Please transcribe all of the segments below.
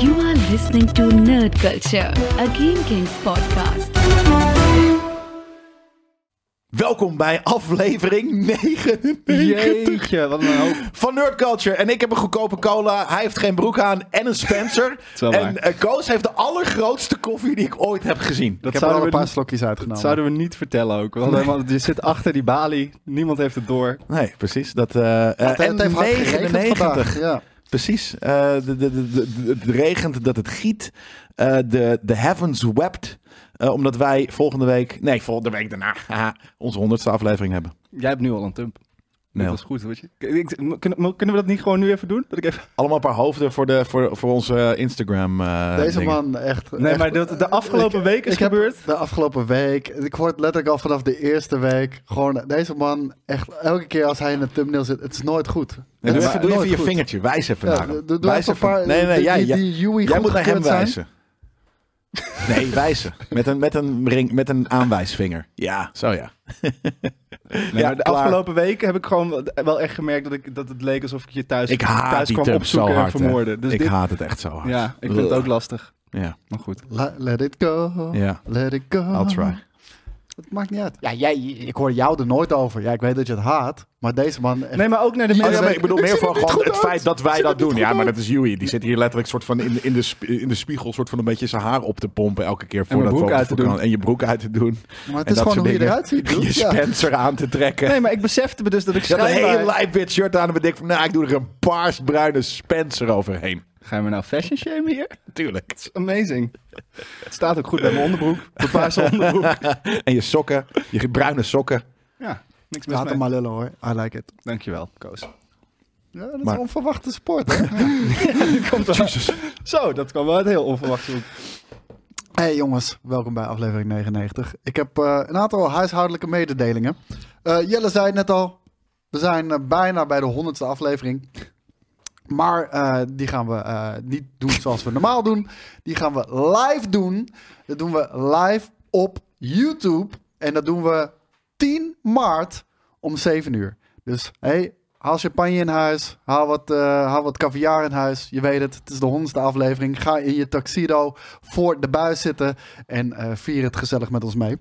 You are listening to Nerd Culture, a Game Kings podcast. Welkom bij aflevering 9 Jeetje, wat een hoop. van Nerd Culture. En ik heb een goedkope cola, hij heeft geen broek aan en een Spencer. wel waar. en eh, Koos heeft de allergrootste koffie die ik ooit heb gezien. Dat Ik heb er al een paar niet- slokjes dat uitgenomen. zouden we niet vertellen ook. Want helemaal, je zit achter die balie, niemand heeft het door. Nee, precies. Dat, eh, eh, Het- en het heeft hard geregend 99. vandaag, Ja. Precies. Eh, de, de, de, de- het regent dat het giet. Eh, de, de heavens wept. Eh, omdat wij volgende week, nee, volgende week daarna, haha, onze honderdste aflevering hebben. Jij hebt nu al een tump. Nee. Dat is goed, weet je. Ik- ik- m- Kunnen, m- kunnen we dat niet gewoon nu even doen? Dat ik even... Allemaal een paar hoofden voor, de, voor, voor onze Instagram. eh, Deze dingen. man echt... Nee, echt- maar dat, de afgelopen week is ik heb gebeurd. de afgelopen week... Ik hoor het letterlijk al vanaf de eerste week. Gewoon, deze man, echt elke keer als hij in een thumbnail zit, het is nooit goed. Nee, Het doe is even, doe nooit even je goed. vingertje. Wijs even Ja, naar hem. doe- doe Wijs even een paar- Nee, nee, die- jij, die- jij- die Joey jij moet naar hem goedgekeurd zijn. wijzen. Nee, wijzen. Met een, met, een ring, met een aanwijsvinger. Ja, zo ja. Nee, Ja, maar de klaar. afgelopen week heb ik gewoon wel- wel echt gemerkt dat, ik, dat het leek alsof ik je thuis, Ik haat thuis die kwam term zo opzoeken en hard. hè. vermoorden. Dus ik dit, haat het echt zo hard. ja, ik vind het ook lastig. Ja, Maar goed. La- let it go. ja. Let it go. I'll try. Het maakt niet uit. Ja, jij, ik hoor jou er nooit over. Ja, ik weet dat je het haat, maar deze man... Echt, Nee, maar ook naar de Oh, mensen. ja, maar ik bedoel meer zie van er niet gewoon goed het uit. feit dat wij Ik zie dat er niet doen. Ja, goed maar uit. dat is Joey. Die zit hier letterlijk soort van in, in, de, sp- in de spiegel soort van een beetje zijn haar op te pompen elke keer voordat broek we op uit te de voorkant- doen. En je broek uit te doen. maar het en is dat gewoon soort hoe je dingen. eruit ziet. dude. Je Ja. Spencer aan te trekken. Nee, maar ik besefte me dus dat ik Je had een heel schrijf. light wit shirt aan en bedenk van, nou, ik doe er een paarsbruine Spencer overheen. Ga je me nou fashion shamen hier? Tuurlijk. Amazing. Het staat ook goed bij mijn onderbroek. Mijn paarse onderbroek. En je sokken, je bruine sokken. Ja, niks mis Laat mee. hem maar lullen hoor. I like it. Dankjewel, Koos. Ja, dat is Maar- een onverwachte sport. Hè? Komt wel. Zo, dat kwam wel uit heel onverwacht op. Hey jongens, welkom bij aflevering 99. Ik heb eh, een aantal huishoudelijke mededelingen. Eh, Jelle zei het net al, we zijn eh, bijna bij de 100ste aflevering. Maar eh, die gaan we eh, niet doen zoals we normaal doen. Die gaan we live doen. Dat doen we live op YouTube. En dat doen we 10 maart om 7 uur. Dus hey, haal champagne in huis. Haal wat, eh haal wat caviar in huis. Je weet het, het is de honderdste aflevering. Ga in je tuxedo voor de buis zitten. En eh, vier het gezellig met ons mee.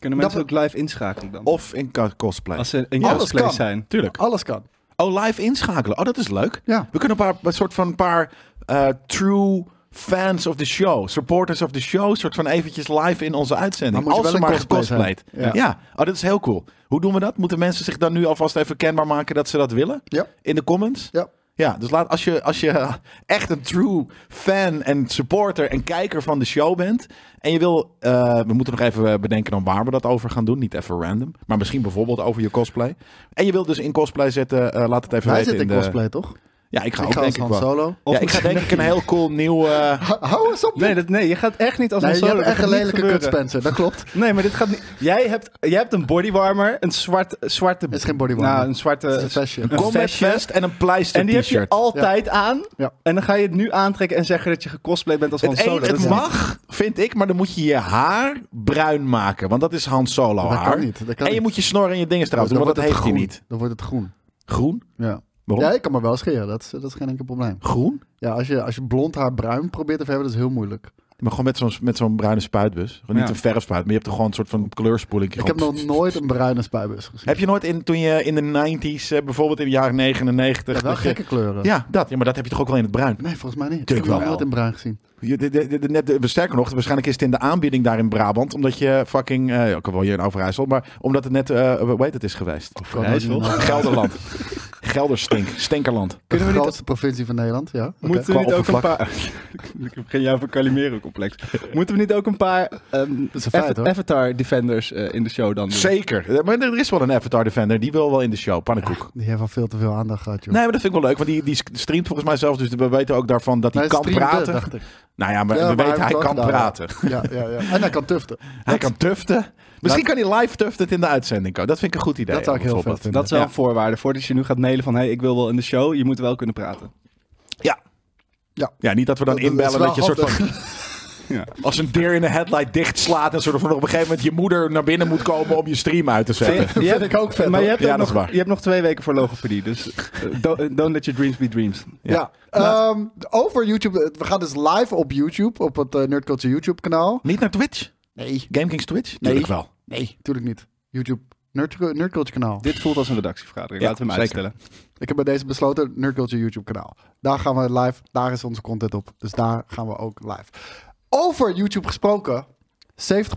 Kunnen Dat Oh, mensen ook live inschakelen dan? Of in co- cosplay. Als ze in Alles cosplay kan. zijn. Tuurlijk. Alles kan. Oh, live inschakelen. Oh, dat is leuk. Ja. We kunnen een paar, een soort van een paar eh, true fans of the show, supporters of the show, soort van eventjes live in onze uitzending. Maar moet je Als ze wel maar in cosplay gecosplayed. Ja. zijn. oh, dat is heel cool. Hoe doen we dat? Moeten mensen zich dan nu alvast even kenbaar maken dat ze dat willen? Ja. In de comments? Ja. Ja, dus laat, als, je, als je echt een true fan en supporter en kijker van de show bent. En je wil, eh, we moeten nog even bedenken dan waar we dat over gaan doen. Niet even random, maar misschien bijvoorbeeld over je cosplay. En je wilt dus in cosplay zetten, eh, laat het even Hij weten. zit in, de- cosplay, toch? Ja, ik ga ik ook ga denk als ik Han wel. Solo. ja, Of ik ga misschien- denk ik een heel cool nieuw... eh, Ha- Hou eens op. Nee, joh. dat, nee, je gaat echt niet als Nee, een je solo. hebt dat echt gaat een niet lelijke gebeuren. kut, Spencer. Dat klopt. Nee, maar dit gaat niet. Jij hebt, jij hebt een bodywarmer, een zwart, zwarte. Het is geen bodywarmer. Nou, een zwarte. Het is een vestje. Eh, een combat vestje. vest en een pleister en die heb je t-shirt. altijd aan. Ja. e- En dan ga je het nu aantrekken en zeggen dat je gecosplay bent als Han Het, een- Solo. Dat het is niet- mag, vind ik, maar dan moet je je haar bruin maken. Want dat is Han Solo Dat haar. kan niet. Dat kan en je niet. moet je snor en je dingen eraf doen, Dan want dat wordt heeft het hij groen. niet. Dan wordt het groen. Groen? Ja. Waarom? Ja, ik kan me wel scheren. Dat is, dat is geen enkel probleem. Groen? Ja, als je, als je blond haar bruin probeert te verven, dat is heel moeilijk. Maar gewoon met zo'n met zo'n bruine spuitbus. Gewoon niet Ja. een verfspuit, maar je hebt er gewoon een soort van kleurspoeling. Ik heb nog nooit een bruine spuibus gezien. Heb je nooit in, toen je in de 90s, eh, bijvoorbeeld in de jaren 99... Ja, wel dat je- gekke kleuren. ja, dat. Ja, maar dat heb je toch ook wel in het bruin? Nee, volgens mij niet. Ik heb Tuurlijk nog wel. nooit in bruin gezien. Je- de- de- de- net, de- sterker nog, waarschijnlijk is het in de aanbieding daar in Brabant. Omdat je fucking. eh, ja, ik heb wel hier in Overijssel. Maar omdat het net. eh hoe heet het is geweest? Kan Vrij nooit veel. in de- Gelderland. Gelderstink. Stinkerland. De Kunnen we niet- grootste provincie van Nederland, ja. Oké. Moeten we qua niet ook een oppervlak. paar. ik begin jou voor Calimero-complex. Moeten we niet ook een paar ehm, is een feit, Ava- hoor. Avatar-defenders eh, in de show dan doen? Zeker. Eh, Maar er is wel een Avatar Defender. Die wil wel in de show. Pannenkoek. Die heeft al veel te veel aandacht gehad, joh. Nee, maar dat vind ik wel leuk. Want die, die streamt volgens mij zelf. Dus we weten ook daarvan dat hij Nee, kan streamde, praten. dacht ik. Nou ja, maar Ja, we maar weten hij hij heeft kan het ook gedaan. praten. Ja, ja, ja. En hij kan tuften. Hij kan tuften. Misschien kan hij live tuften het in de uitzending komen. Dat vind ik een goed idee. Dat zou ik heel vet bijvoorbeeld. vinden. Dat is wel Ja. een voorwaarde. Voordat je nu gaat mailen van, hey, ik wil wel in de show, je moet wel kunnen praten. Ja. Ja. Ja, niet dat we dan Dat- dat is inbellen dat, wel je een soort van... Ja. Als een deer in de headlight dicht slaat en soort van op een gegeven moment je moeder naar binnen moet komen om je stream uit te zetten. Je hebt- ik ook vet, Maar je hoor. hebt, Ja, ook dat is nog, waar. je hebt nog twee weken voor logopedie. Dus eh, don't, don't let your dreams be dreams. Ja. Nou. Ehm, over YouTube. We gaan dus live op YouTube. Op het eh, Nerd Culture YouTube kanaal. Niet naar Twitch? Nee. GameKings Twitch? Natuurlijk wel. Nee. Tuurlijk niet. YouTube. Nerd, Nerd Culture kanaal. Dit voelt als een redactievergadering. Ja, Laten we hem zeker. uitstellen. Ik heb bij deze besloten, Nerd Culture YouTube kanaal. Daar gaan we live, daar is onze content op. Dus daar gaan we ook live. Over YouTube gesproken, 70%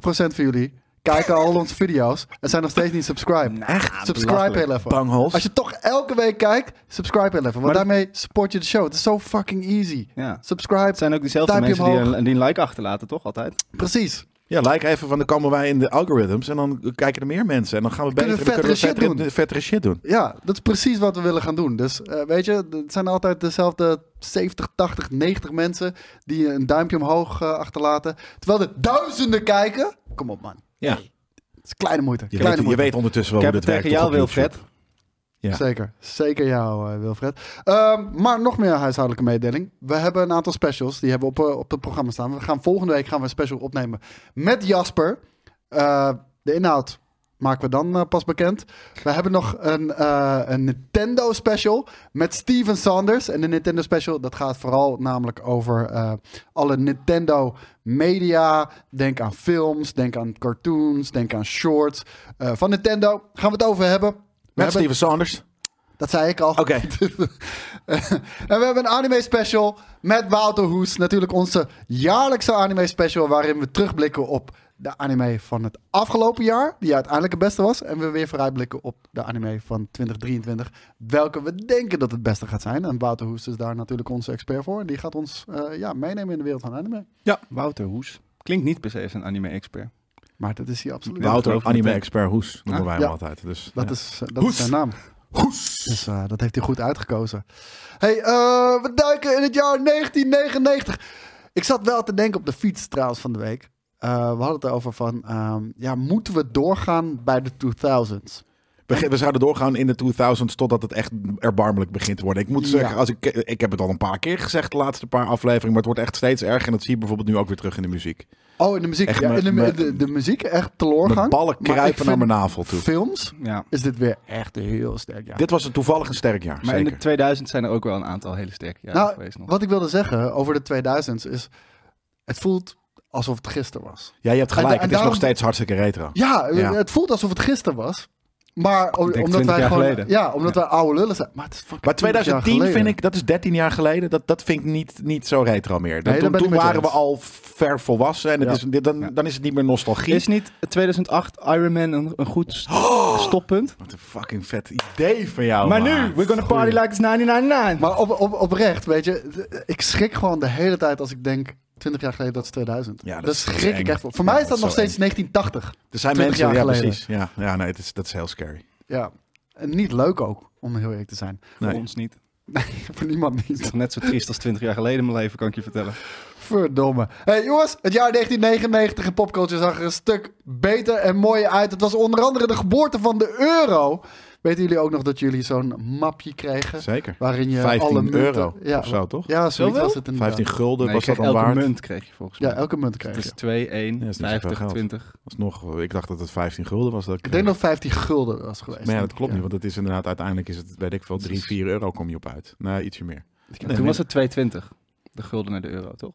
van jullie kijken al onze video's en zijn nog steeds niet subscribed. Echt? subscribe heel Nou, belachelijk. even. Banghoofd. Als je toch elke week kijkt, subscribe heel even. Want Maar dat- daarmee support je de show. Het is zo fucking easy. Ja. Subscribe. Het zijn ook diezelfde duimpje mensen die omhoog. een, die een like achterlaten, toch? Altijd. Precies. Ja, like even van dan komen wij in de algoritmes en dan kijken er meer mensen. En dan gaan we beter Kunnen en we dan kunnen we vettere shit vettere- vettere shit doen. Ja, dat is precies wat we willen gaan doen. Dus eh, weet je, het zijn altijd dezelfde 70, 80, 90 mensen die een duimpje omhoog eh, achterlaten. Terwijl er duizenden kijken. Kom op, man. Ja. Het is kleine moeite. Je, kleine weet, je moeite. weet ondertussen wel Ik heb hoe het dit werkt. tegen toch jou, op YouTube. Wilfred. Ja. Zeker. Zeker jou, eh, Wilfred. Ehm, maar nog meer huishoudelijke mededeling. We hebben een aantal specials. Die hebben we op, eh, op het programma staan. We gaan volgende week gaan we een special opnemen met Jasper. Eh, de inhoud maken we dan eh, pas bekend. We hebben nog een, eh, een Nintendo special met Steven Sanders. En de Nintendo special, dat gaat vooral namelijk over eh, alle Nintendo media. Denk aan films, denk aan cartoons, denk aan shorts. Eh, van Nintendo gaan we het over hebben. We Met hebben- Steven Sanders. dat zei ik al. Eh, Oké. en we hebben een anime special met Wouter Hoes. Natuurlijk onze jaarlijkse anime special waarin we terugblikken op de anime van het afgelopen jaar. Die uiteindelijk het beste was. En we weer vooruitblikken op de anime van 2023. Welke we denken dat het beste gaat zijn. En Wouter Hoes is daar natuurlijk onze expert voor. En die gaat ons eh, ja, meenemen in de wereld van anime. Wouter Hoes. Klinkt niet per se als een anime-expert. Maar dat is hij absoluut. Ja. Wouter, geloof ik meteen. anime-expert Hoes, noemen Ah, wij hem ja. altijd. Dus, Dat, ja. is, eh, dat Hoes. is zijn naam. Hoes! Dus eh, dat heeft hij goed uitgekozen. hey, eh, we duiken in het jaar 1999. Ik zat wel te denken op de fiets trouwens van de week. Eh, we hadden het over van, ehm, ja, moeten we doorgaan bij de 2000s? We, we zouden doorgaan in de 2000s totdat het echt erbarmelijk begint te worden. Ik moet zeggen, Ja. als ik, ik heb het al een paar keer gezegd de laatste paar afleveringen, maar het wordt echt steeds erger. En dat zie je bijvoorbeeld nu ook weer terug in de muziek. Oh, in de muziek. Echt ja, me- in de, me- de, de muziek echt teloorgang. Mijn ballen Maar ik kruipen naar vind mijn navel toe. Films Ja. is dit weer echt heel sterk. Ja. Dit was een toevallig een sterk jaar, Maar in zeker. de 2000 zijn er ook wel een aantal hele sterke jaren nou, geweest nog. wat ik wilde zeggen over de 2000s is, het voelt alsof het gisteren was. Ja, je hebt En da- gelijk. en het is daarom- nog steeds hartstikke retro. Ja, Ja. het voelt alsof het gisteren was. Maar o- Ik denk omdat 20 wij jaar gewoon. geleden. Ja, omdat wij oude lullen zijn. Maar het is fucking Maar 20 jaar 2010 vind geleden. ik, dat is 13 jaar geleden, dat, dat vind ik niet, niet zo retro meer. Dat, Nee, daar toen ben ik toen met je waren we eens. al ver volwassen en het Ja. is, dit- dan, dan is het niet meer nostalgie. Is niet 2008 Iron Man een, een goed st- stoppunt? Wat een fucking vet idee van jou. maar man. nu, we're gonna party like it's 1999. Maar op, op, oprecht, weet je. d- Ik schrik gewoon de hele tijd als ik denk. 20 jaar geleden, dat is 2000. Ja, dat Daar is- dat is schrik eng. ik echt voor. Voor Ja, mij is dat dat is nog wel steeds 1980. Er zijn 20 mensen, jaar ja geleden. precies. Ja, ja nee, het is, dat is heel scary. Ja. En niet leuk ook, om heel eerlijk te zijn. Voor Nee. ons niet. Het voor niemand is niet. toch net zo triest als 20 jaar geleden in mijn leven, kan ik je vertellen. Verdomme. hey, jongens, het jaar 1999 in popculture zag er een stuk beter en mooier uit. Het was onder andere de geboorte van de euro. Weten jullie ook nog dat jullie zo'n mapje kregen? Zeker. Waarin je 15 alle munten, euro ja, of zo, toch? Ja, zoiets Zoveel? was het inderdaad. 15 gulden Nee, was je dat kreeg dan elke waard. munt kreeg je volgens mij. Ja, elke munt kreeg Het is je. 2, 1, Ja, dat is niet zoveel 50, geld. 20. Alsnog, ik dacht dat het 15 gulden was. Dat ik Ik denk dat 15 gulden was geweest. maar ja, dat klopt Ja. niet, want het is inderdaad uiteindelijk is het, weet ik veel, 3, 4 euro kom je op uit. Nou, ietsje meer. Toen was het 2,20. De gulden naar de euro, toch?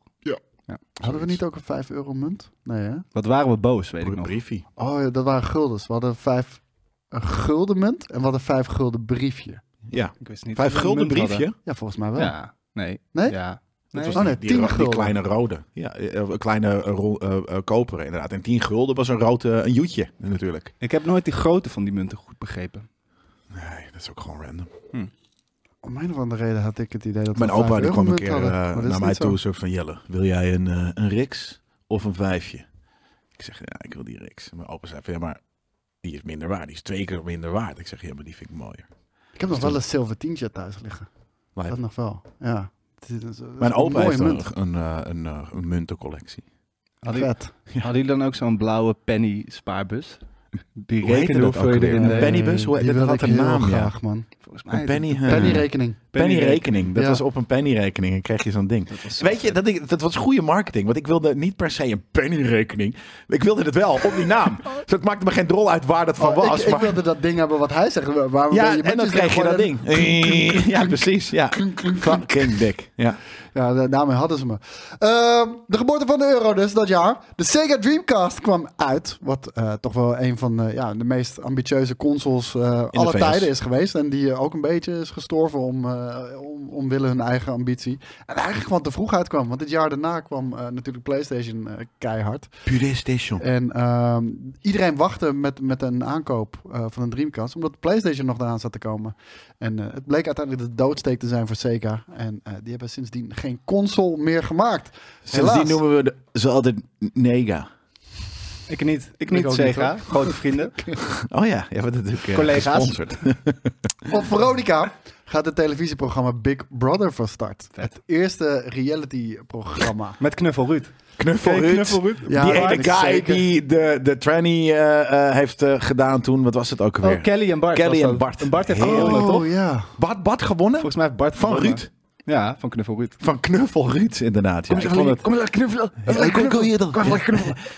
Hadden we niet ook een 5 euro munt? Nee, hè? Wat waren we boos, weet ik een nog. briefie. Oh, ja, dat waren guldens. We hadden 5 een gulden munt en we hadden 5 gulden briefje. Ja, Ik wist niet 5 dat we gulden een munt briefje. Ja, volgens mij wel. hadden. Ja, nee. Nee? Ja. Dat Nee. was Oh, die- nee, die, 10 ro- die gulden. kleine rode. Ja, eh, een kleine eh, ro- eh, eh, koperen inderdaad. En 10 gulden was een rood eh, een joetje natuurlijk. Ik heb nooit die grootte van die munten goed begrepen. Nee, dat is ook gewoon random. Om een of andere reden had ik het idee dat Mijn we een opa 5 die euro kwam een munt keer hadden, eh, maar dat is naar mij niet zo. toe zo van Jelle, wil jij een, eh, een riks of een vijfje? Ik zeg, ja, ik wil die riks. En mijn opa zei van, ja, maar die is minder waard. Die is twee keer minder waard. Ik zeg, ja, maar die vind ik mooier. Ik heb nog wel een zilver tientje thuis liggen. Lijp. Dat nog wel. Ja. Het is- het is Mijn een opa mooie heeft munt. een, een, eh, een, eh, een muntencollectie. Hadden jullie- Vet. hadden jullie dan ook zo'n blauwe penny spaarbus? Die Hoe heette rekenen dat hoeveel ook je erin alweer? deed. Pennybus? Hoe- Die dat wil had ik een heel naam, ja. graag, man. Volgens mij. Een penny, eh, Penny rekening. penny penny rekening. Dat Ja. was op een penny rekening en kreeg je zo'n ding. Weet je, dat, ik, dat was goede marketing. Want ik wilde niet per se een pennyrekening. Ik wilde het wel, op die naam. Dus het maakte me geen drol uit waar dat van Oh, was. ik, ik maar- wilde dat ding hebben wat hij zegt. Wa- Waarom ben ja, je en dan bandjes kreeg je weg? dat Gewoon ding. Ja, precies. Ja. Fucking dik. Ja. Ja, da- daarmee hadden ze me. Ehm, de geboorte van de euro dus dat jaar. De Sega Dreamcast kwam uit. Wat eh, toch wel een van eh, ja, de meest ambitieuze consoles eh, alle VS. tijden is geweest. En die eh, ook een beetje is gestorven om, eh, om, omwille hun eigen ambitie. En eigenlijk gewoon te vroeg uitkwam. Want het jaar daarna kwam eh, natuurlijk PlayStation eh, keihard. Pure station. En ehm, iedereen wachtte met, met een aankoop eh, van een Dreamcast, omdat de PlayStation nog eraan zat te komen. En eh, het bleek uiteindelijk de doodsteek te zijn voor Sega. En eh, die hebben sindsdien geen console meer gemaakt. Sindsdien Helaas. noemen we de, ze altijd nega. Ik niet. Ik Ik niet, ook Sega. niet, Grote vrienden. Oh ja, ja wat natuurlijk eh, Collega's. gesponsord. Op Veronica gaat het televisieprogramma Big Brother van start. Het eerste reality-programma. Met Knuffel Ruud. Knuffel Kijk, Ruud. Knuffel Ruud. Ja, die waar ene is guy zeker. die de, de tranny eh, eh, heeft eh, gedaan toen. Wat was het ook alweer? Oh, Kelly en Bart. Kelly was en dat. Bart. En Bart heeft Heel gewonnen, goed. toch? Oh ja. Bart, Bart gewonnen? Volgens mij heeft Bart Van gewonnen. Ruud. Ja, van Knuffel Ruud. Van Knuffel Ruud, inderdaad. Ja, ik vond het... lekker knuffelen. Ja, kom- kom hier dan. Ja.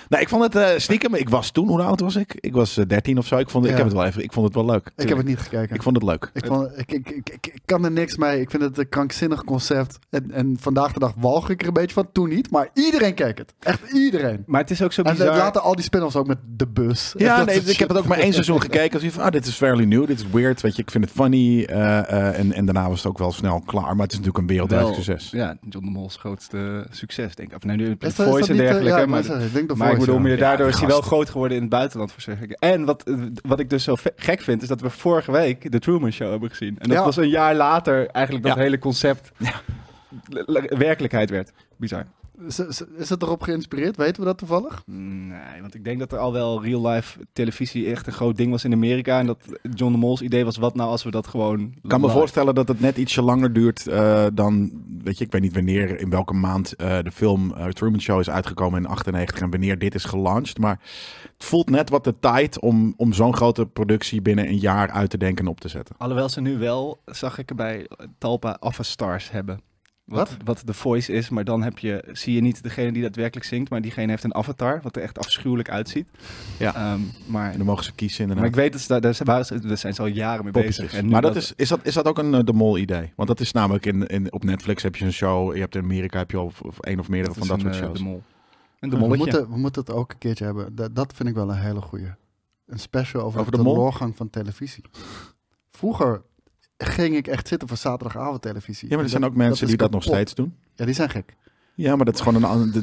Nou, ik vond het eh stiekem. Ik was toen, hoe oud was ik? Ik was eh, 13 of zo. Ik, vond, ik Ja. heb het wel even. Ik vond het wel leuk. Ik heb het niet gekeken. Ik vond het leuk. Ik, vond, ik, ik, ik, ik- ik kan er niks mee. Ik vind het een krankzinnig concept. En, en vandaag de dag walg ik er een beetje van. Toen niet, maar iedereen keek het. Echt iedereen. Maar het is ook zo En bizar. later al die spin-offs ook met de bus. Ja, Dat nee, dus soort ik heb het shit. ook maar één seizoen gekeken. Als je van, ah, dit is fairly new, dit is weird. Weet je, ik vind het funny. eh, eh, en, en daarna was het ook wel snel klaar. Maar het is natuurlijk een wereldwijd Wel, succes. Ja, John de Mol's grootste succes, denk ik. Of nee, nu de Is dat- is Voice dat en niet, eh, dergelijke. ja, maar maar zeg, ik denk dat maar ik Voice, bedoel, ja. meer daardoor Ja, is die hij wel gasten. groot geworden in het buitenland, voor zeg ik. En wat, eh, wat ik dus zo ve- gek vind, is dat we vorige week de Truman Show hebben gezien. En dat Ja. was een jaar later eigenlijk dat Ja. hele concept le- le- werkelijkheid werd. Bizar. Is, is- is het erop geïnspireerd? Weten we dat toevallig? Nee, want ik denk dat er al wel real-life televisie echt een groot ding was in Amerika. En dat John de Mol's idee was, wat nou als we dat gewoon... Ik kan me live- voorstellen dat het net ietsje langer duurt eh, dan, weet je, ik weet niet wanneer, in welke maand eh, de film eh, Truman Show is uitgekomen in 98 en wanneer dit is gelanceerd. Maar het voelt net wat de tijd om, om zo'n grote productie binnen een jaar uit te denken en op te zetten. Alhoewel ze nu wel, zag ik er bij Talpa Alpha Stars hebben. Wat? Wat, wat de voice is, maar dan heb je, zie je niet degene die daadwerkelijk zingt, maar diegene heeft een avatar, wat er echt afschuwelijk uitziet. Ja. Ehm, maar, En dan mogen ze kiezen maar inderdaad. ik weet dat ze daar, daar, waren ze- daar zijn ze al jaren mee bezig. Poppetjes. nu Maar dat is, is, dat, is dat ook een eh, De Mol idee? Want dat is namelijk in, in, op Netflix heb je een show, je hebt in Amerika heb je al v- of één of meerdere dat van is dat een, soort eh, shows. De mol. Een de We molletje. moeten, we moeten het ook een keertje hebben. Dat, dat vind ik wel een hele goeie. Een special over, Over de, de mol? doorgang van televisie. Vroeger ging ik echt zitten voor zaterdagavond televisie. ja, maar er Dat- zijn ook dat mensen is die dat nog kapot. steeds doen. Ja, die zijn gek. Ja, maar dat is gewoon een ander.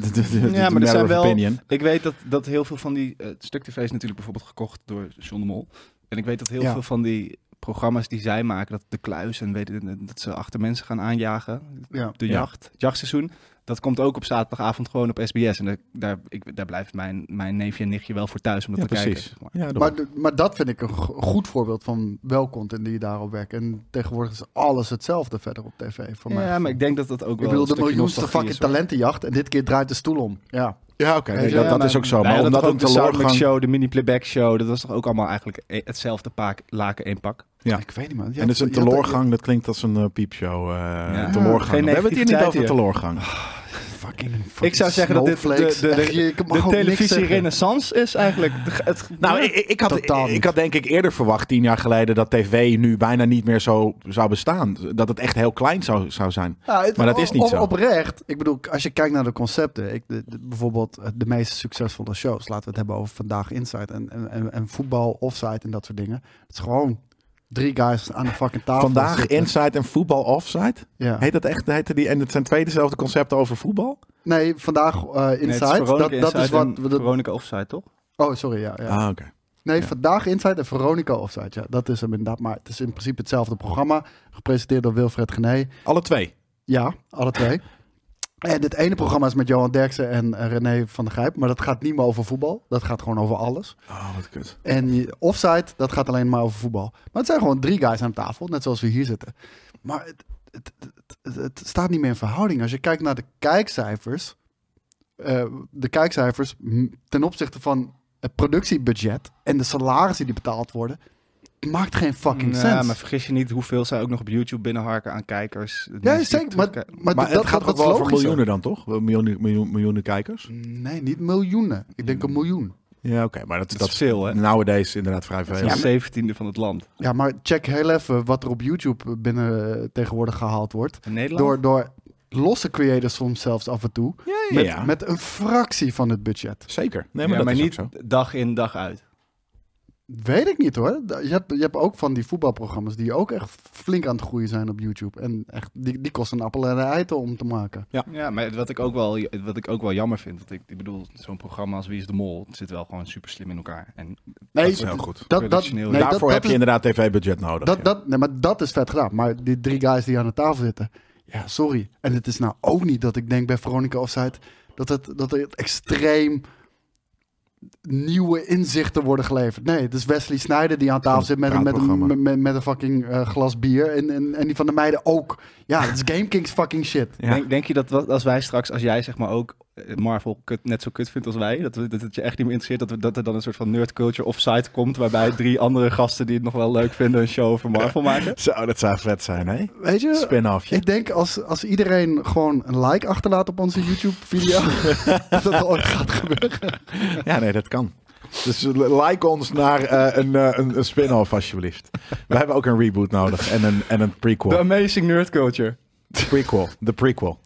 Ja, maar er zijn wel. opinion. Ik weet dat, dat heel veel van die. eh, het stuk TV is natuurlijk bijvoorbeeld gekocht door John de Mol. En ik weet dat heel Ja. veel van die programma's die zij maken, dat de kluis en weet, ik- dat ze achter mensen gaan aanjagen. Ja. De Ja. jacht, het jachtseizoen. Dat komt ook op zaterdagavond gewoon op SBS. En daar, daar, ik, daar blijft mijn, mijn neefje en nichtje wel voor thuis om dat Ja, te kijken. precies. zeg maar. Ja, daarom. Maar, de- maar dat vind ik een go- goed voorbeeld van wel content die je daarop werkt. En tegenwoordig is alles hetzelfde verder op tv. Voor mij. Ja, maar ik denk dat dat ook wel. Ik een bedoel, de stukje miljoenste nostalgie fucking is, hoor. talentenjacht. En dit keer draait de stoel om. Ja. Ja, oké. nee, Ja, dat dat maar is ook zo. wij Maar hadden omdat toch een ook de Soundmix teleurgang... show, de mini playback show, dat was toch ook allemaal eigenlijk e- hetzelfde paak, laken één pak. Ja. Ik weet niet, man. Je En had- het is een je had- teleurgang, dat klinkt als een eh, piepshow. eh Geen teleurgang. We hebben het hier Oh, niet negativiteit over hier. teleurgang. Fucking, Ik zou zeggen dat dit de, de, snowflakes. de- Echt, je- ik mag de ook niks televisie zeggen. renaissance is eigenlijk. De- het, Nou, ik, ik, had, Totaal niet. ik had denk ik eerder verwacht, tien jaar geleden, dat tv nu bijna niet meer zo zou bestaan. Dat het echt heel klein zou, zou zijn. Ja, Nou, het- Maar dat is niet op- zo. Oprecht, ik bedoel, als je kijkt naar de concepten, ik, de- de- bijvoorbeeld eh, de meest succesvolle shows, laten we het hebben over vandaag Inside en, en, en, en voetbal, offside en dat soort dingen. Het is gewoon drie guys aan de fucking tafel. Vandaag zitten. Inside en Voetbal Offside. Ja. Heet dat echt? Heette die, en het zijn twee dezelfde concepten over voetbal? Nee, vandaag eh, Inside. dat, dat is wat. we- dat- Veronica Offside, toch? oh, sorry. Ja, ja. Ah, oké. nee, ja. vandaag Inside en Veronica Offside. Ja, dat is hem inderdaad. Maar het is in principe hetzelfde programma. Gepresenteerd door Wilfred Gené. Alle twee. Ja, alle twee. En het ene programma is met Johan Derksen en eh, René van der Grijp. Maar dat gaat niet meer over voetbal. Dat gaat gewoon over alles. Oh, wat kut. En je- offside, dat gaat alleen maar over voetbal. Maar het zijn gewoon drie guys aan tafel, net zoals we hier zitten. Maar het, het, het, het- het staat niet meer in verhouding. Als je kijkt naar de kijkcijfers, eh, de kijkcijfers m- ten opzichte van het productiebudget en de salarissen die betaald worden, maakt geen fucking Ja, sens. maar vergis je niet hoeveel zij ook nog op YouTube binnenharken aan kijkers. Ja, Mensen die zeker. Maar, maar, Maar terugkijken. dat het gaat dat- dat toch wel is voor logisch, miljoenen dan, toch? Wel Miljoenen, miljoen, miljoenen kijkers? hoor. Nee, niet miljoenen. Ik denk een miljoen. Ja, oké. Maar dat, dat, dat is veel, hè? Nowadays inderdaad vrij veel. Dat is de 17e van het land. Ja, maar check heel even wat er op YouTube binnen eh, tegenwoordig gehaald wordt. In Nederland? Door, door losse creators soms zelfs af en toe. Ja, Met, ja, ja. met een fractie van het budget. Zeker. Nee, Ja, maar maar, dat is ook niet zo. dag in, dag uit. Weet ik niet hoor. Da- Je hebt, je hebt ook van die voetbalprogramma's die ook echt flink aan het groeien zijn op YouTube. En echt, die, die kosten een appel en een ei om te maken. Ja, maar wat ik ook wel, wat ik ook wel jammer vind. Want ik, ik bedoel, zo'n programma als Wie is de Mol het zit wel gewoon super slim in elkaar. En Nee, dat is heel goed. Dat, dat, Productioneel. nee, dat- Daarvoor heb is- je inderdaad tv-budget nodig. Dat, ja. dat, nee, maar dat is vet gedaan. Maar die drie guys die aan de tafel zitten. Ja, sorry. En het is nou ook niet dat ik denk bij Veronica of Zuid dat het, dat het extreem nieuwe inzichten worden geleverd. Nee, het is Wesley Snyder die aan tafel zit met, een- met, een, praatprogramma. met, met een fucking eh, glas bier. En, en, en die van de meiden ook. Ja, het is Game Kings fucking shit. Ja. denk, denk je dat wat- als wij straks, als jij zeg maar ook eh, Marvel kut, net zo kut vindt als wij, dat, we- dat het je echt niet meer interesseert, dat, we- dat er dan een soort van nerd culture offsite komt, waarbij drie andere gasten die het nog wel leuk vinden een show over Marvel maken? Zo, dat zou vet zijn, hè? Weet je? Spin-offje. Ik denk als, als iedereen gewoon een like achterlaat op onze YouTube-video, dat dat ooit gaat gebeuren. Ja, nee, dat kan. Dus eh, like ons naar eh, een, eh, een, een spin-off, alsjeblieft. We hebben ook een reboot nodig en een, en een The prequel. Amazing Nerd Culture. Prequel, de prequel.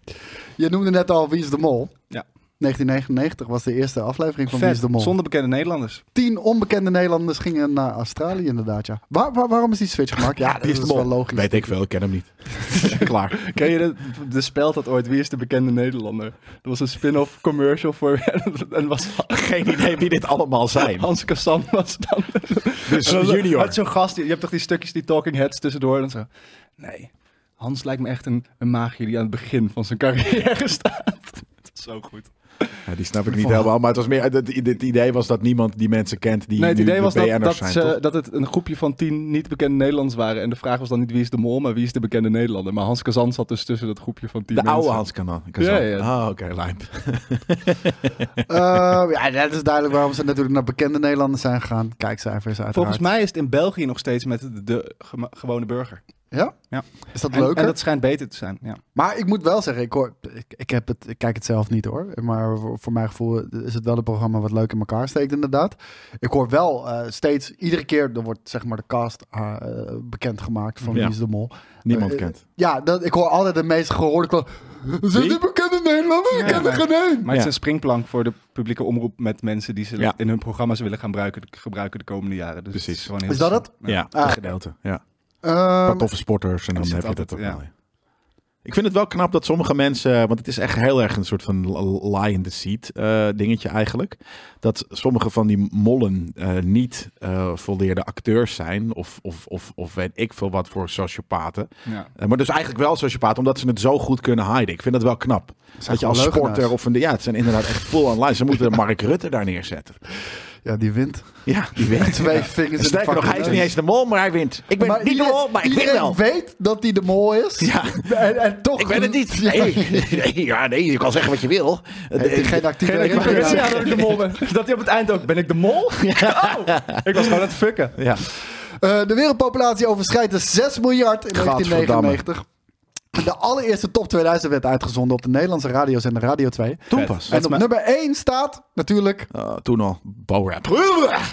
Je noemde net al Wie is de Mol. Ja. 1999 was de eerste aflevering van Wie Vet, is de Mol. zonder bekende Nederlanders. Tien onbekende Nederlanders gingen naar Australië inderdaad, ja. Waar, waar- waarom is die switch gemaakt? Ja, dat Wie is, de wel mol? logisch. Weet ik veel, ik ken hem niet. Klaar. Ken je de, de speld dat ooit Wie is de bekende Nederlander? Dat was een spin-off commercial voor en was Geen idee wie dit allemaal zijn. Hans Kassan was dan. Dus En dan junior. Had zo'n gast, die- je hebt toch die stukjes die talking heads tussendoor en dan zo. Nee, Hans lijkt me echt een, een magier die aan het begin van zijn carrière staat. Dat is zo goed. Ja, die snap ik niet helemaal, maar het was meer, het, het idee was dat niemand die mensen kent die Nee, het nu idee de was dat, BN'ers dat, zijn, ze- toch? dat het een groepje van tien niet bekende Nederlanders waren. En de vraag was dan niet wie is de mol, maar wie is de bekende Nederlander. Maar Hans Kazan zat dus tussen dat groepje van tien De oude mensen. Hans Kanan. Ja, ja. Ah, oké, lijp. Eh, ja, dat is duidelijk waarom ze natuurlijk naar bekende Nederlanders zijn gegaan. Kijkcijfers uiteraard. Volgens mij is het in België nog steeds met de, de gema- gewone burger. Ja? Ja. Is dat En- leuker? En, dat schijnt beter te zijn. Ja. Maar ik moet wel zeggen, ik, hoor, ik, ik, heb het, ik kijk het zelf niet hoor. Maar voor, voor mijn gevoel is het wel een programma wat leuk in elkaar steekt inderdaad. Ik hoor wel eh, steeds, iedere keer, dan wordt zeg maar de cast eh, bekendgemaakt van Ja. Wie is de Mol. Niemand Eh, kent. Ja, dat, ik hoor altijd de meest gehoorde klant. Zijn die bekende Nederlanders? Ik Ja, ken er maar- geen één. Ja. Maar het is een springplank voor de publieke omroep met mensen die ze Ja. in hun programma's willen gaan gebruiken, gebruiken de komende jaren. Dus Precies. Het is, gewoon heel Is dat slim. het? Ja, Ah, dat gedeelte. Ja. Ehm, Een paar toffe sporters en dan is heb het je dat ook Um, altijd, wel. ja. ja. Ik vind het wel knap dat sommige mensen, want het is echt heel erg een soort van lie in the seat eh, dingetje eigenlijk. Dat sommige van die mollen eh, niet eh volleerde acteurs zijn of, of, of, of weet ik veel wat voor sociopaten. Ja. Eh, maar dus eigenlijk wel sociopaten, omdat ze het zo goed kunnen hiden. Ik vind dat wel knap. Dat je gewoon als leugenaars. sporter of een... Ja, het zijn inderdaad echt full online. Ze moeten Mark Rutte daar neerzetten. Ja, die wint. Ja, die wint. Twee vingers in de Sterker nog, hij is fucking niet neus. eens de mol, maar hij wint. Ik ben Maar niet de iedereen- mol, maar ik win iedereen wel. weet dat hij de mol is. Ja. En, en toch... Ik ben het niet. Ja. Nee, nee, ja, nee, je kan zeggen wat je wil. Heeft hij geen actieve Ik rekening? wou net zeggen dat ik de mol ben. Dat hij op het eind ook, ben ik de mol? Oh, ik was gewoon aan het fucken. Ja, Eh, de wereldpopulatie overschrijdt de 6 miljard in Gadverdamme. 1999. De allereerste top 2000 werd uitgezonden op de Nederlandse radio's en de Radio 2. toen pas. En op mijn- nummer 1 staat natuurlijk Eh, toen al, Bo-rap.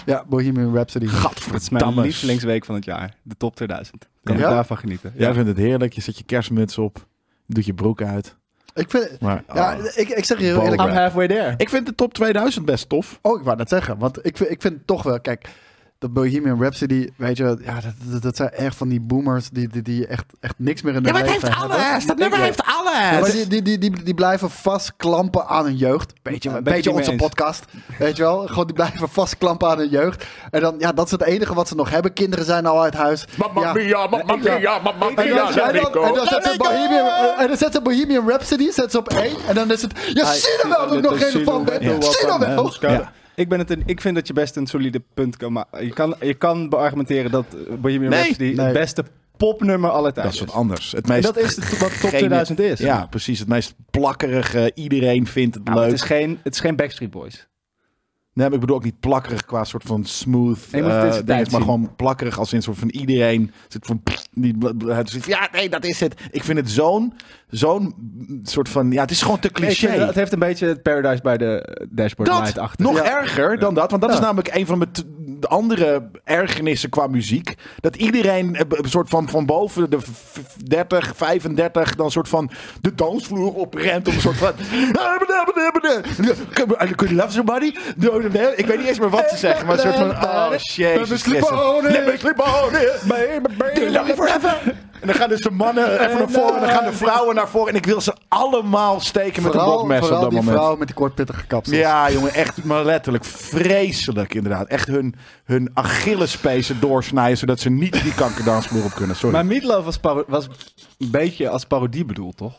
ja, Bohemian Rhapsody. Het is mijn Gadverdamme. lievelingsweek van het jaar. De top 2000. Kan Ja? ik daarvan genieten. Jij vindt het heerlijk. Je zet je kerstmuts op. Doet je broek uit. Ik, vind, Maar, ja, oh. ik, ik zeg je heel Bo- eerlijk. I'm halfway there. Ik vind de top 2000 best tof. Oh, ik wou dat zeggen. Want ik, vind- ik vind toch wel, kijk, dat Bohemian Rhapsody, weet je, ja, dat, dat, dat zijn echt van die boomers die, die, die echt, echt niks meer in hun leven Dat nummer heeft Ja, maar alles. die, die, die, die, die blijven vastklampen aan hun jeugd. Beetje, Ja, ben ik beetje het niet onze mee eens. podcast. Weet je wel? Gewoon die blijven vastklampen aan hun jeugd. En dan, ja, dat is het enige wat ze nog hebben. Kinderen zijn al uit huis. Ja. mamma mia, mamma En dan, en dan, en dan zet ze Bohemian, en dan zet ze Bohemian Rhapsody zet ze op één. En dan is het. Ja, zie je wel dat ik nog geen fan ben. Zie je wel. Ja. Ik, ben het een, ik vind dat je best een solide punt kan maken. Je kan, je kan beargumenteren dat eh, Bohemian Nee. Rhapsody Nee. het beste popnummer aller Dat tijden is is. wat anders. Het En meest dat is het wat top gene- 2000 is. Ja, precies. Het meest plakkerige. Iedereen vindt het Nou, maar leuk. Het is, geen, het is geen Backstreet Boys. Nee, maar ik bedoel ook niet plakkerig qua soort van smooth. Nee, je moet het eh, in zijn ding, tijd maar zien. gewoon plakkerig als in soort van iedereen zit van die bl- bl- het is van, ja, nee, dat is het. Ik vind het zo'n zo'n soort van ja, het is gewoon te Nee, ik cliché. vind- het heeft een beetje het Paradise bij de eh, Dashboard Light dat achter. nog Ja. erger dan dat, want dat Ja. is namelijk een van mijn t- de andere ergernissen qua muziek. Dat iedereen eh, b- een soort van van boven de v- v- 30, 35 dan een soort van de dansvloer oprent om een soort van Could you love somebody? No, no, no. Ik weet niet eens meer wat ze zeggen, maar een soort van oh jezus Christus. Let me sleep on it. Do you love me forever? En dan gaan dus de mannen even naar voren en dan gaan de vrouwen naar voren. En ik wil ze allemaal steken met een Vooral, bokmes op vooral dat die moment. vrouw met die kortpittige kapsels. Ja, jongen, echt maar letterlijk vreselijk inderdaad. Echt hun, hun Achillespezen doorsnijden, zodat ze niet die kankerdansvloer op kunnen. Sorry. Maar Meatloaf was, paro- was een beetje als parodie bedoeld, toch?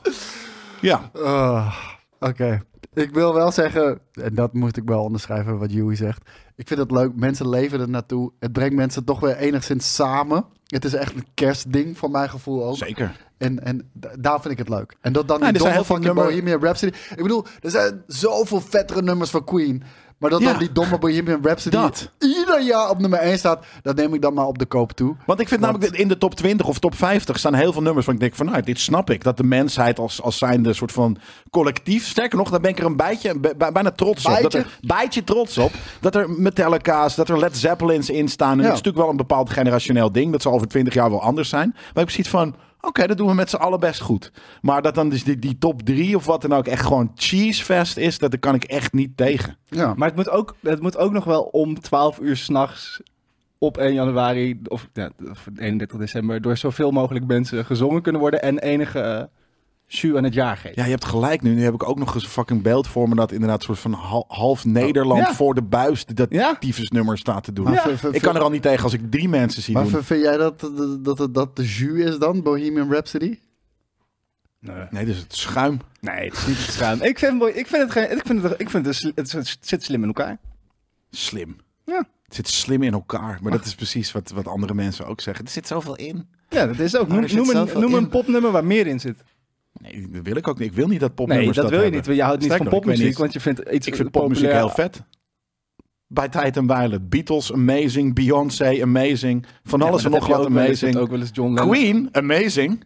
Ja, Ah, Oké. Ik wil wel zeggen, en dat moet ik wel onderschrijven wat Joey zegt. Ik vind het leuk, mensen leven er naartoe. Het brengt mensen toch weer enigszins samen. Het is echt een kerstding van mijn gevoel ook. zeker. En, en da- daar vind ik het leuk. En dat dan Ja, die er zijn domme heel veel fucking nummer- Bohemian Rhapsody. Ik bedoel, er zijn zoveel vettere nummers van Queen. Maar dat Ja. dan die domme Bohemian Rhapsody Dat. ieder jaar op nummer 1 staat, dat neem ik dan maar op de koop toe. Want ik vind namelijk dat in de top 20 of top 50 staan heel veel nummers van ik denk van nou, dit snap ik. Dat de mensheid als, als zijnde soort van collectief, sterker nog, daar ben ik er een bijtje, bij- bij- bijna trots op. Dat er, bijtje trots op. Dat er Metallica's, dat er Led Zeppelins in staan. En Ja. dat is natuurlijk wel een bepaald generationeel ding. Dat zal over 20 jaar wel anders zijn. Maar ik heb zoiets van, oké, dat doen we met z'n allen best goed. Maar dat dan dus die, die top 3 of wat dan ook echt gewoon cheesefest is, dat daar kan ik echt niet tegen. Ja. Maar het moet ook, het moet ook nog wel om 12 uur s'nachts op 1 januari of, ja, of 31 december door zoveel mogelijk mensen gezongen kunnen worden en enige eh, jus aan het jaar geven. Ja, je hebt gelijk nu. Nu heb ik ook nog eens een fucking beeld voor me dat inderdaad soort van hal- half Nederland Oh, Ja. voor de buis dat Ja. tyfusnummer staat te doen. Maar Ja. vind- vind- Ik kan er al niet tegen als ik drie mensen zie Maar doen. vind vind jij dat dat, dat, dat de jus is dan, Bohemian Rhapsody? Nee, dus het schuim. Nee, het is niet het schuim. Ik vind, mooi- ik vind het geen. Ik vind het, ik vind het, sli- het, het zit slim in elkaar. Slim. Ja. Het zit slim in elkaar. Maar dat is precies wat, wat andere mensen ook zeggen. Er zit zoveel in. Ja, dat is ook. Maar Noem, er zit noem een, zoveel noem in. een popnummer waar meer in zit. Nee, dat wil ik ook niet. Ik wil niet dat popnummers Nee, dat, wil je hebben. niet. Want je houdt niet Sterker van nog, ik weet popmuziek, niet. want je vindt iets Ik vind popmuziek heel populair. vet. Bij tijd en wijle. Beatles, amazing. Beyoncé, amazing. Van Ja, maar alles en dat nog heb je wat ook wel eens. Je amazing. hebt Ook wel eens John Lennon. Queen, amazing.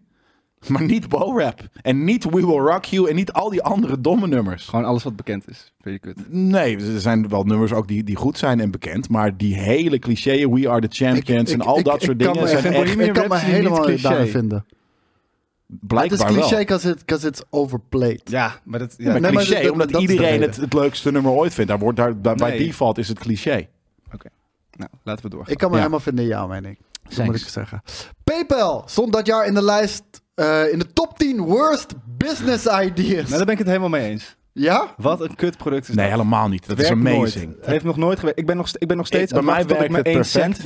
Maar niet bo-rap. En niet We Will Rock You. En niet al die andere domme nummers. Gewoon alles wat bekend is. Vind je kut. Nee, er zijn wel nummers ook die, die goed zijn en bekend. Maar die hele cliché We Are The Champions Ik- en al ik- dat ik soort kan dingen me zijn echt- echt Bohemian Ik kan me Rhapsody niet helemaal cliché. daarin vinden. Het is blijkbaar wel. cliché because, it, because it's overplayed. Ja, maar dat. Ja, maar Nee, maar cliché, dat- dat- omdat dat is de iedereen reden. het, het leukste nummer ooit vindt. Daar wordt, daar, daar- Bij Nee. default is het cliché. Nou, laten we doorgaan. Ik kan me Ja. helemaal vinden in jouw mening. Dat moet Thanks. ik zeggen. PayPal stond dat jaar in de lijst, eh, in de top 10 worst business ideas. Nou, daar ben ik het helemaal mee eens. Ja? Wat een kut product is Nee, dat. helemaal niet. Dat is Werkt nooit. amazing. Het heeft nog nooit gewerkt. Ik ben nog, st- ik ben nog steeds Ik- bij aan het mij wachten tot ik werkt mijn het 1 cent,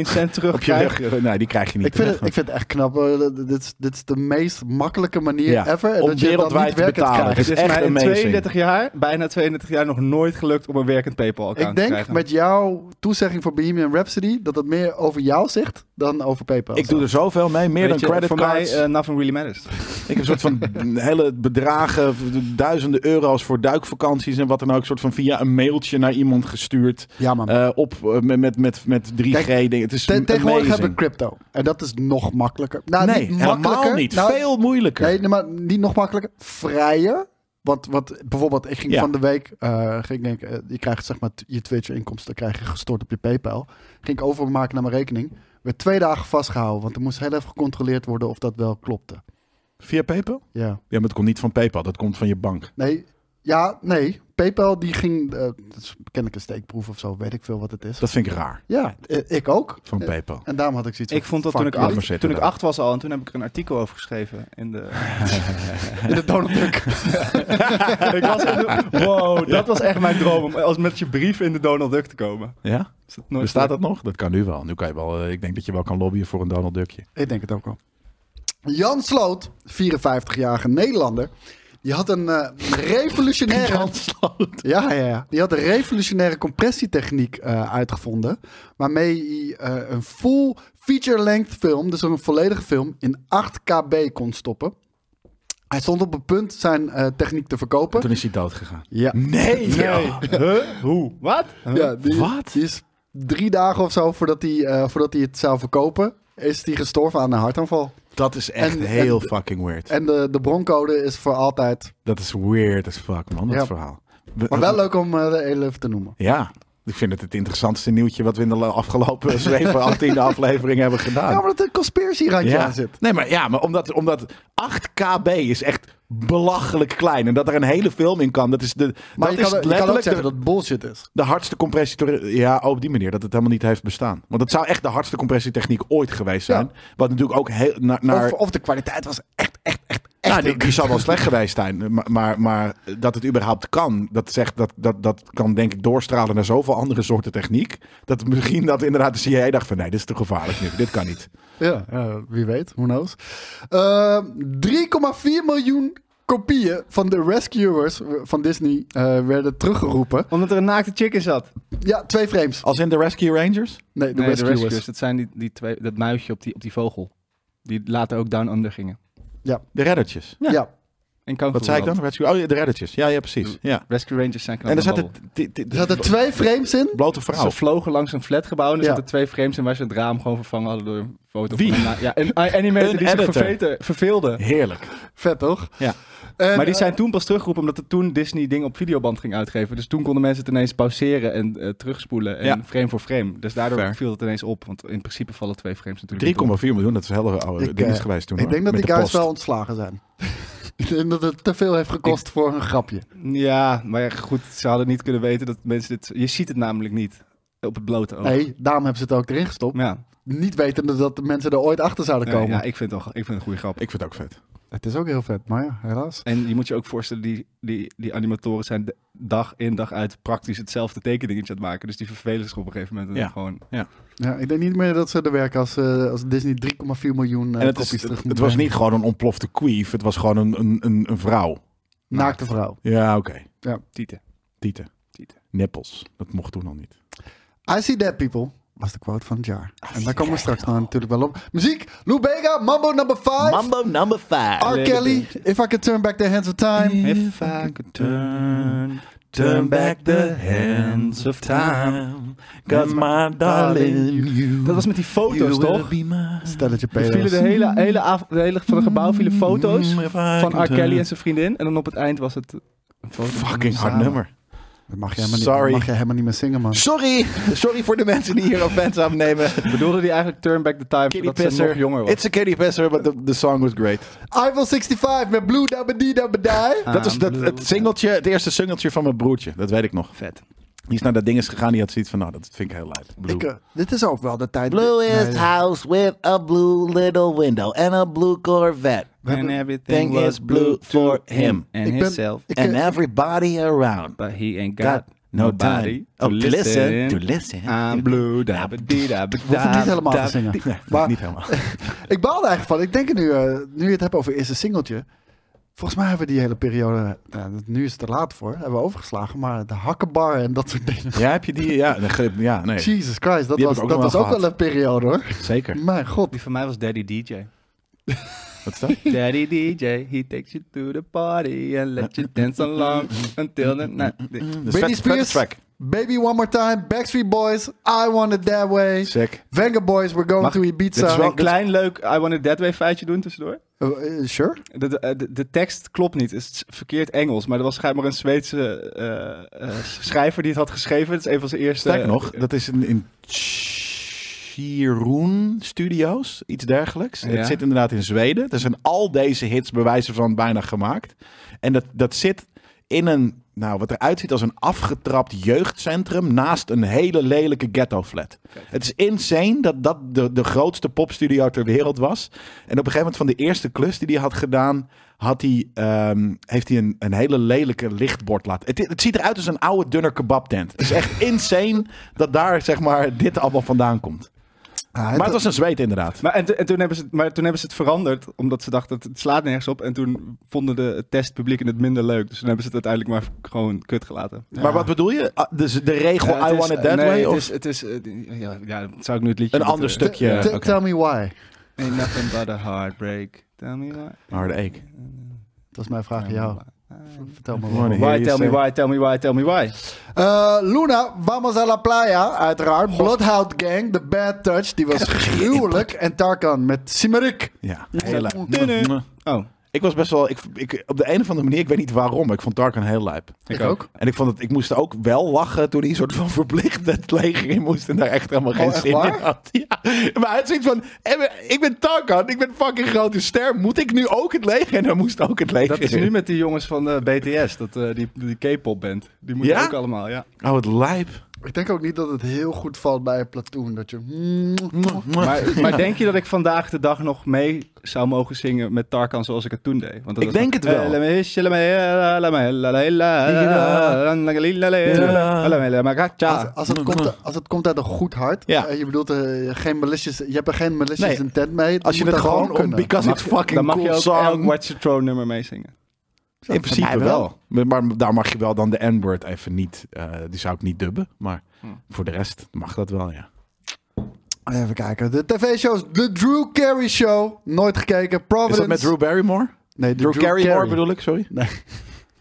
0,01 cent terug Op je rug, nee, die krijg je niet. Ik vind, het, terug. ik vind het echt knap. eh, dat- dit, is, dit is de meest makkelijke manier Ja, ever. en om dat je het dan wereldwijd niet te werkend betalen. krijgt. Het is Echt mij in amazing. 32 jaar, bijna 32 jaar, nog nooit gelukt om een werkend Ik PayPal-account te denk krijgen. met jouw toezegging voor Bohemian Rhapsody dat het meer over jou zegt dan over PayPal. Ik doe er zoveel mee, meer Weet dan je, Voor mij, creditcards. eh, nothing really matters. Ik heb een soort van hele bedragen, duizenden euro's voor duikvakanties en wat dan ook, soort van via een mailtje naar iemand gestuurd. Ja, man. eh, op eh, met, met, met, met 3G-dingen. Het is Te- tegenwoordig dus amazing. hebben we crypto. En dat is nog makkelijker. Nou, Nee, niet helemaal makkelijker. niet. Nou, Veel moeilijker. Nee, nee, maar niet nog makkelijker. Vrijer. Want, want bijvoorbeeld, ik ging Ja. van de week, eh, ging ik denken, eh, je krijgt zeg maar t- je Twitch-inkomsten krijg je gestort op je PayPal. Ging ik overmaken naar mijn rekening. Werd twee dagen vastgehouden, want er moest heel even gecontroleerd worden of dat wel klopte. Via PayPal? Ja. Ja, maar dat komt niet van PayPal, dat komt van je bank. Nee, ja, nee. PayPal die ging, eh dat is kennelijk een steekproef of zo, weet ik veel wat het is. Dat vind ik raar Ja, eh, ik ook. van PayPal. En daarom had ik zoiets Ik van, vond dat fuck toen ik, it. maar acht, zitten toen ik daar. acht was al en toen heb ik er een artikel over geschreven. In de... In de Donald Duck. ik was echt- wow, dat was echt mijn droom. Om als met je brief in de Donald Duck te komen. Ja? Is dat nooit Bestaat gelukt? dat nog? Dat kan nu wel. Nu kan je wel. eh, ik denk dat je wel kan lobbyen voor een Donald Duckje. Ik denk het ook al. Jan Sloot, 54-jarige Nederlander, die had een eh, revolutionaire... Ja, ja, ja. Die had een revolutionaire compressietechniek eh, uitgevonden. Waarmee hij eh, een full feature-length film, dus een volledige film, in 8 KB kon stoppen. Hij stond op het punt zijn eh, techniek te verkopen. Toen is hij dood gegaan. Ja. Nee! Oh, Nee. Huh? Hoe? Wat? Ja, die, Wat? die is drie dagen of zo voordat hij, eh, voordat hij het zou verkopen, is hij gestorven aan een hartaanval. Dat is echt En- heel en- fucking weird. En de, de broncode is voor altijd. Dat is weird as fuck, man, dat Ja. verhaal. Maar wel leuk om eh, de heel even te noemen. Ja, ik vind het het interessantste nieuwtje wat we in de la- afgelopen 17 aflevering hebben gedaan. Ja, maar dat er een conspiracy-randje aan zit. Nee, maar, Ah. ja, maar omdat, omdat 8 kb is echt belachelijk klein. En dat er een hele film in kan, dat is, de, Maar dat je, is kan, je kan ook letterlijk zeggen de, dat het bullshit is. de hardste compressie... Ja, op die manier, dat het helemaal niet heeft bestaan. Want dat zou echt de hardste compressietechniek ooit geweest zijn. Wat natuurlijk ook heel... Naar, naar, Of, of de kwaliteit was echt, echt, echt, echt... nou, die, die zal wel slecht geweest zijn. Maar, maar, maar dat het überhaupt kan, dat, zegt, dat, dat, dat kan denk ik doorstralen naar zoveel andere soorten techniek. Dat misschien dat inderdaad de CIA dacht van nee, dit is te gevaarlijk nu. Dit kan niet. Ja, ja, wie weet, who knows. Eh, 3,4 miljoen kopieën van de Rescuers van Disney eh, werden teruggeroepen. Omdat er een naakte chick in zat. Ja, twee frames. Als in de Rescue Rangers? Nee, nee, de de Rescuers. Rescuers. Dat zijn die, die twee, dat muisje op die, op die vogel. Die later ook Down Under gingen. De reddertjes. Ja. En kan Wat zei ik dan? Rescue? Oh, ja, de reddertjes. Ja, ja precies. Ja. Rescue Rangers zijn En er zaten, knappe ti- ti- Er zaten twee frames in. blote babbel. vrouw. Ze vlogen langs een flatgebouw en er Ja. zaten twee frames in waar ze het raam gewoon vervangen hadden door een foto. Wie? Van een, ja, een animator Een die zich editor. verveten- verveelde. Heerlijk. Vet, toch? Ja. En, Maar die eh, zijn toen pas teruggeroepen omdat er toen Disney ding op videoband ging uitgeven. Dus toen konden mensen het ineens pauzeren en eh, terugspoelen en Ja. frame voor frame. Dus daardoor Fair. viel het ineens op. Want in principe vallen twee frames 3,4 natuurlijk niet op. miljoen, dat is een hele oude Ik, ding is eh, geweest toen. Ik hoor. denk dat Met die de guys post. wel ontslagen zijn. ik denk dat het te veel heeft gekost voor een grapje. Ja, maar ja, goed, ze hadden niet kunnen weten dat mensen dit... Je ziet het namelijk niet op het blote Oh. oog. Nee, daarom hebben ze het ook erin gestopt. Ja, Niet wetende dat de mensen er ooit achter zouden Nee, komen. ja ik, vind het wel, ik vind het een goede grap. Ik vind het ook vet. Het is ook heel vet, maar ja, helaas. En je moet je ook voorstellen, die, die, die animatoren zijn de- dag in dag uit praktisch hetzelfde tekeningetje aan het maken. Dus die vervelen zich op een gegeven moment. En Ja. gewoon, Ja, ik denk niet meer dat ze er werken als, eh, als Disney 3,4 miljoen eh, En het, kopies is, terug het, moet het was brengen. niet gewoon een ontplofte queef, het was gewoon een, een, een, een vrouw. Naakte vrouw. Ja, oké. tieten. Tieten. Tieten. Nippels. Dat mocht toen al niet. I see that people was de quote van het jaar. en see daar komen that we straks nou natuurlijk wel op. Muziek, Lou Bega, Mambo number 5. Mambo number 5. R. Kelly, If I Could Turn Back the Hands of Time. If I could turn, turn back the hands of time. Cause my darling, you. Dat was met die foto's, you will toch? be mine. Stelletje Er vielen de pedo's. hele, hele, av- de hele van het gebouw vielen foto's Mm, if I van can R. Kelly turn- en zijn vriendin. En dan op het eind was het een foto. van Fucking hard samen. nummer. Dat mag je helemaal niet, Sorry. dat mag je helemaal niet meer zingen, man. Sorry. Sorry voor de mensen die hier offense aan nemen. Bedoelde die eigenlijk Turn Back the Time Kitty dat ze nog Pisser. jonger was? It's a Kitty Pisser, but the, the song was great. Ival 65 met Blue Dabba Dee Dabba Die. Dat is dat, het singeltje, het eerste singeltje van mijn broertje. Dat weet ik nog. Vet. Die is naar dat ding is gegaan. Die had zoiets van, nou, dat vind ik heel leid. Blue. Ik, eh, dit is ook wel de tijd. bluest Nee, house with a blue little window and a blue Corvette. And Thing everything is blue for him and Ik ben- himself. ik, eh, and everybody around. But he ain't got, Got no nobody time to to listen, to listen. listen. I'm blue, da ba dee da ba hoef het da niet helemaal ba te zingen. Nee, Maar- niet helemaal. Ik baalde eigenlijk van. Ik denk er nu, eh, nu je het hebt over eerste singeltje. Volgens mij hebben we die hele periode, nou, dat- nu is het te laat voor, hebben we overgeslagen. Maar de hakkenbar en dat soort dingen. Ja, heb je die? Ja, de grip- ja nee, Jesus Christ, dat Die was, heb ik ook nog dat was wel ook wel gehad. een periode hoor. zeker. Mijn god. Die van mij was Daddy DJ. Wat is dat? Daddy DJ, he takes you to the party and let you dance along until the night. Dat is Britney vet- vette Spears, track. Baby One More Time, Backstreet Boys, I Want It That Way. Sick. Venga Boys, We're Going Mag to ik- Ibiza. dit is wel- Een klein leuk I Want It That Way feitje doen tussendoor. Eh, eh, sure. De, de, de- de tekst klopt niet, het is verkeerd Engels. Maar er was schijnbaar een Zweedse eh, eh, schrijver die het had geschreven. Het is een van zijn eerste... Sterker nog, dat is in, in Chirun Studios, iets dergelijks. Ja. Het zit inderdaad in Zweden. Er zijn al deze hits bewijzen van bijna gemaakt. En dat, dat zit in een, nou wat eruit ziet als een afgetrapt jeugdcentrum naast een hele lelijke ghetto flat. Het is insane dat dat de, de grootste popstudio ter wereld was. En op een gegeven moment van de eerste klus die hij had gedaan, had hij, ehm, heeft hij een, een hele lelijke lichtbord laten. Het, het ziet eruit als een oude dunner kebabtent. Het is echt insane dat daar zeg maar dit allemaal vandaan komt. Ah, Maar het was een zweet inderdaad. Maar, en, to- en toen hebben ze het, maar toen hebben ze het veranderd, omdat ze dachten, het slaat nergens op. En toen vonden de het testpubliek het minder leuk. Dus toen hebben ze het uiteindelijk maar gewoon kut gelaten. Maar wat bedoel je? Ah, Dus de regel Eh, het I is- want it that nee, way? Het Of? is, het is, eh, ja, ja, zou ik nu het liedje... Een moeten- ander T- stukje. eh, t- Oké. Tell me why. Ain't nothing but a heartbreak. Tell me why. Harde eek. Dat is mijn vraag aan jou. Vertel me Morning. waarom. Why, tell me why, tell me why, tell me why. Eh, Luna, vamos a la playa, uiteraard. Bloodhound Gang, The Bad Touch, die was gruwelijk. En Tarkan met Simarik. Ja, hele. Mm, Nee, nee. Oh, Ik was best wel, ik, ik, op de een of andere manier, ik weet niet waarom, maar ik vond Tarkan heel lijp. ik ook. En ik vond het, ik moest ook wel lachen toen hij een soort van verplicht het leger in moest en daar echt helemaal geen Oh, echt zin waar? in had. Ja. Maar het is iets van, eh, ik ben Tarkan, ik ben fucking grote ster, moet ik nu ook het leger? En dan moest ook het leger Dat is in. nu met die jongens van eh, BTS, dat, eh, die, die K-pop band. Die moeten Ja? ook allemaal, ja. Oh, het lijp. Ik denk ook niet dat het heel goed valt bij een platoon. Dat je... Maar, maar denk je dat ik vandaag de dag nog mee zou mogen zingen met Tarkan zoals ik het toen deed? Want Ik dat was denk nog- het wel. Eh, lemme isje, lemme eh, lemme eh, la, la, la, la, la, la, la, la, la, la, la, la, Als, gacha. als, het komt, als het komt uit een goed hart. Ja. eh, je bedoelt, eh, geen malicious, je hebt er geen malicious Nee, intent mee. Als je moet het dat gewoon, om, kunnen. because Mag it's je- fucking Dan mag cool je ook elk song. Watch the Throne nummer meezingen. In principe mij wel. wel. Maar- Maar daar mag je wel dan de N-word even niet, eh, die zou ik niet dubben. Maar Hm. voor de rest mag dat wel, ja. Even kijken. De tv-shows. The Drew Carey Show. Nooit gekeken. Providence. Is dat met Drew Barrymore? Nee, de Drew, Carrymore Carey. bedoel ik, sorry.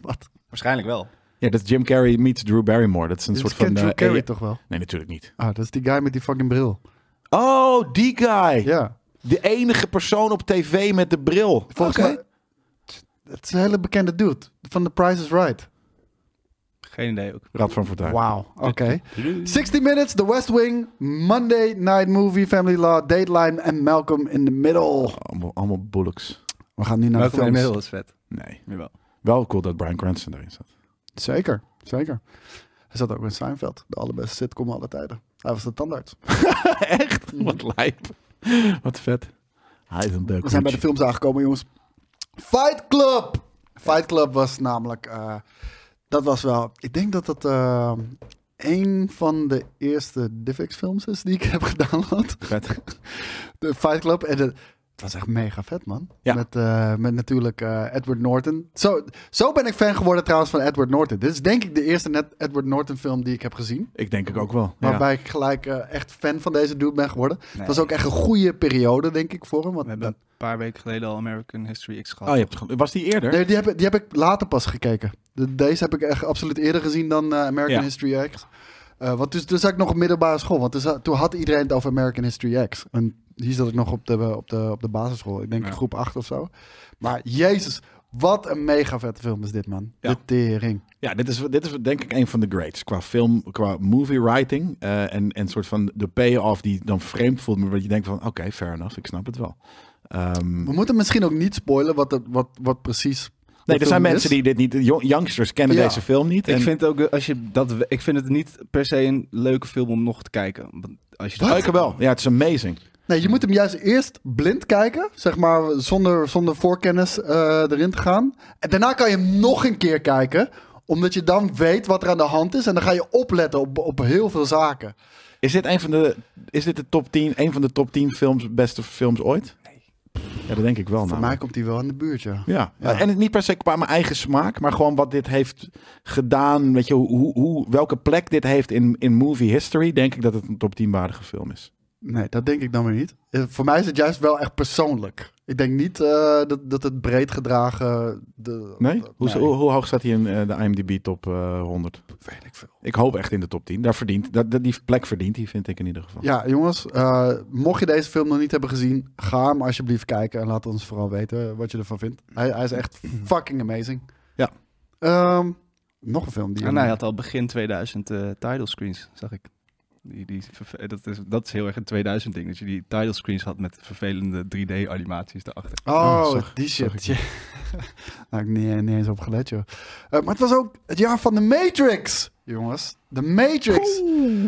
Wat? Waarschijnlijk wel. Ja, dat is Jim Carrey meets Drew Barrymore. Dat is een Dit soort is van... Drew eh, Carey eh, toch wel? Nee, natuurlijk niet. Ah, dat is die guy met die fucking bril. Oh, die guy. Ja. De enige persoon op tv met de bril. Volgens mij... Het is een hele bekende dude. Van The Price is Right. Geen idee ook. Rad van Fortuin. Wauw. Oké. 60 Minutes, The West Wing, Monday Night Movie, Family Law, Dateline en Malcolm in the Middle. Allemaal, allemaal bullocks. We gaan nu naar Welkom in de de films. middel is vet. Nee. Nu wel. Wel cool dat Brian Cranston erin zat. Zeker, zeker. Hij zat ook in Seinfeld, de allerbeste sitcom aller tijden. Hij was de tandarts. Echt? Mhm. Wat lijp. Wat vet. Hij is een deuk. We zijn bij de films aangekomen, jongens. Fight Club! Fight Club was namelijk... eh, dat was wel... Ik denk dat dat eh, een van de eerste DivX films is die ik heb gedownload. Vet. De Fight Club. En de- het was echt mega vet, man. Ja. Met, eh, met natuurlijk eh, Edward Norton. Zo, zo ben ik fan geworden trouwens van Edward Norton. Dit is denk ik de eerste net Edward Norton film die ik heb gezien. Ik denk ik ook wel. ja. Waarbij ik gelijk eh, echt fan van deze dude ben geworden. Het was ook echt een goede periode, denk ik, voor hem. Want We hebben een paar weken geleden al American History X gehad. Oh, je hebt, het ge- was die eerder? Nee, die heb, ik- die heb ik later pas gekeken. De- deze heb ik echt absoluut eerder gezien dan eh, American Ja. History X. Eh, want toen, toen zat ik nog op middelbare school. Want toen, za- toen had iedereen het over American History X. En hier zat ik nog op de, op de, op de basisschool. Ik denk Ja. groep 8 of zo. Maar jezus, wat een mega vette film is dit, man. Ja. De tering. Ja, dit is, dit is denk ik een van de greats. Qua film, qua movie writing. eh, en, en soort van de payoff die dan vreemd voelt. Maar dat je denkt van, oké, fair enough. Ik snap het wel. Ehm, We moeten misschien ook niet spoilen wat, het, wat, wat precies de nee, er zijn film is. mensen die dit niet... jong- Youngsters kennen Ja. deze film niet. Ik en- vind ook, eh, als je dat, we- ik vind het niet per se een leuke film om nog te kijken. Want Als je Oh, ik wel. Ja, het is amazing. Nee, je moet hem juist eerst blind kijken, zeg maar, zonder, zonder voorkennis eh, erin te gaan. En daarna kan je hem nog een keer kijken, omdat je dan weet wat er aan de hand is. En dan ga je opletten op, op heel veel zaken. Is dit een van de, is dit de top 10, een van de top 10 films, beste films ooit? Ja, dat denk ik wel. Voor mij namelijk. komt hij wel aan de buurt, ja. Ja. Ja. en het niet per se qua mijn eigen smaak, maar gewoon wat dit heeft gedaan. Weet je, hoe, hoe- hoe, welke plek dit heeft in, in movie history, denk ik dat het een top 10 waardige film is. Nee, dat denk ik dan weer niet. Eh, Voor mij is het juist wel echt persoonlijk. Ik denk niet eh, dat, dat het breed gedragen... De, Nee? dat- Hoe, hoe, hoe hoog staat hij in eh, de IMDb top eh, 100? weet ik veel. Ik hoop echt in de top 10. Daar verdient, dat, dat- die plek verdient hij, vind ik in ieder geval. Ja, jongens, eh, mocht je deze film nog niet hebben gezien, ga hem alsjeblieft kijken en laat ons vooral weten wat je ervan vindt. Hij, hij is echt fucking amazing. Ja. Ah, Ehm, nog een film die. En hij had al begin 2000 eh title screens, zag ik. Die, die, verve- dat, is, dat is heel erg een 2000 ding, dat je die title screens had met vervelende 3D animaties daarachter. Oh, Oh, zag- die zag shit. nou, ik niet, niet eens opgelet, joh. Eh, maar het was ook het jaar van de Matrix, jongens. De Matrix.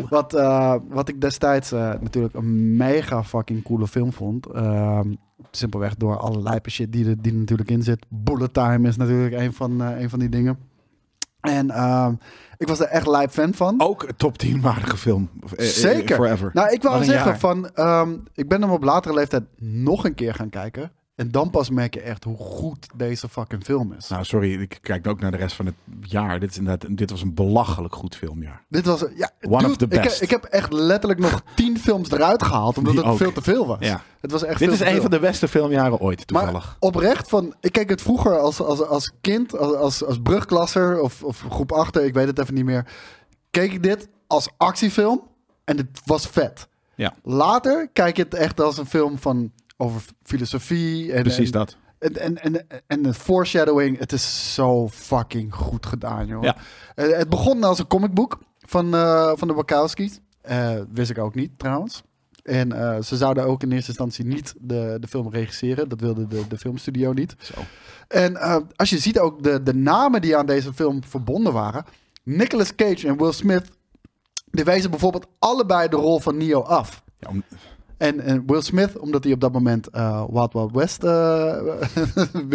Wat, eh, wat ik destijds eh, natuurlijk een mega fucking coole film vond. Ehm, simpelweg door alle lijpe shit die er, die er natuurlijk in zit. Bullet Time is natuurlijk een van, eh, een van die dingen. En ehm, ik was er echt lijp fan van. Ook een top 10 waardige film. Eh, eh, Zeker. Forever. Nou, ik wou Wat een zeggen jaar. van, ehm, ik ben hem op latere leeftijd nog een keer gaan kijken. En dan pas merk je echt hoe goed deze fucking film is. Nou, sorry, ik kijk ook naar de rest van het jaar. Dit, is inderdaad, dit was een belachelijk goed filmjaar. Dit was, ja, One of dude, the ik- best. Ik, heb echt letterlijk nog tien films eruit gehaald, omdat Die het ook. veel te veel was. Ja. Het was echt Dit veel is te een veel. van de beste filmjaren ooit, Maar toevallig. oprecht van, ik keek het vroeger als, als, als kind, als- als, als brugklasser of, of groep achter, ik weet het even niet meer. Keek ik dit als actiefilm en het was vet. Ja, Later kijk je het echt als een film van over filosofie en, precies en, dat. en, en, en, en de foreshadowing, het is zo fucking goed gedaan, joh. Ja. Eh, het begon als een comicboek van, eh, van de Wachowski's. Eh, wist ik ook niet, trouwens. En eh, ze zouden ook in eerste instantie niet de, de film regisseren. Dat wilde de, de filmstudio niet. Zo. En eh, als je ziet ook de, de namen die aan deze film verbonden waren. Nicolas Cage en Will Smith, die wezen bijvoorbeeld allebei de rol van Neo af. Ja, om- En, en Will Smith, omdat hij op dat moment eh, Wild Wild West eh,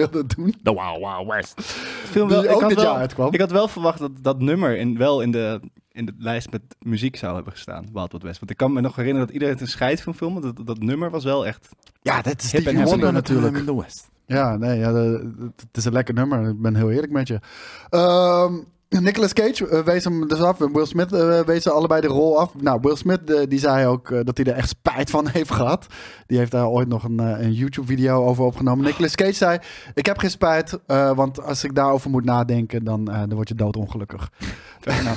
wilde doen. De Wow Wow West. film Die ook had dit wel, jaar uitkwam. Ik had wel verwacht dat dat nummer in, wel in de, in de lijst met muziek zou hebben gestaan, Wild Wild West. Want ik kan me nog herinneren dat iedereen het een scheid filmde. Dat, dat nummer was wel echt... Ja, dat is Hip and Stevie happening. Wonder natuurlijk. In the West. Ja, nee, ja, de- het- het is een lekker nummer. Ik ben heel eerlijk met je. Ehm, Nicolas Cage eh, wees hem dus af. En Will Smith eh, wees ze allebei de rol af. Nou, Will Smith eh, die zei ook eh, dat hij er echt spijt van heeft gehad. Die heeft daar ooit nog een, eh, een YouTube-video over opgenomen. Nicolas Cage zei: Ik heb geen spijt, eh, want als ik daarover moet nadenken, dan, eh, dan word je doodongelukkig. nou,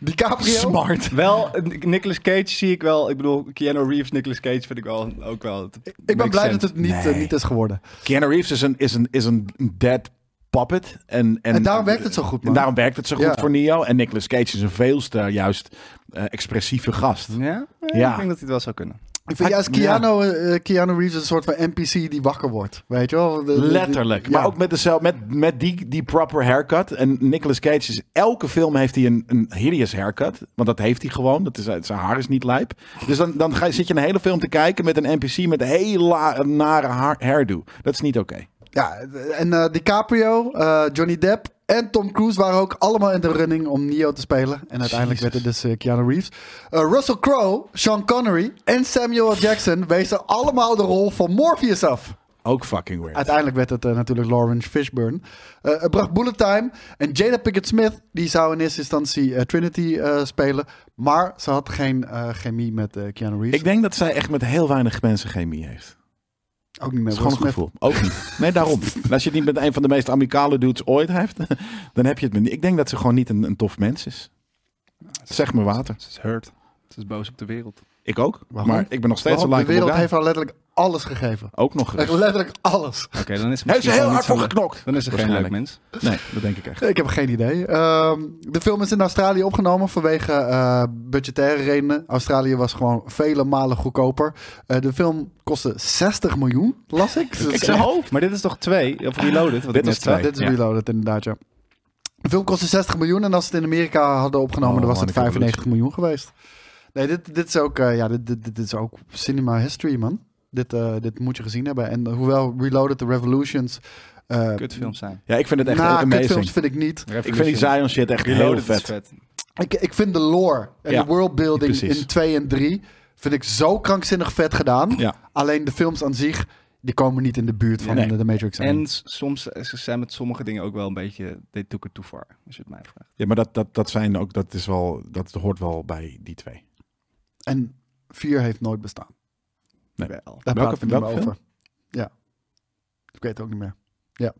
DiCaprio. Smart. Wel, eh, Nicolas Cage zie ik wel. Ik bedoel, Keanu Reeves, Nicolas Cage vind ik wel, ook wel... het Ik ben makes blij dat sense. het niet, eh, Nee. niet is geworden. Keanu Reeves is een, is een, is een dead puppet. En, en, En daarom werkt het zo goed, man. En daarom werkt het zo goed Ja. voor Neo. En Nicolas Cage is een veelste juist eh, expressieve gast. Ja? Eh, Ja. Ik denk dat hij het wel zou kunnen. Ik vind Hij- juist Keanu, eh, Keanu Reeves een soort van NPC die wakker wordt. Weet je wel? De- de- de- Letterlijk. ja. Maar ook met, dezelfde, met, met die, die proper haircut. En Nicolas Cage is... Elke film heeft hij een, een hideous haircut. Want dat heeft hij gewoon. Dat is, eh, zijn haar is niet lijp. Dus dan, dan ga, je- zit je een hele film te kijken met een NPC met een hele la- nare haar, hairdo. Dat is niet oké. Ja, en eh, DiCaprio, eh, Johnny Depp en Tom Cruise waren ook allemaal in de running om Neo te spelen. En uiteindelijk werd het dus eh, Keanu Reeves. Eh, Russell Crowe, Sean Connery en Samuel L. Jackson wezen allemaal de rol van Morpheus af. Ook fucking weird. Uiteindelijk werd het eh, natuurlijk Lawrence Fishburne. Eh, het bracht Bullet Time. En Jada Pickett Smith, die zou in eerste instantie eh, Trinity eh, spelen. Maar ze had geen eh, chemie met eh, Keanu Reeves. Ik denk dat zij echt met heel weinig mensen chemie heeft. ook niet Dat met is gewoon een Will Smith. gevoel. Ook niet. Nee, daarom. En als je het niet met een van de meest amicale dudes ooit hebt, dan heb je het met niet. Ik denk dat ze gewoon niet een, een tof mens is. Zeg me water. Ze is hurt. Ze is boos op de wereld. Ik ook. Waarom? Maar ik ben nog steeds Waarom? een de likeable wereld guy. heeft haar letterlijk alles gegeven. Ook nog Echt gerust. letterlijk alles. Oké, dan is ze Heeft ze misschien heel gewoon hard niet zo voor leuk. geknokt. Dan is ze geen leuk Waarschijnlijk. mens. Nee, dat denk ik echt. Ik heb geen idee. Ehm, de film is in Australië opgenomen vanwege eh, budgettaire redenen. Australië was gewoon vele malen goedkoper. Eh, de film kostte 60 miljoen, las ik. Dus Dat is Zijn hoofd. Maar dit is toch twee? Of Reloaded? Wat Dit was ik net zei. twee. Dit is Ja. Reloaded inderdaad, ja. De film kostte 60 miljoen en als ze het in Amerika hadden opgenomen, Oh, dan was man, het ik heb 95 miljoen geweest. Nee, dit, dit is ook, eh, ja, dit, dit, dit is ook cinema history, man. Dit, eh, dit moet je gezien hebben. En eh, hoewel Reloaded The Revolutions... eh Kutfilms zijn. Ja, Nou, ik vind het echt na kutfilms amazing. vind ik niet. Ik vind die Zion shit echt heel Reloaded is vet. vet. Ik, ik vind de lore en Ja, de worldbuilding precies. in 2 en 3 vind ik zo krankzinnig vet gedaan. Ja. Alleen de films aan zich, die komen niet in de buurt van Nee. de, de Matrix. En s- soms eh, ze zijn met sommige dingen ook wel een beetje. They took it too far, als je het mij vraagt. ja, maar dat, dat, dat zijn ook, dat is wel, dat hoort wel bij die twee. en 4 heeft nooit bestaan. Nee. Wel. Daar Welke- praten we niet welke meer over. Ja. Ik weet het ook niet meer. Ja.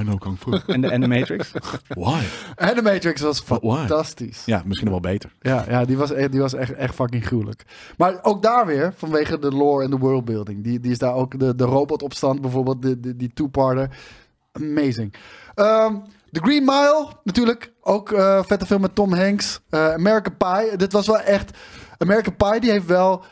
I know Kung Fu. En de, en de Matrix? Why? En de Matrix was But why? fantastisch. Ja, misschien nog wel beter. Ja, ja die was, e- die was echt, echt fucking gruwelijk. Maar ook daar weer, vanwege de lore en de worldbuilding. Die, die is daar ook, de, de robotopstand bijvoorbeeld, de, de, die two-parter. Amazing. Ehm The Green Mile, natuurlijk. Ook eh, vette film met Tom Hanks. Eh, American Pie. Dit was wel echt... American Pie, die heeft wel...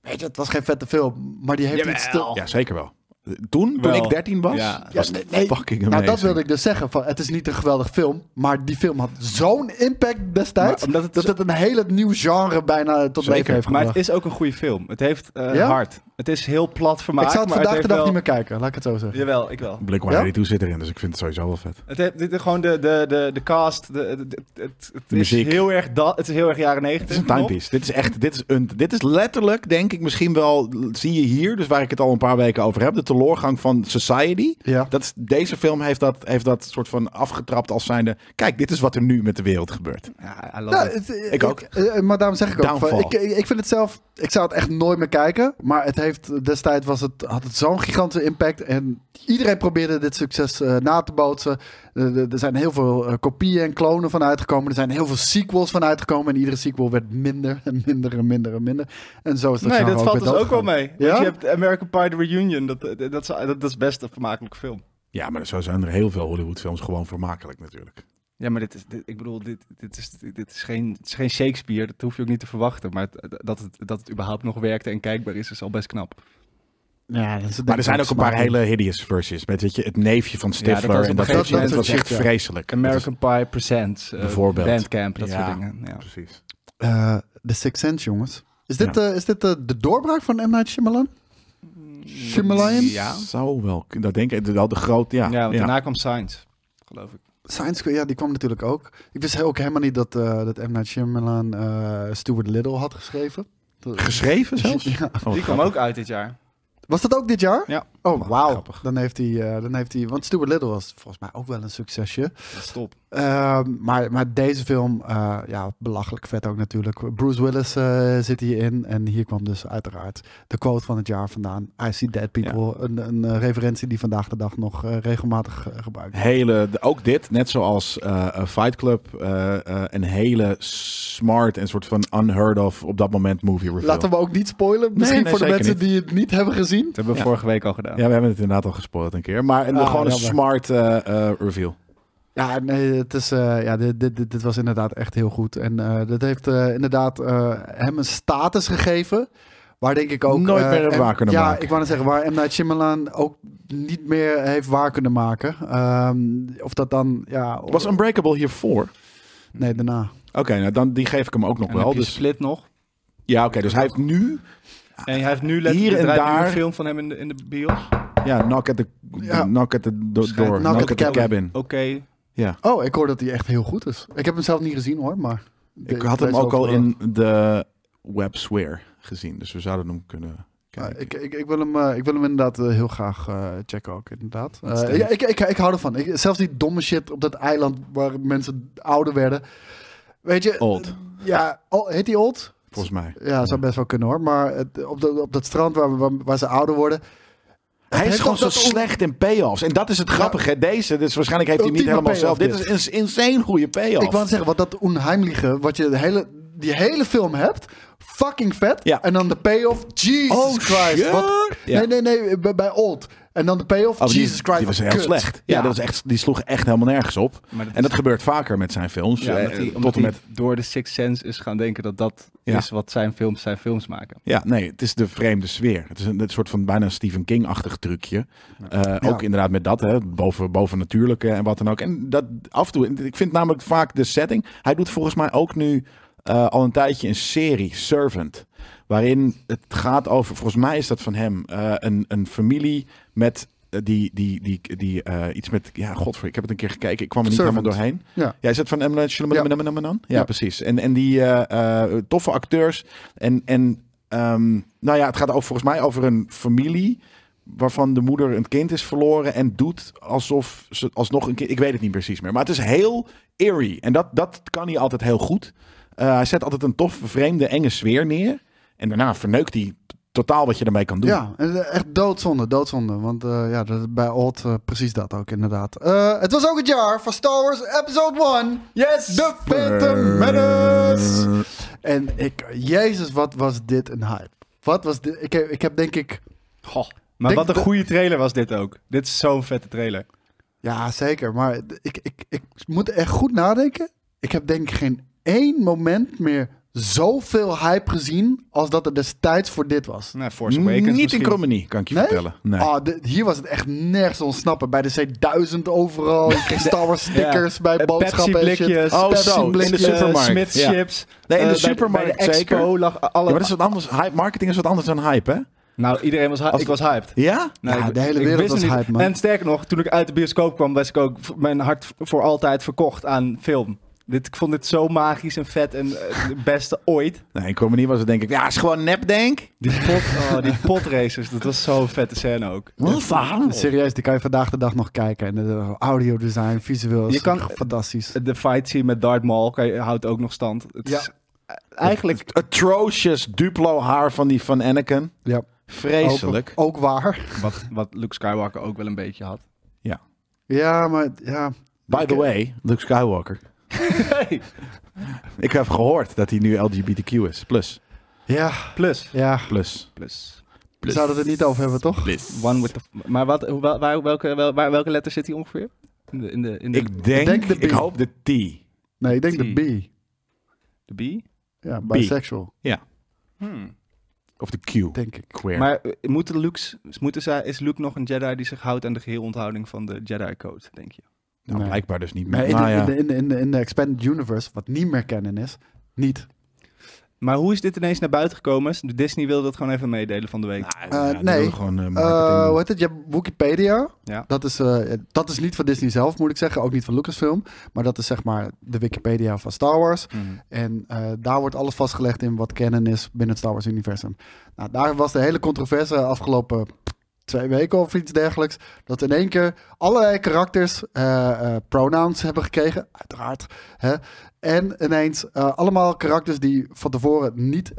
Weet je, het was geen vette film, maar die heeft iets te... Ja, zeker wel. Toen, toen Wel. ik 13 was, Ja. was Ja, het nee, nee. fucking amazing. Nou, dat wilde ik dus zeggen. Van, het is niet een geweldig film, maar die film had zo'n impact destijds... Maar omdat het dat zo- het een heel nieuw genre bijna tot Zeker. leven heeft Maar gebracht. het is ook een goede film. Het heeft eh Ja? hart. Het is heel plat vermaakt. ik zou het maar vandaag heeft de dag wel- niet meer kijken, laat ik het zo zeggen. Jawel, ik wel. Blink-182 zit erin, dus ik vind het sowieso wel vet. Het heeft, dit is gewoon de, de, de, de cast, de, de- de- het, het De is muziek. heel erg dat, het is heel erg jaren Het negentig. is een timepiece. Dit is echt, dit is een, dit is letterlijk, denk ik, misschien wel, zie je hier, dus waar ik het al een paar weken over heb, de teleurgang van Society. Ja. Dat is, deze film heeft dat, heeft dat soort van afgetrapt als zijnde, kijk, dit is wat er nu met de wereld gebeurt. Ja, I love Ja, it. het- Ik ook. eh, maar daarom zeg ik ook. Van, ik, eh, Downfall. ik vind het zelf. Ik zou het echt nooit meer kijken. Maar het heeft destijds was het, had het zo'n gigantische impact. En iedereen probeerde dit succes eh, na te bootsen. Eh, er- er zijn heel veel eh, kopieën en klonen van uitgekomen. Er zijn heel veel sequels van uitgekomen. En iedere sequel werd minder en minder en minder en minder. En zo is dat Nee, genre dat valt weer dus ook wel doodgegaan. mee. Want Ja? je hebt American Pie The Reunion, dat, eh, dat, dat, is- dat is best een vermakelijke film. Ja, maar zo zijn er heel veel Hollywoodfilms gewoon vermakelijk natuurlijk. Ja, maar dit is, dit, ik bedoel, dit, dit, is, dit, dit is geen, het is geen Shakespeare, dat hoef je ook niet te verwachten. Maar het- eh, dat, het, dat het überhaupt nog werkte en kijkbaar is, is al best knap. Ja, dat is Maar er zijn ook een paar hele hideous versies, met weet je, het neefje van dat was Stifler op en een dat soort gegeven dingen. moment Dat was echt shit, ja. vreselijk. American Pie Presents, eh, Bijvoorbeeld. Bandcamp, dat Ja. soort dingen. Ja. Dat is- precies. Eh, The Sixth Sense, jongens. Is dit, eh, is dit eh, de doorbraak van M. Night Shyamalan? Shyamalan? Ja, Zou wel, kunnen. dat denk ik, wel de grote, ja. Oh, ja, want daarna kwam Science, geloof ik. Science Square, ja, die kwam natuurlijk ook. Ik wist ook helemaal niet dat, eh dat M. Night Shyamalan eh, Stuart Little had geschreven. Dat- Geschreven zelfs? Ja. Oh, Die kwam grappig. ook uit dit jaar. Was dat ook dit jaar? Ja. Oh, wauw. grappig. Dan heeft hij, eh, dan heeft hij, want Stuart Little was volgens mij ook wel een succesje. Stop. Ehm, maar, maar deze film, eh, ja, belachelijk vet ook natuurlijk. Bruce Willis eh, zit hierin en hier kwam dus uiteraard de quote van het jaar vandaan. I see dead people. Een, een eh, referentie die vandaag de dag nog eh, regelmatig eh, gebruikt wordt. hele, de- ook dit, net zoals eh, eh, Fight Club, eh, eh, een hele smart en soort van unheard of op dat moment movie review. Laten we ook niet spoilen. Misschien nee, voor de zeker mensen niet. die het niet hebben gezien. Dat hebben we Ja. vorige week al gedaan. Ja, we hebben het inderdaad al gespoord een keer, maar een, Ah, gewoon een jammer. smart eh, eh, reveal. Ja, nee, het is, eh, ja dit, dit, dit, dit was inderdaad echt heel goed. En eh, dat heeft eh, inderdaad eh, hem een status gegeven. Waar denk ik ook... Nooit eh, meer en- waar kunnen ja, maken. ik wou net zeggen, waar M. Night Shyamalan ook niet meer heeft waar kunnen maken. Ehm, of dat dan... Ja, Was Unbreakable hiervoor? Oké, Nee, daarna. nou dan die geef ik hem ook nog En wel. heb je Dus, Split nog. ja, oké, dus hij heeft nu En hij heeft nu Hier letterlijk en er draait nu daar. een film van hem in de, in de bios. Oké. ja, knock at the, Ja. knock at the do- door, Knock knock, at at the the cabin. Ja. Oh, ik hoor dat hij echt heel goed is. Ik heb hem zelf niet gezien hoor, maar... Ik had hem deze ook al overal. in de web swear gezien, dus we zouden hem kunnen Ja, kijken. ik, ik, ik, wil hem, eh, ik wil hem inderdaad eh, heel graag eh, checken ook, inderdaad. Dat is Eh, sterk. ja, ik, ik, ik hou ervan. Ik, zelfs die domme shit op dat eiland waar mensen ouder werden. Weet je... eh, Old. Ja, oh, heet die Old? Volgens mij. Ja, zou best wel kunnen hoor. Maar het, op, dat op dat strand waar, waar, waar ze ouder worden... Hij is Heeft gewoon ook zo dat on- slecht in payoffs. En dat is het grappige. hè. Deze, dus waarschijnlijk heeft hij hem niet Ultieme helemaal zelf. Dit payoff, dus. is een insane goede payoff. Ik wou zeggen, wat dat onheimliche, wat je de hele, die hele film hebt, fucking vet. Ja. En dan de payoff, Jesus Oh, Christ. shit. Wat, Ja. Nee, nee, nee, bij, bij Old. En dan de payoff, Oh, maar die- Jesus Christ. Die was wat heel kut. slecht. Ja, Dat was echt, die sloeg echt helemaal nergens op. Maar dat en dat is- gebeurt vaker met zijn films. Ja, Eh, omdat hij, tot omdat en hij met, door de Sixth Sense is gaan denken dat dat Ja. is wat zijn films zijn films maken. ja, nee, het is de vreemde sfeer. Het is een, een soort van bijna Stephen King-achtig trucje. Eh, Ook inderdaad met dat, hè, boven, boven natuurlijke en wat dan ook. En dat af en toe, ik vind namelijk vaak de setting. Hij doet volgens mij ook nu eh, al een tijdje een serie, Servant. Waarin het gaat over, volgens mij is dat van hem, eh, een, een familie met eh, die, die, die, die eh, iets met, ja, godver, ik heb het een keer gekeken, ik kwam er niet Servant. helemaal doorheen. Ja. Ja, is dat van M. Night Shyamalan? Ja. Ja, ja, Ja. precies. En, en die eh, eh, toffe acteurs. En, en ehm, nou ja, het gaat ook volgens mij over een familie waarvan de moeder een kind is verloren en doet alsof ze alsnog een kind... Ik weet het niet precies meer, maar het is heel eerie. En dat, dat kan hij altijd heel goed. Eh, hij zet altijd een toffe, vreemde, enge sfeer neer. En daarna verneukt hij t- totaal wat je ermee kan doen. Ja, en eh, echt doodzonde, doodzonde. Want eh, ja, dat, is bij Old eh, precies dat ook inderdaad. Eh, het was ook het jaar van Star Wars Episode 1. Yes! The Phantom Menace! En ik, jezus, wat was dit een hype. Wat was dit? Ik heb, ik heb denk ik, Goh. Maar Denk wat een dat- goede trailer was dit ook. Dit is zo'n vette trailer. ja zeker, maar ik, ik, ik moet echt goed nadenken. Ik heb denk ik geen één moment meer zoveel hype gezien als dat er destijds voor dit was. Nou, Force Awakens Niet misschien. in Cromony, kan ik je Nee? vertellen. Nee. Ah, de- hier was het echt nergens te ontsnappen. Bij de C1000 overal. Je kreeg Star Wars stickers Ja. bij Eh, boodschappen en shit. Pepsi-blikjes. Oh, zo, in de Pepsi-blikjes, supermarkt, Smith's ja. chips. Nee, in de Eh, bij- supermarkt bij de expo zeker. lag Ja, alle... maar dat is wat anders. Hype, marketing is wat anders dan hype, hè? Nou, iedereen was, hy- Als- ik was hyped. Ja? Nee, Ja, ik- de hele ik wereld wist was het niet. hype, man. En sterker nog, toen ik uit de bioscoop kwam, was ik ook v- mijn hart v- voor altijd verkocht aan film. Dit, ik vond dit zo magisch en vet en eh, het beste ooit. Nee, ik kwam er niet was het denk ik. Ja, is gewoon nep denk. Die, pot, oh, die potracers, dat was zo'n vette scène ook. Wat een verhaal. Serieus, die kan je vandaag de dag nog kijken. En de audio design, visueel, is Je kan- fantastisch. De fight scene met Darth Maul kan je- houdt ook nog stand. Het Ja. is eigenlijk Het Atrocious Duplo haar van die van Anakin. ja, Vreselijk. ook, ook waar. wat, wat Luke Skywalker ook wel een beetje had. Ja, maar ja, By the way, Luke Skywalker. Ik heb gehoord dat hij nu LGBTQ is. Plus, ja, Plus. ja. plus. Plus. We zouden het er niet over hebben, toch? One with the... Maar wat, hoe, waar, waar- welke, wel- waar, welke letter zit hij ongeveer? In de, in de, in de, Ik denk, denk de B. ik hoop de T. Nee, ik denk de B. de B? Ja, bisexual, Hmm. Of de Q. denk ik. Queer. Maar eh, moet Luke's, moeten zij, is Luke nog een Jedi die zich houdt aan de geheel onthouding van de Jedi-code, denk je? nou, nee. blijkbaar dus niet Maar meer. in, Nou de, in, ja. de, in, de, in, de, in de Expanded Universe, wat niet meer kennen is, niet. Maar hoe is dit ineens naar buiten gekomen? Disney wilde dat gewoon even meedelen van de week. Nou, ja, die nee. willen Gewoon, eh, Eh, hoe marketing. heet het? Je hebt Wikipedia. Ja. Dat, is, eh, dat is niet van Disney zelf, moet ik zeggen. Ook niet van Lucasfilm. Maar dat is zeg maar de Wikipedia van Star Wars. Hmm. En eh, daar wordt alles vastgelegd in wat canon is binnen het Star Wars universum. Nou, daar was de hele controverse afgelopen twee weken of iets dergelijks. Dat in één keer allerlei karakters eh, eh, pronouns hebben gekregen. Uiteraard. Hè? En ineens eh, allemaal karakters die van tevoren niet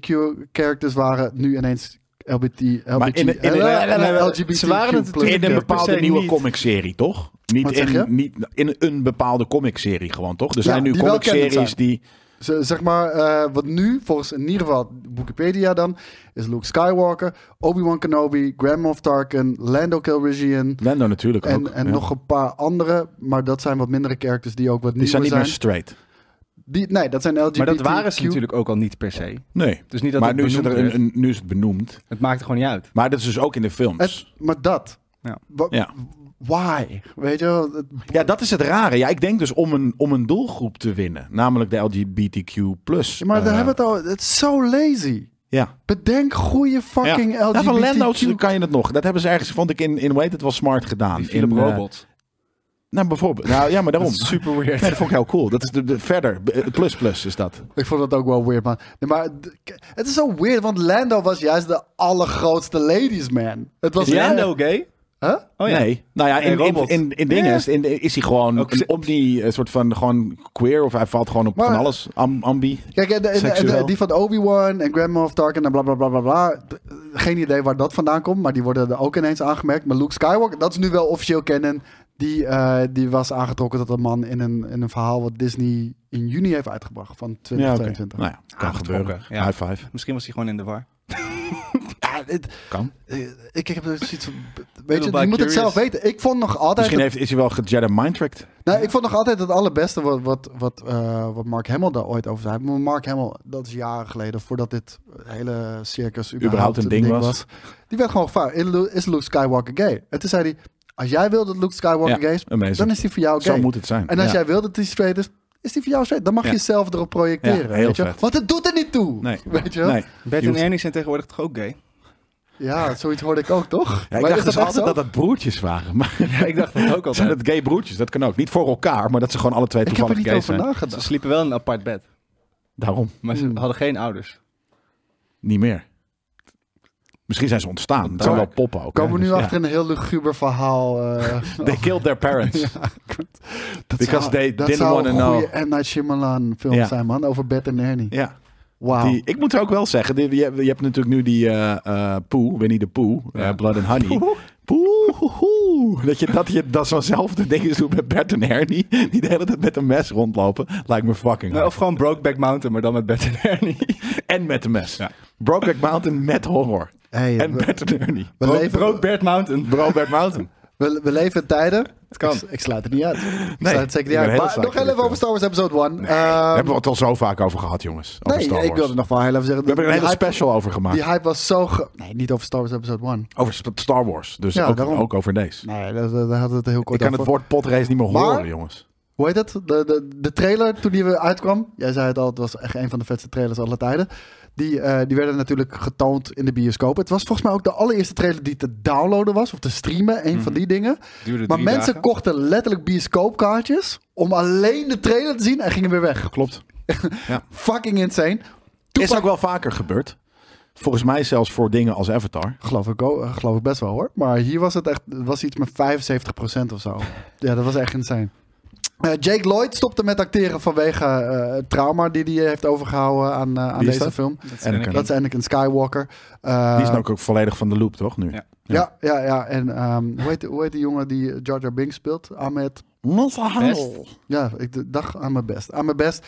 LGBTQ-characters waren, nu ineens LBT, Maar in- in- in- in- LGBTQ+. ze waren het natuurlijk in een per bepaalde se nieuwe niet. comicserie, toch? Niet Wat zeg je? in, niet in een bepaalde comicserie gewoon, toch? Er Ja, zijn nu die wel kennend comicseries zijn. die... Z- Zeg maar, eh, wat nu, volgens in ieder geval Wikipedia dan, is Luke Skywalker, Obi-Wan Kenobi, Grand Moff Tarkin, Lando Calrissian Lando nou, natuurlijk ook. en, en ja. nog een paar andere. Maar dat zijn wat mindere characters die ook wat Die nieuwer zijn zijn. niet meer straight. Die, nee, dat zijn LGBTQ. Maar dat waren ze natuurlijk ook al niet per se. Nee. Dus niet dat maar het nu is, het benoemd er een, werd. een- nu is het benoemd. Het maakte gewoon niet uit. Maar dat is dus ook in de Het- films. maar dat. Ja. Wa- Ja. Why? Weet je wel? het- ja, dat is het rare. Ja, ik denk dus om een, om een doelgroep te winnen. Namelijk de LGBTQ+. Ja, Maar daar eh, hebben we het al. Het is zo lazy. Ja. Bedenk goede fucking ja. LGBTQ. Ja, van Lando kan je het nog. Dat hebben ze ergens, vond ik, in, in Wait It Was Smart gedaan. Die Philip in, eh, Robot. nou, bijvoorbeeld. Nou, ja, maar daarom. Dat is super weird. Nee, dat vond ik heel cool. Dat is de, de- verder. B- eh, Plus plus is dat. Ik vond dat ook wel weird, man. Nee, maar d- k- het is zo weird, want Lando was juist de allergrootste ladies man. Het was Was Lando gay? Huh? Oh ja. Nee. Nou ja, in, Nee, in, robot. in, in dingen is, in- is hij gewoon Ook een ze- omni, eh, soort van gewoon queer. Of hij valt gewoon op Maar- van alles. Am- ambi. Kijk, en de- en de- en de- Seksueel. die van Obi-Wan en Grand Moff Tarkin en bla bla bla bla bla. D- Geen idee waar dat vandaan komt, maar die worden er ook ineens aangemerkt. Maar Luke Skywalker, dat is nu wel officieel canon. Die, eh, die was aangetrokken tot een man in een, in een verhaal wat Disney in juni heeft uitgebracht van Ja, oké. 2022. Nou ja, kan gebeuren. ja. High five. Misschien was hij gewoon in de war. Ja, het- Kan. eh, ik heb er zoiets van, weet je, by die moet het curious. zelf weten. Ik vond nog altijd... Misschien het- heeft, is hij wel ge-Jedi mindtracked. Nou, ik vond nog altijd het allerbeste wat, wat, wat, eh, wat Mark Hamill daar ooit over zei. Maar Mark Hamill, dat is jaren geleden, voordat dit hele circus überhaupt, Überhaupt een ding was. Die werd gewoon gevraagd, is Lu- is Luke Skywalker gay? En toen zei hij, als jij wil dat Luke Skywalker Ja, gay is, amazing. dan is hij voor jou gay. Zo moet het zijn. en als Ja. jij wil dat hij straight is, is hij voor jou straight. Dan mag Ja. je zelf erop projecteren, Ja, heel weet je? wel. vet. Want het doet er niet toe, Nee. weet je wel? Nee. Bert Je en hoeft- Ernie zijn tegenwoordig toch ook gay? Ja, zoiets hoorde ik ook, toch? Ja, ik Maar dacht is dus echt altijd zo? dat het broertjes waren. Maar ik dacht dat ook zijn altijd. het gay broertjes? Dat kan ook. Niet voor elkaar, maar dat ze gewoon alle twee Ik heb er toevallig niet gay over zijn. Ze nagedacht. sliepen wel in een apart bed. Daarom. Maar ze Hmm. hadden geen ouders. Niet meer. Misschien zijn ze ontstaan. Het Dark. zijn wel poppen ook. Komen hè, we nu dus ja. achter een heel luguber verhaal... eh, They killed their parents. Dat Because zou, they dat didn't zou wanna een goede know. M. Night Shyamalan film Ja. zijn, man. Over Bert en Ernie. Ja. Wauw. Die, ik moet ook wel zeggen, die- je, je hebt natuurlijk nu die eh eh Poe, Winnie de Pooh, eh, Blood and Honey. Poe, hoe, hoe. dat je dat, je, dat zo'nzelfde ding is doet met Bert en Ernie, die de hele tijd met een mes rondlopen, lijkt me fucking Nou, hard. of gewoon Brokeback Mountain, maar dan met Bert en Ernie. En met een mes. Brokeback Mountain met horror. Hey, en we, Bert en Ernie. we Bro- leven, Brokeback Mountain. Brokeback Mountain. we, we leven in tijden. Het kan. Ik, ik sluit het niet uit. Ik sluit het zeker ik ben niet uit. heel Maar psyched nog voor heel even die over Star Wars Episode 1. Nee, Daar hebben we het al zo vaak over gehad, jongens. Over Star nee Wars. ik wilde nog wel heel even zeggen. We hebben er een hele die hype- special over gemaakt. Die hype was zo... ge- Nee, niet over Star Wars Episode 1. Over Sp- Star Wars. Dus Ja, ook, daarom. ook over deze. Nee, daar, daar daar hadden we het heel Ik kort kan over. het woord potrace niet meer Maar- horen, jongens. hoe heet het? De, de, de trailer toen die we uitkwam. Jij zei het al, het was echt een van de vetste trailers aller tijden. Die, eh, die werden natuurlijk getoond in de bioscoop. Het was volgens mij ook de allereerste trailer die te downloaden was. Of te streamen, een van die dingen. Mhm. Duurde Maar drie mensen dagen. kochten letterlijk bioscoopkaartjes om alleen de trailer te zien en gingen weer weg. Klopt. Fucking insane. Is ook wel vaker gebeurd. Volgens mij zelfs voor dingen als Avatar. Geloof ik, ook- eh, geloof ik best wel hoor. Maar hier was het echt het was iets met 75% of zo. Ja, dat was echt insane. Eh, Jake Lloyd stopte met acteren vanwege eh, het trauma die hij heeft overgehouden aan, eh, Wie aan is deze dat? film. Anakin. Dat is Anakin Skywalker. Eh, Die is nou ook vvolledig van de loop, toch? Nu. Ja. ja, ja, ja. En ehm, hoe, heet, hoe heet die jongen die Jar Jar Binks speelt? Ahmed. Oh. Best. Ja, ik d- dacht aan mijn best. Aan mijn best.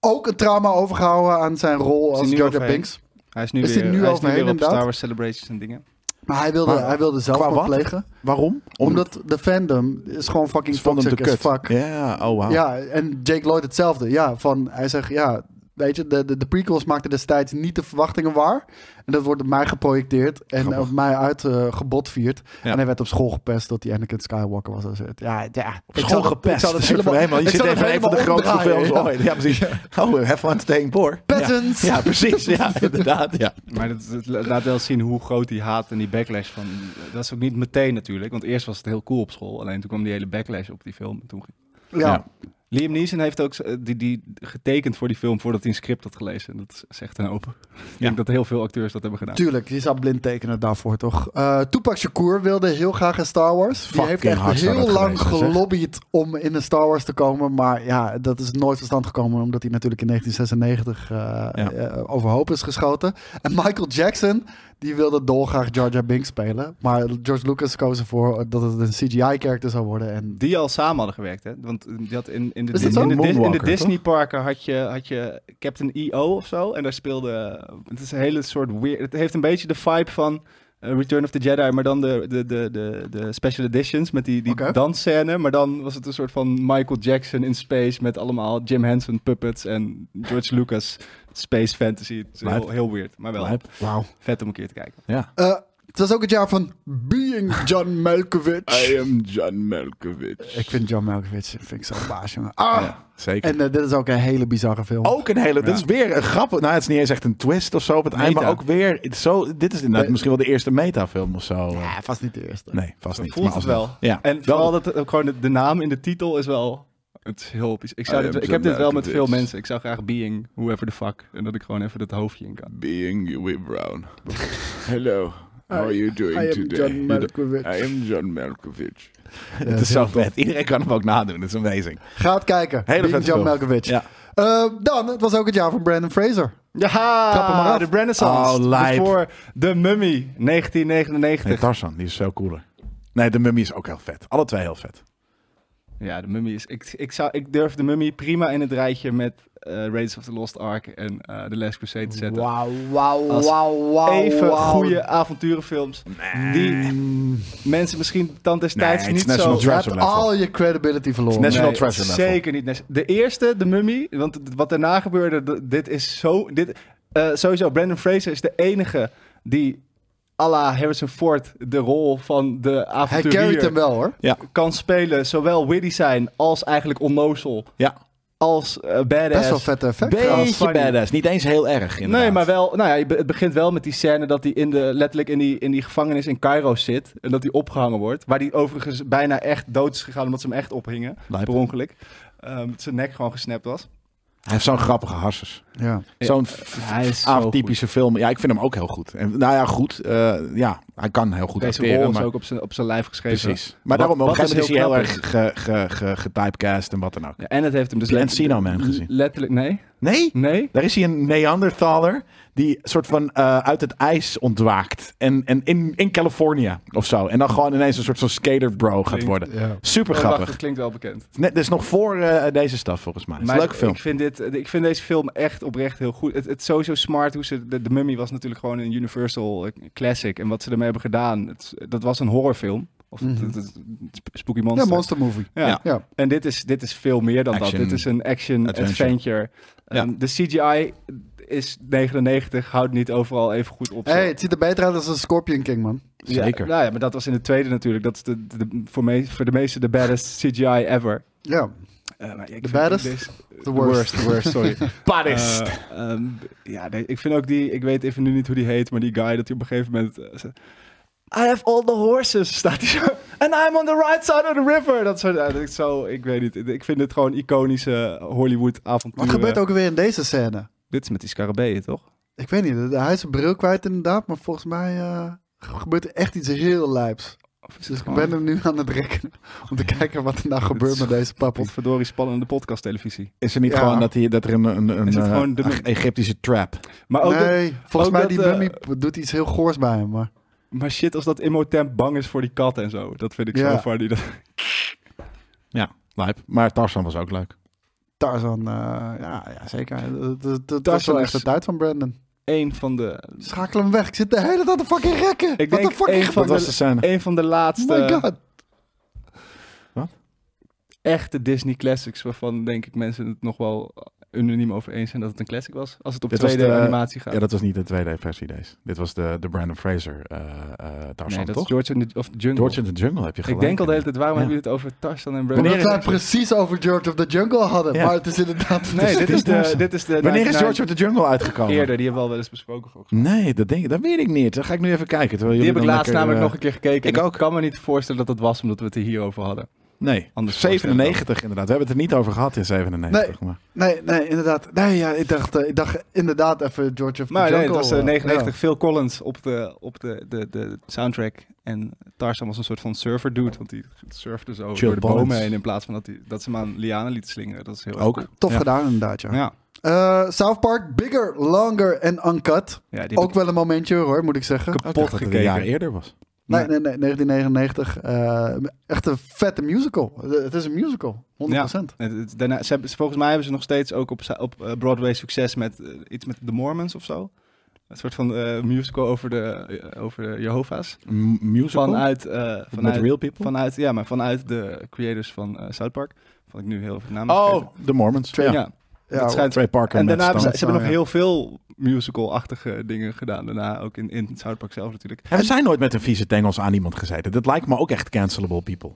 Ook een trauma overgehouden aan zijn rol hij als nu Jar Jar overheen? Binks. Hij is nu Is die weer, nu hij is nu overheen, weer op inderdaad? Star Wars Celebrations en dingen. Maar hij wilde, Maar hij qua wilde zelfmoord wat? plegen. Waarom? Omdat de fandom is gewoon fucking ze vonden hem toxic te as kut. fuck. Ja, oh wow. Ja, en Jake Lloyd hetzelfde. Ja, van, hij zegt, ja, weet je, de, de, de prequels maakten destijds niet de verwachtingen waar. En dat wordt op mij geprojecteerd en Grappig. op mij uitgebotvierd. Ja. En hij werd op school gepest dat hij Anakin Skywalker was. en zo. Ja, ja. Op school gepest. Dat is helemaal, je ik zit zal het even een van de helemaal grootste omdraaien, films ja. ooit. Ja, precies. Oh, have fun staying poor. Peasants! Ja, ja precies. Ja, inderdaad. Ja. Maar dat, dat laat wel zien hoe groot die haat en die backlash van... Dat is ook niet meteen natuurlijk, want eerst was het heel cool op school. Alleen toen kwam die hele backlash op die film. Toen ging- Ja. Liam Neeson heeft ook eh, die, die getekend voor die film voordat hij een script had gelezen. En dat zegt een hoop. Ik denk dat heel veel acteurs dat hebben gedaan. Tuurlijk, je zou blind tekenen daarvoor, toch? Eh Tupac Shakur wilde heel graag in Star Wars. Die Fucking heeft echt hard zou heel dat lang geweest zijn, zeg. gelobbyd om in de Star Wars te komen. Maar ja, dat is nooit tot stand gekomen. Omdat hij natuurlijk in 1996 eh, Ja. eh, overhoop is geschoten. En Michael Jackson, die wilde dolgraag Jar Jar Binks spelen. Maar George Lucas koos ervoor dat het een CGI-character zou worden. En Die al samen hadden gewerkt, hè? Want eh, die had in, in, de, Is Dis- dat zo? in, de, Dis- in de Moonwalker, Disney parken had je, had je Captain EO of zo. En daar speelde. Het is een hele soort weird. Het heeft een beetje de vibe van eh, Return of the Jedi, maar dan de, de, de, de, de special editions met die, die Oké. dansscène. Maar dan was het een soort van Michael Jackson in space met allemaal Jim Henson puppets en George Lucas space fantasy. Het is heel, Lijp. heel weird, maar wel Lijp. wauw. vet om een keer te kijken. Ja. Eh, het was ook het jaar van Being John Malkovich. am John Malkovich. Ik vind John Malkovich vind ik zo'n baas, jongen. Ah! Zeker. En eh, dit is ook een hele bizarre film. ook een hele, dit is weer een grap. Nou, het is niet eens echt een twist of zo op het eind, maar Meta. ook weer het is zo. Dit is inderdaad Nee. misschien wel de eerste metafilm of zo. Ja, vast niet de eerste. Nee, vast niet. Voelt maar het alsnog. wel. Ja. En vooral dat het ook gewoon de, de naam in de titel is wel. Ah, Het is heel bizar. Ik, zou I dit, am ik heb dit wel met Zandakovits. veel mensen. Ik zou graag being whoever the fuck. En dat ik gewoon even dat hoofdje in kan. Being Huey Brown. Hello. How are you doing I am today? John Malkovich. I am John Malkovich. Ja, Het is zo vet. Iedereen kan hem ook nadoen. Het is amazing. Ga het kijken. Hele Being vette John film. Malkovich. Ja. Eh, dan, het was ook het jaar van Brandon Fraser. Ja, Trap hem maar af. de Renaissance. Dus Oh, lijp. Voor The Mummy Nee, 1999. Tarzan, die is zo cooler. Nee, de mummy is ook heel vet. Alle twee heel vet. ja, de Mummy is. Ik, ik, zou, ik durf de Mummy prima in het rijtje met eh, Raiders of the Lost Ark en eh The Last Crusade te zetten. wauw, Als wauw, wauw. Even wauw. goede avonturenfilms. Die mensen misschien tand des Nee, tijds het is niet National zo... Je Treasure hebt level. al je credibility verloren. Het is National Nee, Treasure level. Zeker niet. Nas- De eerste, de mummy. Want d- wat daarna gebeurde, d- dit is zo. Dit, eh, sowieso, Brandon Fraser is de enige die à la Harrison Ford de rol van de Hij carried hem avonturier wel hoor. Ja, kan spelen. Zowel witty zijn als eigenlijk onnozel. ja. Als eh, badass. Best wel vette effect. trouwens. Beetje funny. badass. Niet eens heel erg, inderdaad. Nee, maar wel. Nou ja, je be- het begint wel met die scène dat hij in de, letterlijk in die, in die gevangenis in Cairo zit. En dat hij opgehangen wordt. Waar hij overigens bijna echt dood is gegaan omdat ze hem echt ophingen. Lijp. Per ongeluk. Ehm, dat zijn nek gewoon gesnapt was. Hij heeft zo'n grappige harsers. Ja. Zo'n f- Hij is zo atypische film. Ja, ik vind hem ook heel goed. En, nou ja, goed. eh, ja, hij kan heel goed Deze acteren. rol is Maar, ook op zijn, op zijn lijf geschreven. precies. Maar Wat- daarom, op een wat gegeven moment is hij heel knap erg ge, ge, ge- getypecast en wat dan ook. Ja, en het heeft hem dus... Heb je letterlijk- Encino Man gezien? Letterlijk, nee. Nee? Nee. Daar is hij een Neandertaler die soort van eh, uit het ijs ontwaakt. En, en in, in Californië of zo. En dan gewoon ineens een soort van skater bro gaat Klinkt- worden. ja. Super Oh, wacht, grappig. dat klinkt wel bekend. Net, dit is nog voor eh, deze staf volgens mij. Het is Maar een leuke film. Ik vind, dit, eh, ik vind deze film echt oprecht heel goed. Het, het is sowieso smart hoe ze... De, de Mummy was natuurlijk gewoon een Universal eh, classic. En wat ze ermee hebben gedaan, het, dat was een horrorfilm. Of Mhm. het- het- het- Spooky ja, Monster. monster movie. Ja. Ja. Ja. En dit is, dit is veel meer dan Action, dat. Dit is een action adventure. adventure. Ja. Ehm, de CGI is 99, houdt niet overal even goed op. Hey, het ziet er beter uit als een Scorpion King, man. Zeker. Ja, nou ja, maar dat was in de tweede natuurlijk. Dat is de, de- de- voor, me, voor de meesten de baddest CGI ever. Ja. Eh, maar ja, ik The vind baddest? deze- The worst. The worst, sorry. Paris. Eh, ehm, ja, nee, ik vind ook die, ik weet even nu niet hoe die heet, maar die guy dat hij op een gegeven moment... eh, zegt, I have all the horses, staat hij zo. And I'm on the right side of the river. Dat soort, ja, dat ik zo, ik weet niet. Ik vind dit gewoon iconische Hollywood avonturen. Wat gebeurt ook weer in deze scène? Dit is met die scarabeeën, toch? Ik weet niet, hij is een bril kwijt inderdaad, maar volgens mij eh, gebeurt er echt iets heel lijps. Of is Dus het ik ben hem nu aan het rekken om te kijken wat er nou gebeurt met deze pappel. Potverdorie spannende podcasttelevisie. Is er niet Ja. gewoon dat, hij, dat er een, een, een Is het eh, gewoon de- een Egyptische trap? Maar ook Oh, dat- Nee, volgens ook mij dat, die eh, mummy doet iets heel goors bij hem. Maar. maar shit, als dat Imhotep bang is voor die kat en zo. Dat vind ik Ja. zo funny. Dat, Ja, lijp. Maar Tarzan was ook leuk. Tarzan, eh, ja, ja, zeker. Dat- Dat dat was Tarzan wel is- echt de tijd van Brandon. een van de... Schakel hem weg, ik zit de hele tijd te fucking rekken. Ik Wat denk de fucking één Dat Van was de- de scène. Een van de Oh laatste... my god. echte Disney classics waarvan denk ik mensen het nog wel unaniem over eens zijn dat het een classic was. Als het op Dit was 2D de- eh, animatie gaat. Ja, dat was niet de tweede versie deze. Dit was de, de Brandon Fraser eh eh, Tarzan, nee, dat toch? is George in the, of the Jungle. George in the Jungle heb je ik gelijk. denk al de hele tijd, waarom Ja. hebben jullie het over Tarzan en Brandon? Omdat wij Fraser? precies over George of the Jungle hadden. Ja. Maar het is inderdaad... Nee, dit is de... Tarzan. Dit is de Wanneer is 99 George of the Jungle uitgekomen? Eerder, die hebben we al wel eens besproken volgens mij. Nee, dat, denk ik, dat weet ik niet. Dan ga ik nu even kijken. terwijl Die jullie heb ik dan laatst lekker, namelijk nog eh, een keer gekeken. ik en ook. kan me niet voorstellen dat dat was omdat we het er hierover hadden. Nee, Anders 97 inderdaad. We hebben het er niet over gehad in 97. Maar. Nee, nee, inderdaad. Nee, ja, ik dacht, eh, ik dacht inderdaad even George of the Maar Jungle. nee, het was eh, eh, 99 Phil Collins op, de, op de, de, de soundtrack. En Tarzan was een soort van surfer dude. Want die surfde zo Phil door de bomen Collins. heen. In plaats van dat, die, dat ze hem aan lianen liet slingeren. Dat is heel erg Ook. cool. Ja. Tof Ja. gedaan inderdaad, ja. Ja, Eh, South Park, bigger, longer en uncut. ja die Ook wel een momentje hoor, moet ik zeggen. Oh, Ik dacht kapot dat het een jaar gekeken. eerder was. Nee, nee, nee, 1999. eh, echt een vette musical. Eh, Het is een musical, 100%. Het- het- daarna, ze hebben, ze- volgens mij hebben ze nog steeds ook op, sa- op eh, Broadway succes met eh, iets met The Mormons of zo. Een soort van eh, musical over de, eh, over de Jehovah's. M- musical? Vanuit, eh, Met vanuit, real people? vanuit, ja, maar vanuit de creators van eh, South Park. Vond ik nu heel veel namen vergeten. oh, The Mormons. Ja. ja. Ja, Oh, dat schijnt Trey Parker En en daarna hebben ze, Stone. ze hebben nog Ja. heel veel musical-achtige dingen gedaan. Daarna ook in, in South Park zelf natuurlijk. En we zijn nooit met een vieze tengels aan iemand gezeten. Dat lijkt me ook echt cancelable people.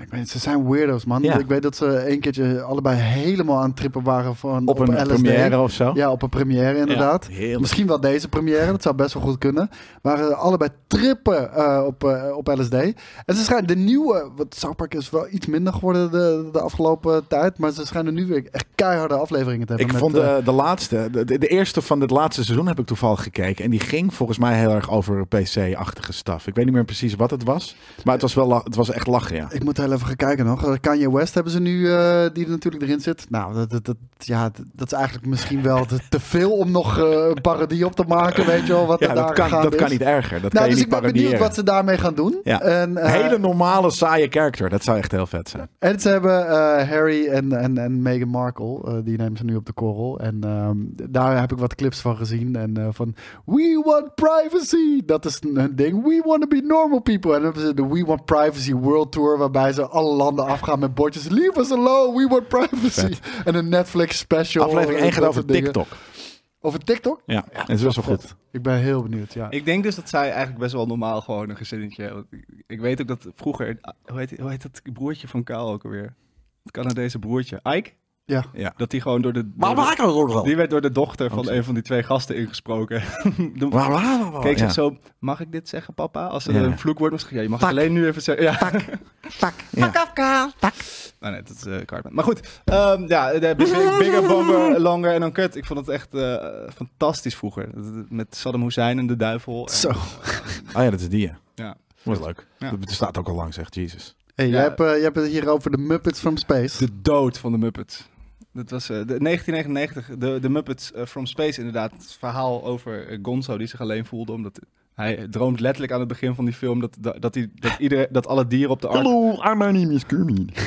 ik weet, ze zijn weirdo's, man. Ja. Ik weet dat ze één keertje allebei helemaal aan het trippen waren van, Op, een LSD. première of zo. Ja, op een première inderdaad. Ja, heel- Misschien wel deze première, dat zou best wel goed kunnen. Waren allebei trippen eh, op, eh, op LSD. En ze schijnen de nieuwe, wat South Park is wel iets minder geworden de, de afgelopen tijd. Maar ze schijnen nu weer echt keiharde afleveringen te hebben. Ik met, vond eh, de, de laatste, de, de- de eerste van dit laatste seizoen heb ik toevallig gekeken. En die ging volgens mij heel erg over PC-achtige staf. Ik weet niet meer precies wat het was. Maar het was, wel, la- het was echt lachen, ja. ik moet heel even gaan kijken nog. Eh, Kanye West hebben ze nu, eh, die er natuurlijk erin zit. Nou, dat, dat, dat- ja, dat- dat is eigenlijk misschien wel te, te veel om nog eh, een parodie op te maken. Weet je wel, wat ja er daar dat kan, gaande dat kan is. niet erger. Dat nou, kan je dus ik niet ben benieuwd parodiëren. wat ze daarmee gaan doen. Ja. En, eh, Een hele normale, saaie character. Dat zou echt heel vet zijn. En ze hebben eh, Harry en, en, en Meghan Markle, eh, die nemen ze nu op de korrel. En ehm, daar heb ik wat clips van gezien. En eh, van, we want privacy! Dat is een- hun ding. We want to be normal people. En dan hebben ze de We Want Privacy World Tour, waarbij ze alle landen afgaan met bordjes. Leave us alone, we want privacy! En een Netflix special. Aflevering eh, 1 gaat dat over soort dingen. TikTok. Over TikTok? Ja, en het was wel goed. Ik ben heel benieuwd, ja. Ik denk dus dat zij eigenlijk best wel normaal gewoon een gezinnetje hebben. Ik- Ik weet ook dat vroeger, ah, hoe heet, hoe heet dat broertje van Kaal ook alweer? Het Canadese broertje, Ike? ja. Ja. Dat die gewoon door de... Maar door de- waar kan het ook wel? die werd door de dochter Oh, van een van die twee gasten ingesproken. De- Waar- waar- waar- waar- Keek ja. ze Oh, zo, mag ik dit zeggen papa? Als er Ja. een vloekwoord was gezegd, ja, je mag het alleen nu even zeggen. Ja. Ja. Nou nee, dat is eh, Cartman. Maar goed, ehm, ja, de Big- Big- Bigger, Bomber, Longer en Uncut. Ik vond het echt eh, fantastisch vroeger. Met Saddam Hussein en de duivel. En, Zo. Oh ja, dat is die, ja. Ja. Dat was leuk. Ja. Dat staat ook al lang, zegt Jesus. Hey, Ja. Jij, hebt, eh, jij hebt het hier over de Muppets from Space. De dood van de Muppets. Dat was eh, de 1999, de, de Muppets eh, from Space inderdaad. Het verhaal over eh, Gonzo die zich alleen voelde omdat... Hij droomt letterlijk aan het begin van die film dat, dat, dat, hij, dat, iedereen, dat alle dieren op de ark I'm my name is Kermit.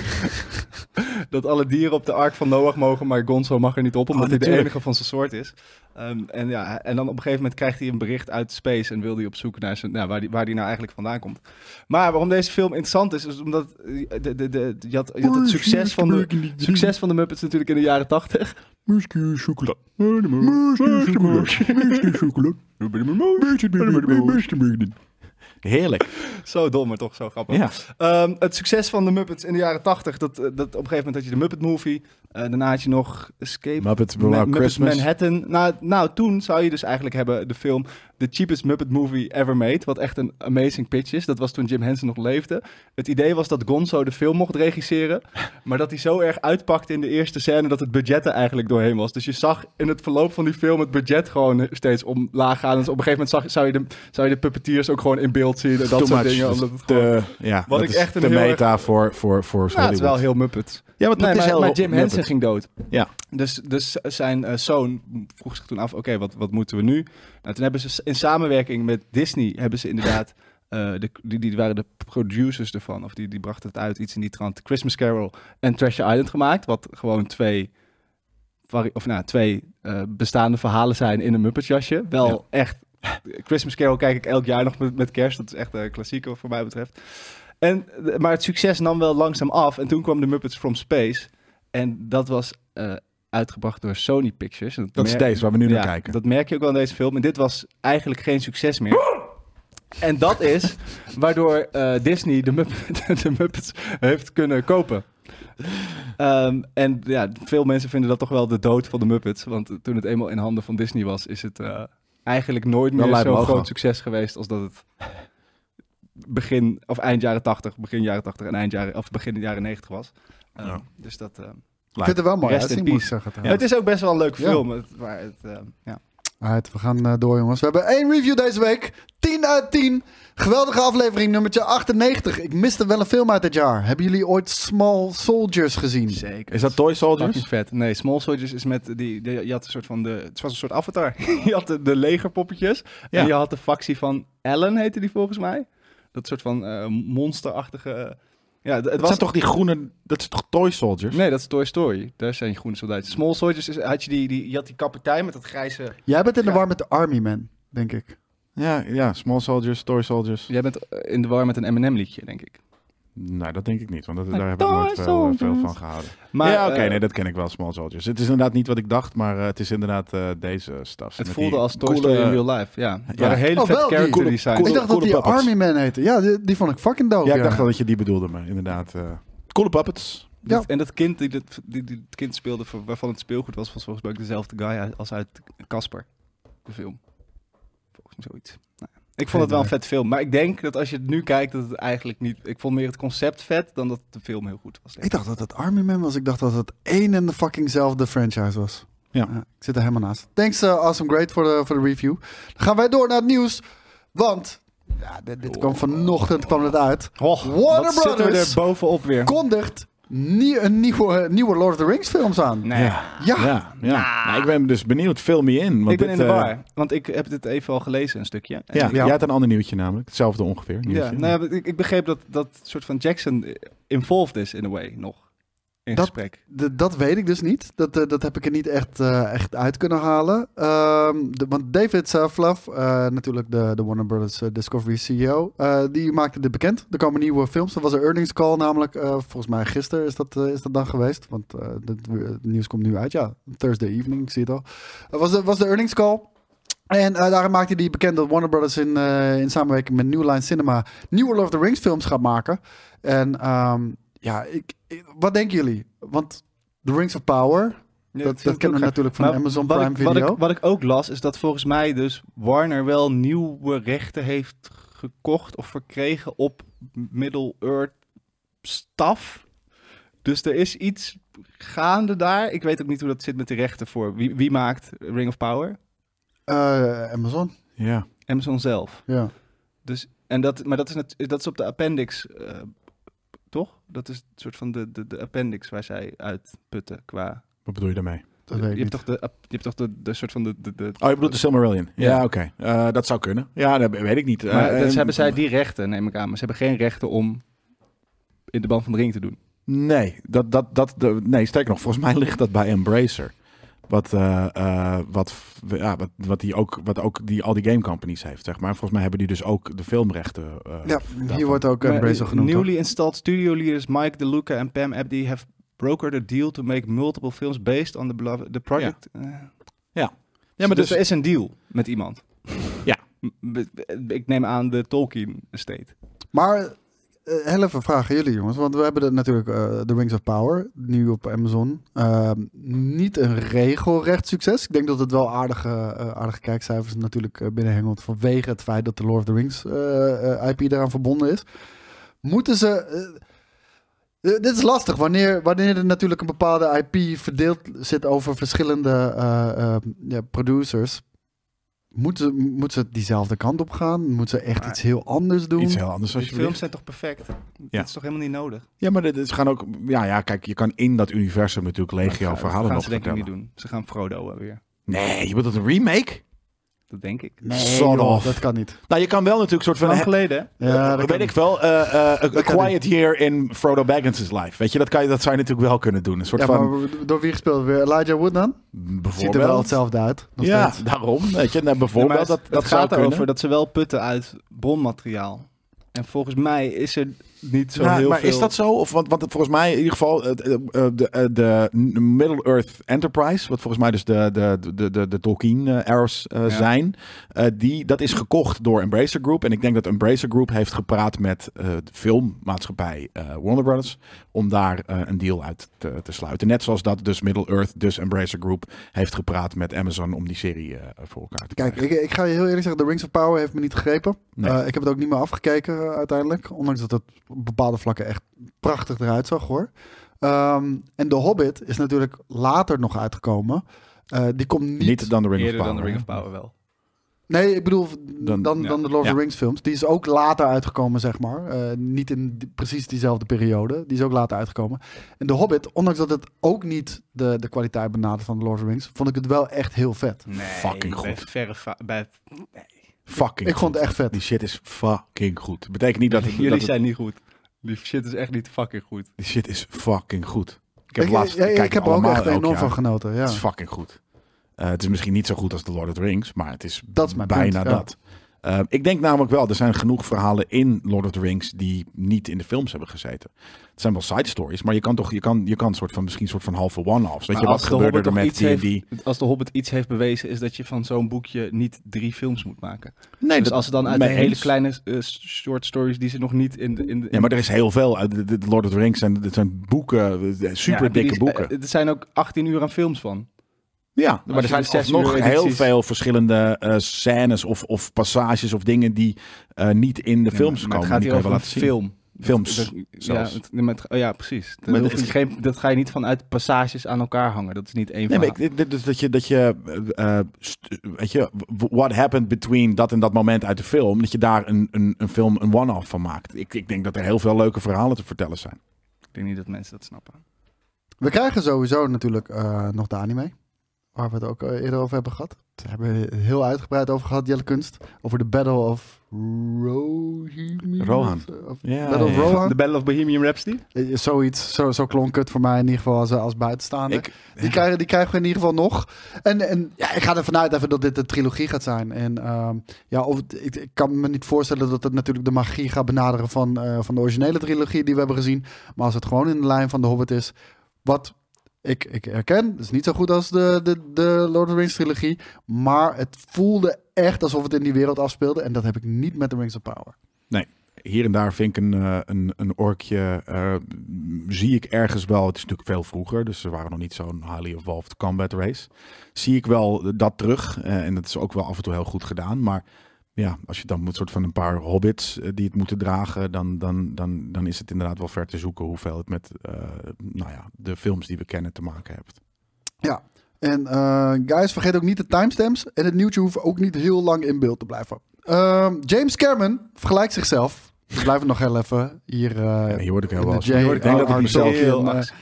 dat alle dieren op de ark van Noach mogen, maar Gonzo mag er niet op, omdat Oh, hij de natuurlijk. enige van zijn soort is. Ehm, en, ja, en dan op een gegeven moment krijgt hij een bericht uit Space en wil hij op zoek naar zijn, nou, waar, die, waar die nou eigenlijk vandaan komt. Maar waarom deze film interessant is, is omdat eh, de, de, de, je, had, je had het succes van, de, succes van de Muppets natuurlijk in de jaren tachtig. Muske chocola. Muske chocola. Muske chocola. Heerlijk. Zo dom, maar toch zo grappig. Ja. Ehm, het succes van de Muppets in de jaren 80, dat, eh, dat op een gegeven moment had je de Muppet Movie. eh, daarna had je nog Escape Muppets Ma- Below Muppets Christmas. Manhattan. Nou, nou, toen zou je dus eigenlijk hebben de film The Cheapest Muppet Movie Ever Made. Wat echt een amazing pitch is. Dat was toen Jim Henson nog leefde. Het idee was dat Gonzo de film mocht regisseren. Maar dat hij zo erg uitpakte in de eerste scène dat het budget er eigenlijk doorheen was. Dus je zag in het verloop van die film het budget gewoon eh, steeds omlaag gaan. Dus op een gegeven moment zag, zou, je de, zou je de puppeteers ook gewoon in beeld zien. En dat Too soort much. dingen. Dat Omdat is het gewoon... te- ja, Wat dat ik is echt een te heel erg- meta voor, voor, voor Ja, het is wel Hollywood. heel Muppet. Ja, want Nee, dat maar, is heel maar Jim Henson Muppet. ging dood. Ja. Dus, dus zijn eh, zoon vroeg zich toen af, oké, wat, wat moeten we nu? Nou, toen hebben ze in samenwerking met Disney, hebben ze inderdaad, eh, de, die, die waren de producers ervan, of die, die brachten het uit, iets in die trant, Christmas Carol en Treasure Island gemaakt, wat gewoon twee, vari- of nou, twee eh, bestaande verhalen zijn in een Muppetjasje. Wel echt, Christmas Carol kijk ik elk jaar nog met, met kerst, dat is echt een klassieker voor mij betreft. En, eh, maar het succes nam wel langzaam af en toen kwam de Muppets from Space en dat was... eh, uitgebracht door Sony Pictures. En Dat is mer- deze waar we nu naar ja, kijken. Dat merk je ook wel in deze film. En dit was eigenlijk geen succes meer. En dat is waardoor eh, Disney de, Mupp- de Muppets heeft kunnen kopen. Ehm, en ja, veel mensen vinden dat toch wel de dood van de Muppets. Want toen het eenmaal in handen van Disney was, is het eh, eigenlijk nooit Wel meer lijp zo'n mogen. groot succes geweest als dat het begin of eind jaren 80, begin jaren 80 en eind jaren of begin jaren 90 was. Ehm, Ja. Dus dat. ehm, Ik vind het wel mooi Rest uitzien, in moet ik peace. zeggen. ja, het is ook best wel een leuk Ja. film. het- maar het, ehm, ja. Alright, we gaan eh, door, jongens. We hebben één review deze week. 10 uit 10. Geweldige aflevering, nummertje 98. Ik miste wel een film uit dit jaar. Hebben jullie ooit Small Soldiers gezien? Zeker. Is dat Toy fucking Soldiers? vet? Nee, Small Soldiers is met die, die- je had een soort van de, het was een soort avatar. je had de, de legerpoppetjes Ja. en je had de factie van Ellen heette die volgens mij. Dat soort van eh, monsterachtige. eh, ja, d- het Dat was zijn toch die groene... Dat zijn toch Toy Soldiers? Nee, dat is Toy Story. Daar zijn je groene soldaatjes. Small Soldiers is, had je die, die, je had die kapitein met dat grijze. Jij bent in de Ja. war met de Army Man, denk ik. Ja, ja, Small Soldiers, Toy Soldiers. Jij bent eh, in de war met een Eminem liedje, denk ik. Nou, dat denk ik niet, want dat, Maar daar heb ik nooit Toy veel, veel Soldiers. van gehouden. Maar ja, oké, eh, nee, dat ken ik wel, Small Soldiers. Het is inderdaad niet wat ik dacht, maar eh, het is inderdaad eh, deze staf. het Met voelde die als Toy Story coole- in real life. Ja, het Ja. waren hele Oh, vette wel die. character Coole- designs. ik dacht dat coole die puppets. Army Man heette. Ja, die, die vond ik fucking dope. Ja, ik dacht wel dat je die bedoelde, maar inderdaad. eh coole puppets. Ja. Dat- En dat kind die, dat, die, die het kind speelde, voor- waarvan het speelgoed was, was volgens mij ook dezelfde guy uit- als uit Casper, de film. Volgens mij zoiets. Nou, ja. ik vond het wel een vet film, maar ik denk dat als je het nu kijkt, dat het eigenlijk niet... Ik vond meer het concept vet dan dat de film heel goed was. denk Ik dacht dat het Army Man was. Ik dacht dat het één en de fuckingzelfde franchise was. Ja. ik zit er helemaal naast. Thanks, eh, Awesome Great, voor de, voor de review. Dan gaan wij door naar het nieuws. Want, ja, dit, dit kwam vanochtend kwam het uit. Och, Warner wat zitten we Brothers. er bovenop weer? Kondigt nie- een nieuwe, nieuwe Lord of the Rings films aan. Nee. Ja, Ja, ja. Nou, ik ben dus benieuwd. Film je in. Want ik ben dit, in de eh, war, want ik heb dit even al gelezen, een stukje. En ja, ik- jij had een ander nieuwtje namelijk. Hetzelfde ongeveer. ja, Nieuwtje. nou, ja, ik, ik begreep dat dat soort van Jackson eh, involved is, in a way, nog. In Dat- gesprek. D- dat weet ik dus niet. Dat, eh, dat heb ik er niet echt, eh, echt uit kunnen halen. Ehm, de- want David Zaslav, eh, natuurlijk de, de Warner Brothers eh, Discovery CEO, eh, die maakte dit bekend. Er komen nieuwe films. Er was een earnings call namelijk, eh, volgens mij gisteren is dat, eh, is dat dan geweest. Want eh, dit- het nieuws komt nu uit, ja. Thursday evening, ik zie het al. Er was, de- was de earnings call. En eh, daarin maakte hij bekend dat Warner Brothers in, eh, in samenwerking met New Line Cinema nieuwe Lord of the Rings films gaat maken. En ehm, ja, ik, ik- wat denken jullie? Want The Rings of Power, Nee, dat, dat kennen we graag. natuurlijk van Maar Amazon wat Prime ik, Video. Wat ik, wat ik ook las, is dat volgens mij dus Warner wel nieuwe rechten heeft gekocht of verkregen op Middle-earth staf. Dus er is iets gaande daar. Ik weet ook niet hoe dat zit met de rechten voor. Wie, wie maakt Ring of Power? Eh, Amazon, Ja. Amazon zelf. ja. Dus, en dat, maar dat is, net, dat is op de appendix, eh, toch? Dat is een soort van de, de, de appendix waar zij uitputten qua... Wat bedoel je daarmee? Dat je, weet ik hebt niet. toch de, je hebt toch de, de soort van de, de, de, Oh, je bedoelt de Silmarillion. Ja, Ja. oké. Eh, dat zou kunnen. Ja, dat weet ik niet. Maar Eh, dat en- hebben zij die rechten, neem ik aan. Maar ze hebben geen rechten om in de band van de ring te doen. Nee, dat, dat, dat, de- nee, sterker nog, volgens mij ligt dat bij Embracer. Wat, eh, eh, wat, f- ja, wat, wat, die ook, wat ook die, al die game companies heeft, zeg maar. Volgens mij hebben die dus ook de filmrechten. eh, ja, daarvan. hier wordt ook eh, Embracer genoemd. Newly installed studio leaders Mike DeLuca en Pam Abdi have brokered a deal to make multiple films based on the, beloved, the project. Eh, Ja, maar dus, dus, er is een deal met iemand. ja, m- m- ik neem aan de Tolkien estate. Maar eh, heel even vragen jullie jongens, want we hebben de, natuurlijk eh The Rings of Power, nu op Amazon. Ehm, niet een regelrecht succes. Ik denk dat het wel aardige, eh, aardige kijkcijfers natuurlijk eh, binnenhengelt vanwege het feit dat de Lord of the Rings eh, eh, IP daaraan verbonden is. Moeten ze... eh, eh, dit is lastig, wanneer, wanneer er natuurlijk een bepaalde IP verdeeld zit over verschillende eh, eh, ja, producers. Moeten ze, moeten ze diezelfde kant op gaan? Moeten ze echt iets heel anders doen? Iets heel anders Die als je films zijn toch perfect? Dat is toch helemaal niet nodig? Ja, maar dit is gaan ook. Ja, ja, kijk, je kan in dat universum natuurlijk legio Dat gaan- verhalen gaan nog ze denk ik vertellen. niet doen. Ze gaan Frodo eh, weer. Nee, je bedoelt een remake? Dat denk ik. Nee, Sod joh, off. dat kan niet. Nou, je kan wel natuurlijk een soort van. Lang geleden, hè? Ja, dat dat weet kan ik wel. eh, eh, a- a, kan quiet year in Frodo Baggin's life. Weet je, dat, kan je, dat zou je natuurlijk wel kunnen doen. Een soort Ja, van. maar door wie gespeeld? Weer Elijah Wood dan? Ziet Bijvoorbeeld. er wel hetzelfde uit. nog ja, steeds. daarom. Weet je, nou, bijvoorbeeld. Nee, maar dat, het- dat het zou gaat kunnen. erover dat ze wel putten uit bronmateriaal. En volgens mij is er niet zo Ja, heel maar veel... is dat zo? Of, want, want volgens mij in ieder geval eh, eh, eh, de, eh, de Middle-earth Enterprise... wat volgens mij dus de, de, de, de, de Tolkien eh, arrows eh, Ja. zijn... eh, die, dat is gekocht door Embracer Group. En ik denk dat Embracer Group heeft gepraat met eh, de filmmaatschappij eh, Warner Brothers... om daar eh, een deal uit te, te sluiten. Net zoals dat dus Middle-earth, dus Embracer Group... heeft gepraat met Amazon om die serie eh, voor elkaar te Kijk, krijgen. ik, ik ga je heel eerlijk zeggen, The Rings of Power heeft me niet gegrepen. Nee. Eh, ik heb het ook niet meer afgekeken eh, uiteindelijk. Ondanks dat het op bepaalde vlakken echt prachtig eruit zag hoor. Ehm, en The Hobbit is natuurlijk later nog uitgekomen. Eh, die komt niet... Niet dan de Ring of Eerder Power. dan de Ring of Power wel. Nee, ik bedoel Dan- dan, dan, ja. de Lord of Ja. the Rings films. Die is ook later uitgekomen, zeg maar. Eh, niet in die- precies diezelfde periode. Die is ook later uitgekomen. En The Hobbit, ondanks dat het ook niet de, de kwaliteit benadert van The Lord of the Rings, vond ik het wel echt heel vet. Nee, Fucking bij goed. verre va- bij... Fucking ik vond goed. het echt vet. Die shit is fucking goed. Betekent niet dat... dat Jullie het- zijn niet goed. Die shit is echt niet fucking goed. Die shit is fucking goed. Ik heb, ik, laatst, ja, ja, ik kijk ik heb hem er ook allemaal echt elk enorm jaar. van genoten. Ja. Het is fucking goed. Eh, het is misschien niet zo goed als The Lord of the Rings, maar het is, Dat is mijn bijna punt, ja. dat. Eh, ik denk namelijk wel, er zijn genoeg verhalen in Lord of the Rings die niet in de films hebben gezeten. Het zijn wel side stories, maar je kan toch, je kan, je kan soort van, misschien soort van halve one-offs. Weet Maar je, wat als de gebeurde Hobbit er toch met iets die, heeft- Als de Hobbit iets heeft bewezen, is dat je van zo'n boekje niet drie films moet maken. Nee, dus als ze dan uit de mee hele eens. kleine eh, short stories die ze nog niet in de... In de Ja, maar er is heel veel. uit de- de- de Lord of the Rings zijn, het zijn boeken, eh, super Ja, die- dikke boeken. eh, Er zijn ook 18 uur aan films van. Ja, maar je er zijn de zes alsnog uur heel edities- veel verschillende eh, scènes of, of passages of dingen die eh, niet in de Ja, films maar komen. Het gaat die hier kan je over wel een laten zien. film. Films Dat- dat- zelfs. Ja, het- nee, maar het- oh ja, precies. Dat, Maar hoef het je geen, dat ga je niet vanuit passages aan elkaar hangen. Dat is niet één Nee, maar van. ik, dit- dit- dus dat je, dat je eh, eh, st- weet je, w- what happened between dat en dat moment uit de film, dat je daar een, een, een film, een one-off van maakt. Ik, ik denk dat er heel veel leuke verhalen te vertellen zijn. Ik denk niet dat mensen dat snappen. We krijgen sowieso natuurlijk eh, nog de anime. Waar we het ook eh, eerder over hebben gehad. Daar hebben we het heel uitgebreid over gehad, Jelle Kunst. Over de Battle of Rohirrim. Mhm. Rohan. Of- Ja, Battle of Rohan. De Battle of Bohemian Rhapsody? Eh, Zoiets, zo, zo klonk het voor mij in ieder geval als, eh, als buitenstaander. Ik- die, krijgen, die krijgen we in ieder geval nog. En, en ja, ik ga ervan uit even dat dit een trilogie gaat zijn. En ehm, ja, of, het- ik, ik kan me niet voorstellen dat het natuurlijk de magie gaat benaderen van, eh, van de originele trilogie die we hebben gezien. Maar als het gewoon in de lijn van de Hobbit is, wat ik, ik herken, is niet zo goed als de, de, de Lord of the Rings trilogie. Maar het voelde echt alsof het in die wereld afspeelde. En dat heb ik niet met The Rings of Power. Hier en daar vind ik een, eh, een, een orkje. eh, zie ik ergens wel. Het is natuurlijk veel vroeger, dus ze waren nog niet zo'n highly evolved combat race. Zie ik wel dat terug. eh, en dat is ook wel af en toe heel goed gedaan. Maar ja, als je dan moet soort van een paar hobbits eh, die het moeten dragen, dan, dan, dan, dan is het inderdaad wel ver te zoeken hoeveel het met eh, nou ja, de films die we kennen te maken heeft. En eh, guys, vergeet ook niet de timestamps. En het nieuwtje hoeft ook niet heel lang in beeld te blijven. Ehm, James Cameron vergelijkt zichzelf. We blijven nog heel even hier. eh, Ja, hier word ik heel in de wel. J- Ik denk dat ik R- mezelf Tolkien, heel eh, actie-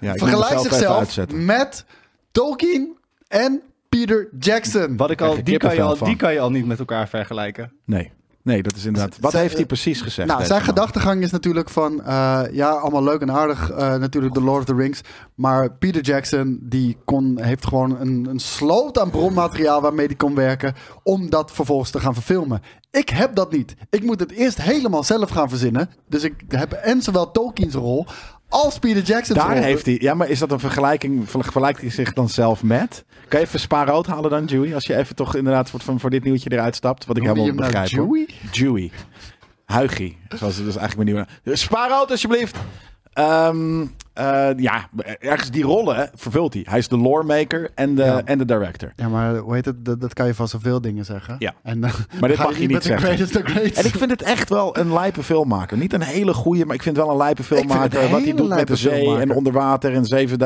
Ja, ik moet vergelijkt mezelf even zichzelf uitzetten. met Tolkien en Peter Jackson. Wat ik Krijg al, je die, kan je kippenvel al, van. die kan je al niet met elkaar vergelijken. Nee. nee, dat is inderdaad. Wat Zijn- heeft hij precies gezegd? Nou, deze zijn man? gedachtegang is natuurlijk van, eh, ja, allemaal leuk en aardig, eh, natuurlijk de Lord of the Rings. Maar Peter Jackson, die kon, heeft gewoon een, een sloot aan bronmateriaal waarmee hij kon werken, om dat vervolgens te gaan verfilmen. Ik heb dat niet. Ik moet het eerst helemaal zelf gaan verzinnen. Dus ik heb en zowel Tolkien's rol als Peter Jackson. Daar heeft hij. Ja, maar is dat een vergelijking? Vergelijkt hij zich dan zelf met? Kan je even spa rood halen dan, Dewey? Als je even toch inderdaad voor, van, voor dit nieuwtje eruit stapt. Wat ik Noemde helemaal je hem nou begrijp. hoor. Dewey. Huigie. Zoals het dus eigenlijk mijn nieuwe. Spa rood, alsjeblieft. Ehm, eh, ja, ergens die rollen vervult hij. Hij is de loremaker en de, Ja. en de director. Ja, maar hoe heet het? Dat, dat kan je van zoveel dingen zeggen. Ja. En, dan Maar dit ga mag je niet met zeggen. De greatest of greats. En ik vind het echt wel een lijpe filmmaker. Niet een hele goede, maar ik vind wel een lijpe vind het filmmaker. een Wat hij hele doet met de lijpe zee filmmaker. en onder water en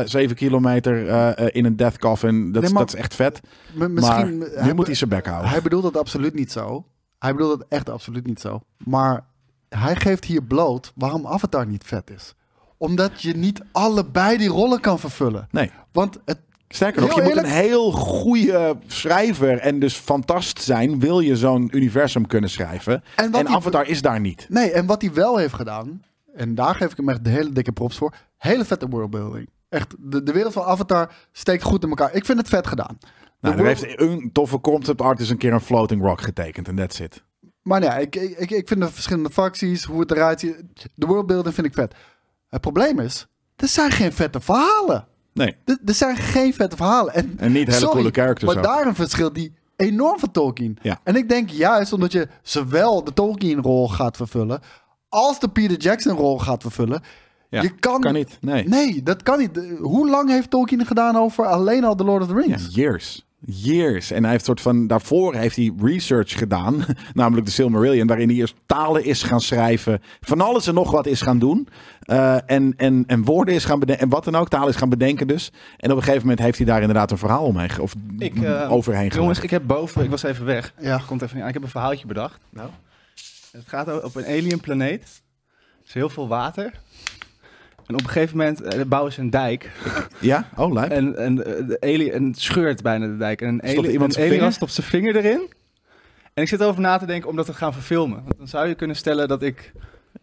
7, kilometer eh, eh, in een death coffin. Dat, is- Nee, maar- dat is echt vet. M- misschien, eh, maar nu hij, moet hij zijn bek houden. hij bedoelt dat absoluut niet zo. Hij bedoelt dat echt absoluut niet zo. Maar hij geeft hier bloot waarom Avatar niet vet is. Omdat je niet allebei die rollen kan vervullen. Nee. Want het, Sterker nog, je Heel moet een heel goede schrijver en dus fantast zijn. Wil je zo'n universum kunnen schrijven. En En, wat die- Avatar is daar niet. Nou, nee, en wat hij wel heeft gedaan, en daar geef ik hem echt de hele dikke props voor, hele vette worldbuilding. Echt, de, de wereld van Avatar steekt goed in elkaar. Ik vind het vet gedaan. De Nou, er world- heeft een toffe concept artist een keer een floating rock getekend. En that's it. Maar ja, ik, ik, ik- ik vind de verschillende facties, hoe het eruit ziet, de worldbuilding vind ik vet. Het probleem is, er zijn geen vette verhalen. Nee. Er, er zijn geen vette verhalen. En, En niet hele coole characters Maar ook. daar een verschil die enorm van Tolkien. Ja. En ik denk juist omdat je zowel de Tolkien-rol gaat vervullen. als de Peter Jackson-rol gaat vervullen. Ja, je kan, kan niet, nee. Nee, dat kan niet. De- Hoe lang heeft Tolkien gedaan over alleen al The Lord of the Rings? Ja, years. Years. En hij heeft soort van, daarvoor heeft hij research gedaan, namelijk de Silmarillion, waarin hij eerst talen is gaan schrijven, van alles en nog wat is gaan doen. Eh, en, en, en woorden is gaan bedenken, en wat dan ook, talen is gaan bedenken dus. En op een gegeven moment heeft hij daar inderdaad een verhaal omheen, ge- of Ik, eh, overheen Jongens, gemaakt. ik heb boven, ik was even weg. Ja. Komt even niet aan. Ik heb een verhaaltje bedacht. Nou. Het gaat o- op een alien planeet. Er is heel veel water. En op een gegeven moment eh, bouwen ze een dijk. Ja? Oh, lijp. En, en eh, de alien en het scheurt bijna de dijk. En een Stopt alien, iemand een zijn alien vinger? stopt zijn vinger erin. En ik zit over na te denken om dat te gaan verfilmen. Want dan zou je kunnen stellen dat ik...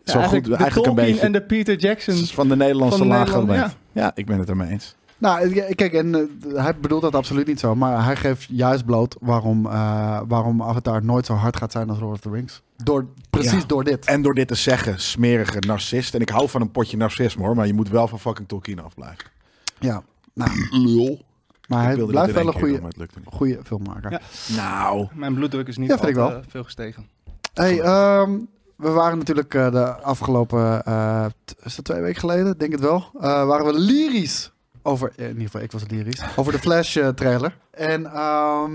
ja, Zo goed, de eigenlijk een Tolkien beetje. en de Peter Jackson... Van de Nederlandse van de laag Nederland- gewend. ja. ik ben het ermee eens. Nou, eh, kijk, en eh, hij bedoelt dat absoluut niet zo. Maar hij geeft juist bloot waarom, eh, waarom Avatar nooit zo hard gaat zijn als Lord of the Rings. Door, precies Ja. door dit. En door dit te zeggen, smerige narcist. En ik hou van een potje narcisme hoor, maar je moet wel van fucking Tolkien afblijven. Ja. Nou, Lul. maar hij Ik wilde blijft dat in één keer doen, wel een goede, maar het lukte niet. goede filmmaker. Ja. Nou. Mijn bloeddruk is niet Ja, vind ik al te wel. veel gestegen. Hey, ehm, we waren natuurlijk eh, de afgelopen, eh, t- is dat twee weken geleden? Denk het wel. Eh, waren we lyrisch over, eh, in ieder geval ik was lyrisch, over de Flash eh, trailer. En ehm,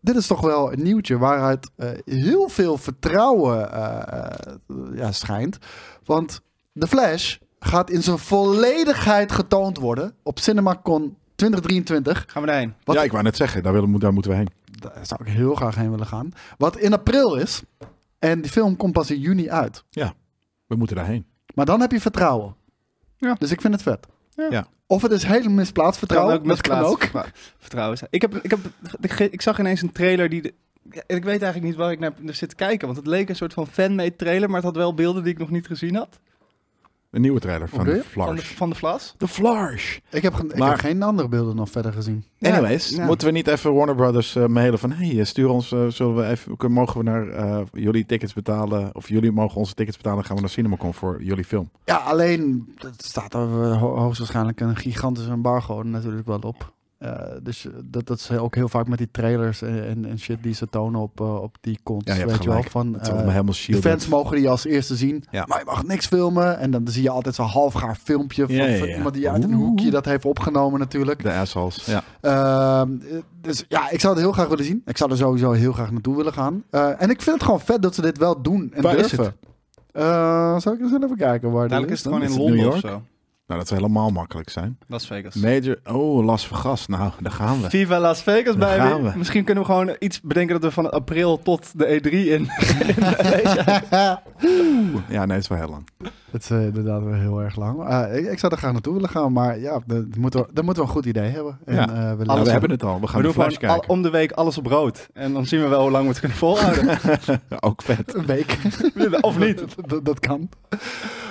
dit is toch wel een nieuwtje waaruit eh, heel veel vertrouwen eh, eh, ja, schijnt. Want de Flash gaat in zijn volledigheid getoond worden op CinemaCon 2023. Gaan we daarheen. Wat- Ja, ik wou net zeggen, daar, willen, daar moeten we heen. Daar zou ik heel graag heen willen gaan. Wat in april is. En die film komt pas in juni uit. We moeten daarheen. Maar dan heb je vertrouwen. Ja. Dus ik vind het vet. Ja. Ja. Of het is helemaal misplaatst vertrouwen. Kan ook dat kan ook. misplaatst vertrouwen zijn. Ik, heb, ik, heb, ik, ge- ik zag ineens een trailer die... de- ja, en ik weet eigenlijk niet waar ik naar heb- naar zit te kijken. Want het leek een soort van fanmade trailer. Maar het had wel beelden die ik nog niet gezien had. Een nieuwe trailer van Oké. de Van de, Flars. van de Flas. De Flars! Ik heb, ge- ik Maar- heb geen andere beelden nog verder gezien. Anyways, Ja, ja. moeten we niet even Warner Brothers eh, mailen van... hey, eh, stuur ons, eh, zullen we even, kun- mogen we naar eh, jullie tickets betalen... of jullie mogen onze tickets betalen, dan gaan we naar Cinemacon voor jullie film. Ja, alleen dat staat er eh, ho- hoogstwaarschijnlijk een gigantische embargo natuurlijk wel op. Eh, dus eh, dat, dat is ook heel vaak met die trailers en, en, en shit die ze tonen op, eh, op die cons. Ja, je hebt weet je wel, gelijk. van, Dat wordt eh, me helemaal de shield. fans mogen die als eerste zien, Ja. maar je mag niks filmen. En dan zie je altijd zo'n halfgaar filmpje van, Ja, ja, van ja. iemand die uit een Oeh. hoekje dat heeft opgenomen natuurlijk. De assholes. Ja. Ehm, dus ja, ik zou het heel graag willen zien. Ik zou er sowieso heel graag naartoe willen gaan. Eh, en ik vind het gewoon vet dat ze dit wel doen en Waar is durven. Eh, zal ik eens even kijken waar dit Uiteindelijk is het dan? gewoon Is in het Londen New of York? zo. Nou, dat zou helemaal makkelijk zijn. Las Vegas. Major... Oh, Las Vegas. Nou, daar gaan we. Viva Las Vegas, Daar gaan baby. we. Misschien kunnen we gewoon iets bedenken dat we van april tot de E3 in... Ja, nee, het is wel heel lang. Het is eh, inderdaad wel heel erg lang. Eh, ik, ik zou er graag naartoe willen gaan, maar ja, dan moeten we, dan moeten we een goed idee hebben. En, Ja. eh, we Nou, laten- we hebben het al. We gaan We doen de Flash gewoon al- kijken. om de week alles op rood. En dan zien we wel hoe lang we het kunnen volhouden. Ook vet. een week. of niet. dat, dat- dat kan.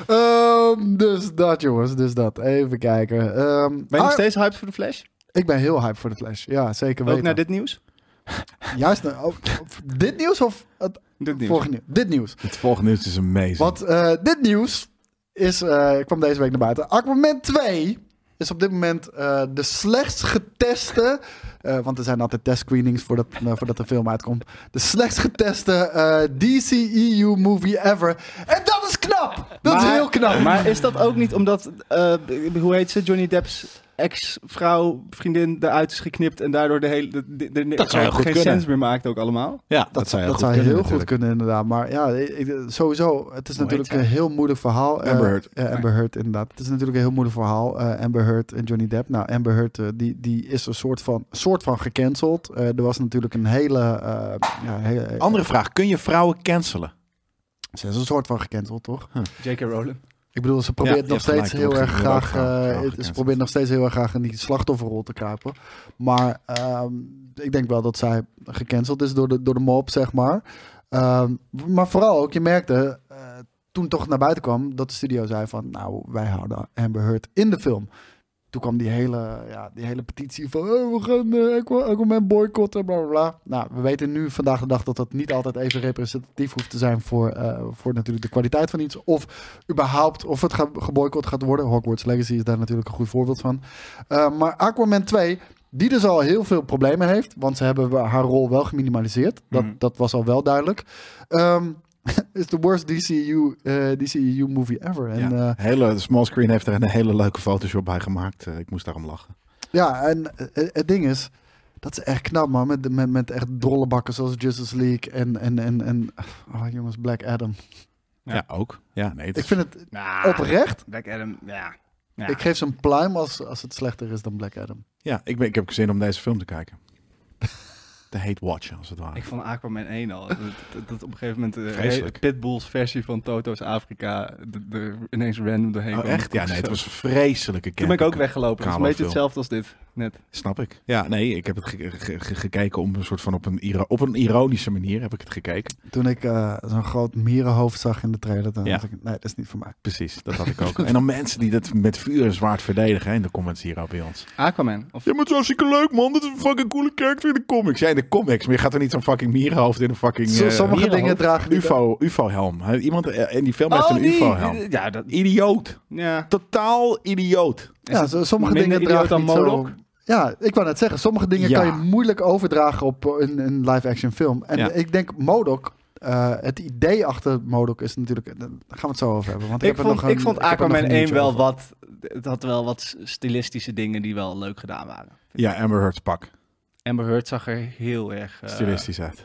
Ehm, dus dat jongens, dus dat. Even kijken. Ehm, Ben je nog ah, steeds hyped voor de Flash? Ik ben heel hype voor de Flash. Ja, zeker Ook weten. naar dit nieuws? Juist, naar- oh, oh, dit nieuws of het Dit nieuws. Volgende nieuws. Dit nieuws. Het volgende nieuws is amazing. Want eh, dit nieuws is, eh, ik kwam deze week naar buiten. Aquaman 2 is op dit moment eh, de slechtst geteste. eh, want er zijn altijd testscreenings voordat, eh, voordat de film uitkomt. De slechtst geteste eh DCEU movie ever. En dat is knap! Dat is Maar- heel knap. Maar is dat ook niet omdat, eh, hoe heet ze, Johnny Depp's ex-vrouw, vriendin eruit is geknipt en daardoor de hele, de, de, de- Dat zou heel geen goed kunnen. sens meer maakt ook allemaal? Ja, dat, zou Dat, zou, heel dat goed zou heel kunnen goed natuurlijk. kunnen, inderdaad. Maar ja, ik- ik- sowieso, het is natuurlijk een heel moeilijk verhaal. Eh, Amber Heard. ja, Amber Heard, inderdaad. Het is natuurlijk een heel moeilijk verhaal. Eh, Amber Heard en Johnny Depp. Nou, Amber Heard eh, die, die is een soort van, soort van gecanceld. Eh, er was natuurlijk een hele... eh, ja, hele Andere vraag, kun je vrouwen cancelen? Ze is een soort van gecanceld, toch? J.K. Rowling. Ik bedoel, ze probeert Ja, je nog hebt steeds gelijk, heel erg ik word ook graag. graag- eh, graag ze gecanceld. probeert nog steeds heel erg graag in die slachtofferrol te kruipen. Maar ehm, ik denk wel dat zij gecanceld is door de, door de mop, zeg maar. Ehm, maar vooral ook, je merkte eh, toen toch naar buiten kwam dat de studio zei van, nou, wij houden Amber Heard in de film. Toen kwam die hele, ja, die hele petitie van oh, we gaan eh, Aqua- Aquaman boycotten, bla bla bla. Nou, we weten nu vandaag de dag dat dat niet altijd even representatief hoeft te zijn voor, eh, voor natuurlijk de kwaliteit van iets. Of überhaupt of het ga- geboycott gaat worden. Hogwarts Legacy is daar natuurlijk een goed voorbeeld van. Eh, maar Aquaman 2, die dus al heel veel problemen heeft, want ze hebben haar rol wel geminimaliseerd. Dat, Mhm. dat was al wel duidelijk. Ehm is the worst DCU, eh, DCU movie ever. En, ja. eh, hele small screen heeft er een hele leuke Photoshop bij gemaakt. Eh, ik moest daarom lachen. Ja, en eh, het ding is, dat is echt knap, man. Met, met, met echt drollebakken zoals Justice League en, en, en, en oh, jongens, Black Adam. Ja, Ja. ook. Ja, nee. het Ik is- vind het Ah, oprecht. Black Adam, ja. Ja. Ik geef ze een pluim als, als het slechter is dan Black Adam. ja ik, ben, ik heb zin om deze film te kijken. De hate watch, als het ware. Ik vond Aquaman 1 al. Dat, dat- dat op een gegeven moment eh, Ah. Vreselijk. Pitbull's versie van Toto's Afrika de- de- ineens random doorheen Oh, kwam. echt? Ja, nee, het was een vreselijke camp. Toen ben ik ook weggelopen. Het is een Kale beetje film. hetzelfde als dit. Net. Snap ik. Ja, nee, ik heb het ge- ge- ge- gekeken om een soort van op een, iro- op een ironische manier heb ik het gekeken. Toen ik eh, zo'n groot mierenhoofd zag in de trailer, dan Ja. dacht ik, nee, dat is niet voor mij. Precies, dat had ik ook. en dan mensen die dat met vuur en zwaard verdedigen hè, in de comments hier ook bij ons. Aquaman. Of, Ja, maar het is hartstikke leuk man, dat is een fucking coole character in de comics. Ja, in de comics, maar je gaat er niet zo'n fucking mierenhoofd in een fucking... Zo- eh, sommige dingen mierenhoofd? dragen niet- UFO, UFO-helm. Hè, Iemand eh, in die film heeft een UFO-helm. Oh, Ja, dat... Idioot. Ja. Totaal idioot. Ja, zo- sommige minder dingen idioot dragen dan niet zo... Moloch? Ja, ik wou net zeggen, sommige dingen Ja. kan je moeilijk overdragen op een, een live-action film. En Ja. ik denk Modok, eh, het idee achter Modok is natuurlijk... eh, Daar gaan we het zo over hebben. Want ik, Ik heb er vond, nog een- ik vond heb er nog Aquaman een 1 nieuwtje wel over. wat... Het had wel wat stilistische dingen die wel leuk gedaan waren. Ja, Amber Heard's pak. Amber Heard zag er heel erg... eh, Stilistisch uit.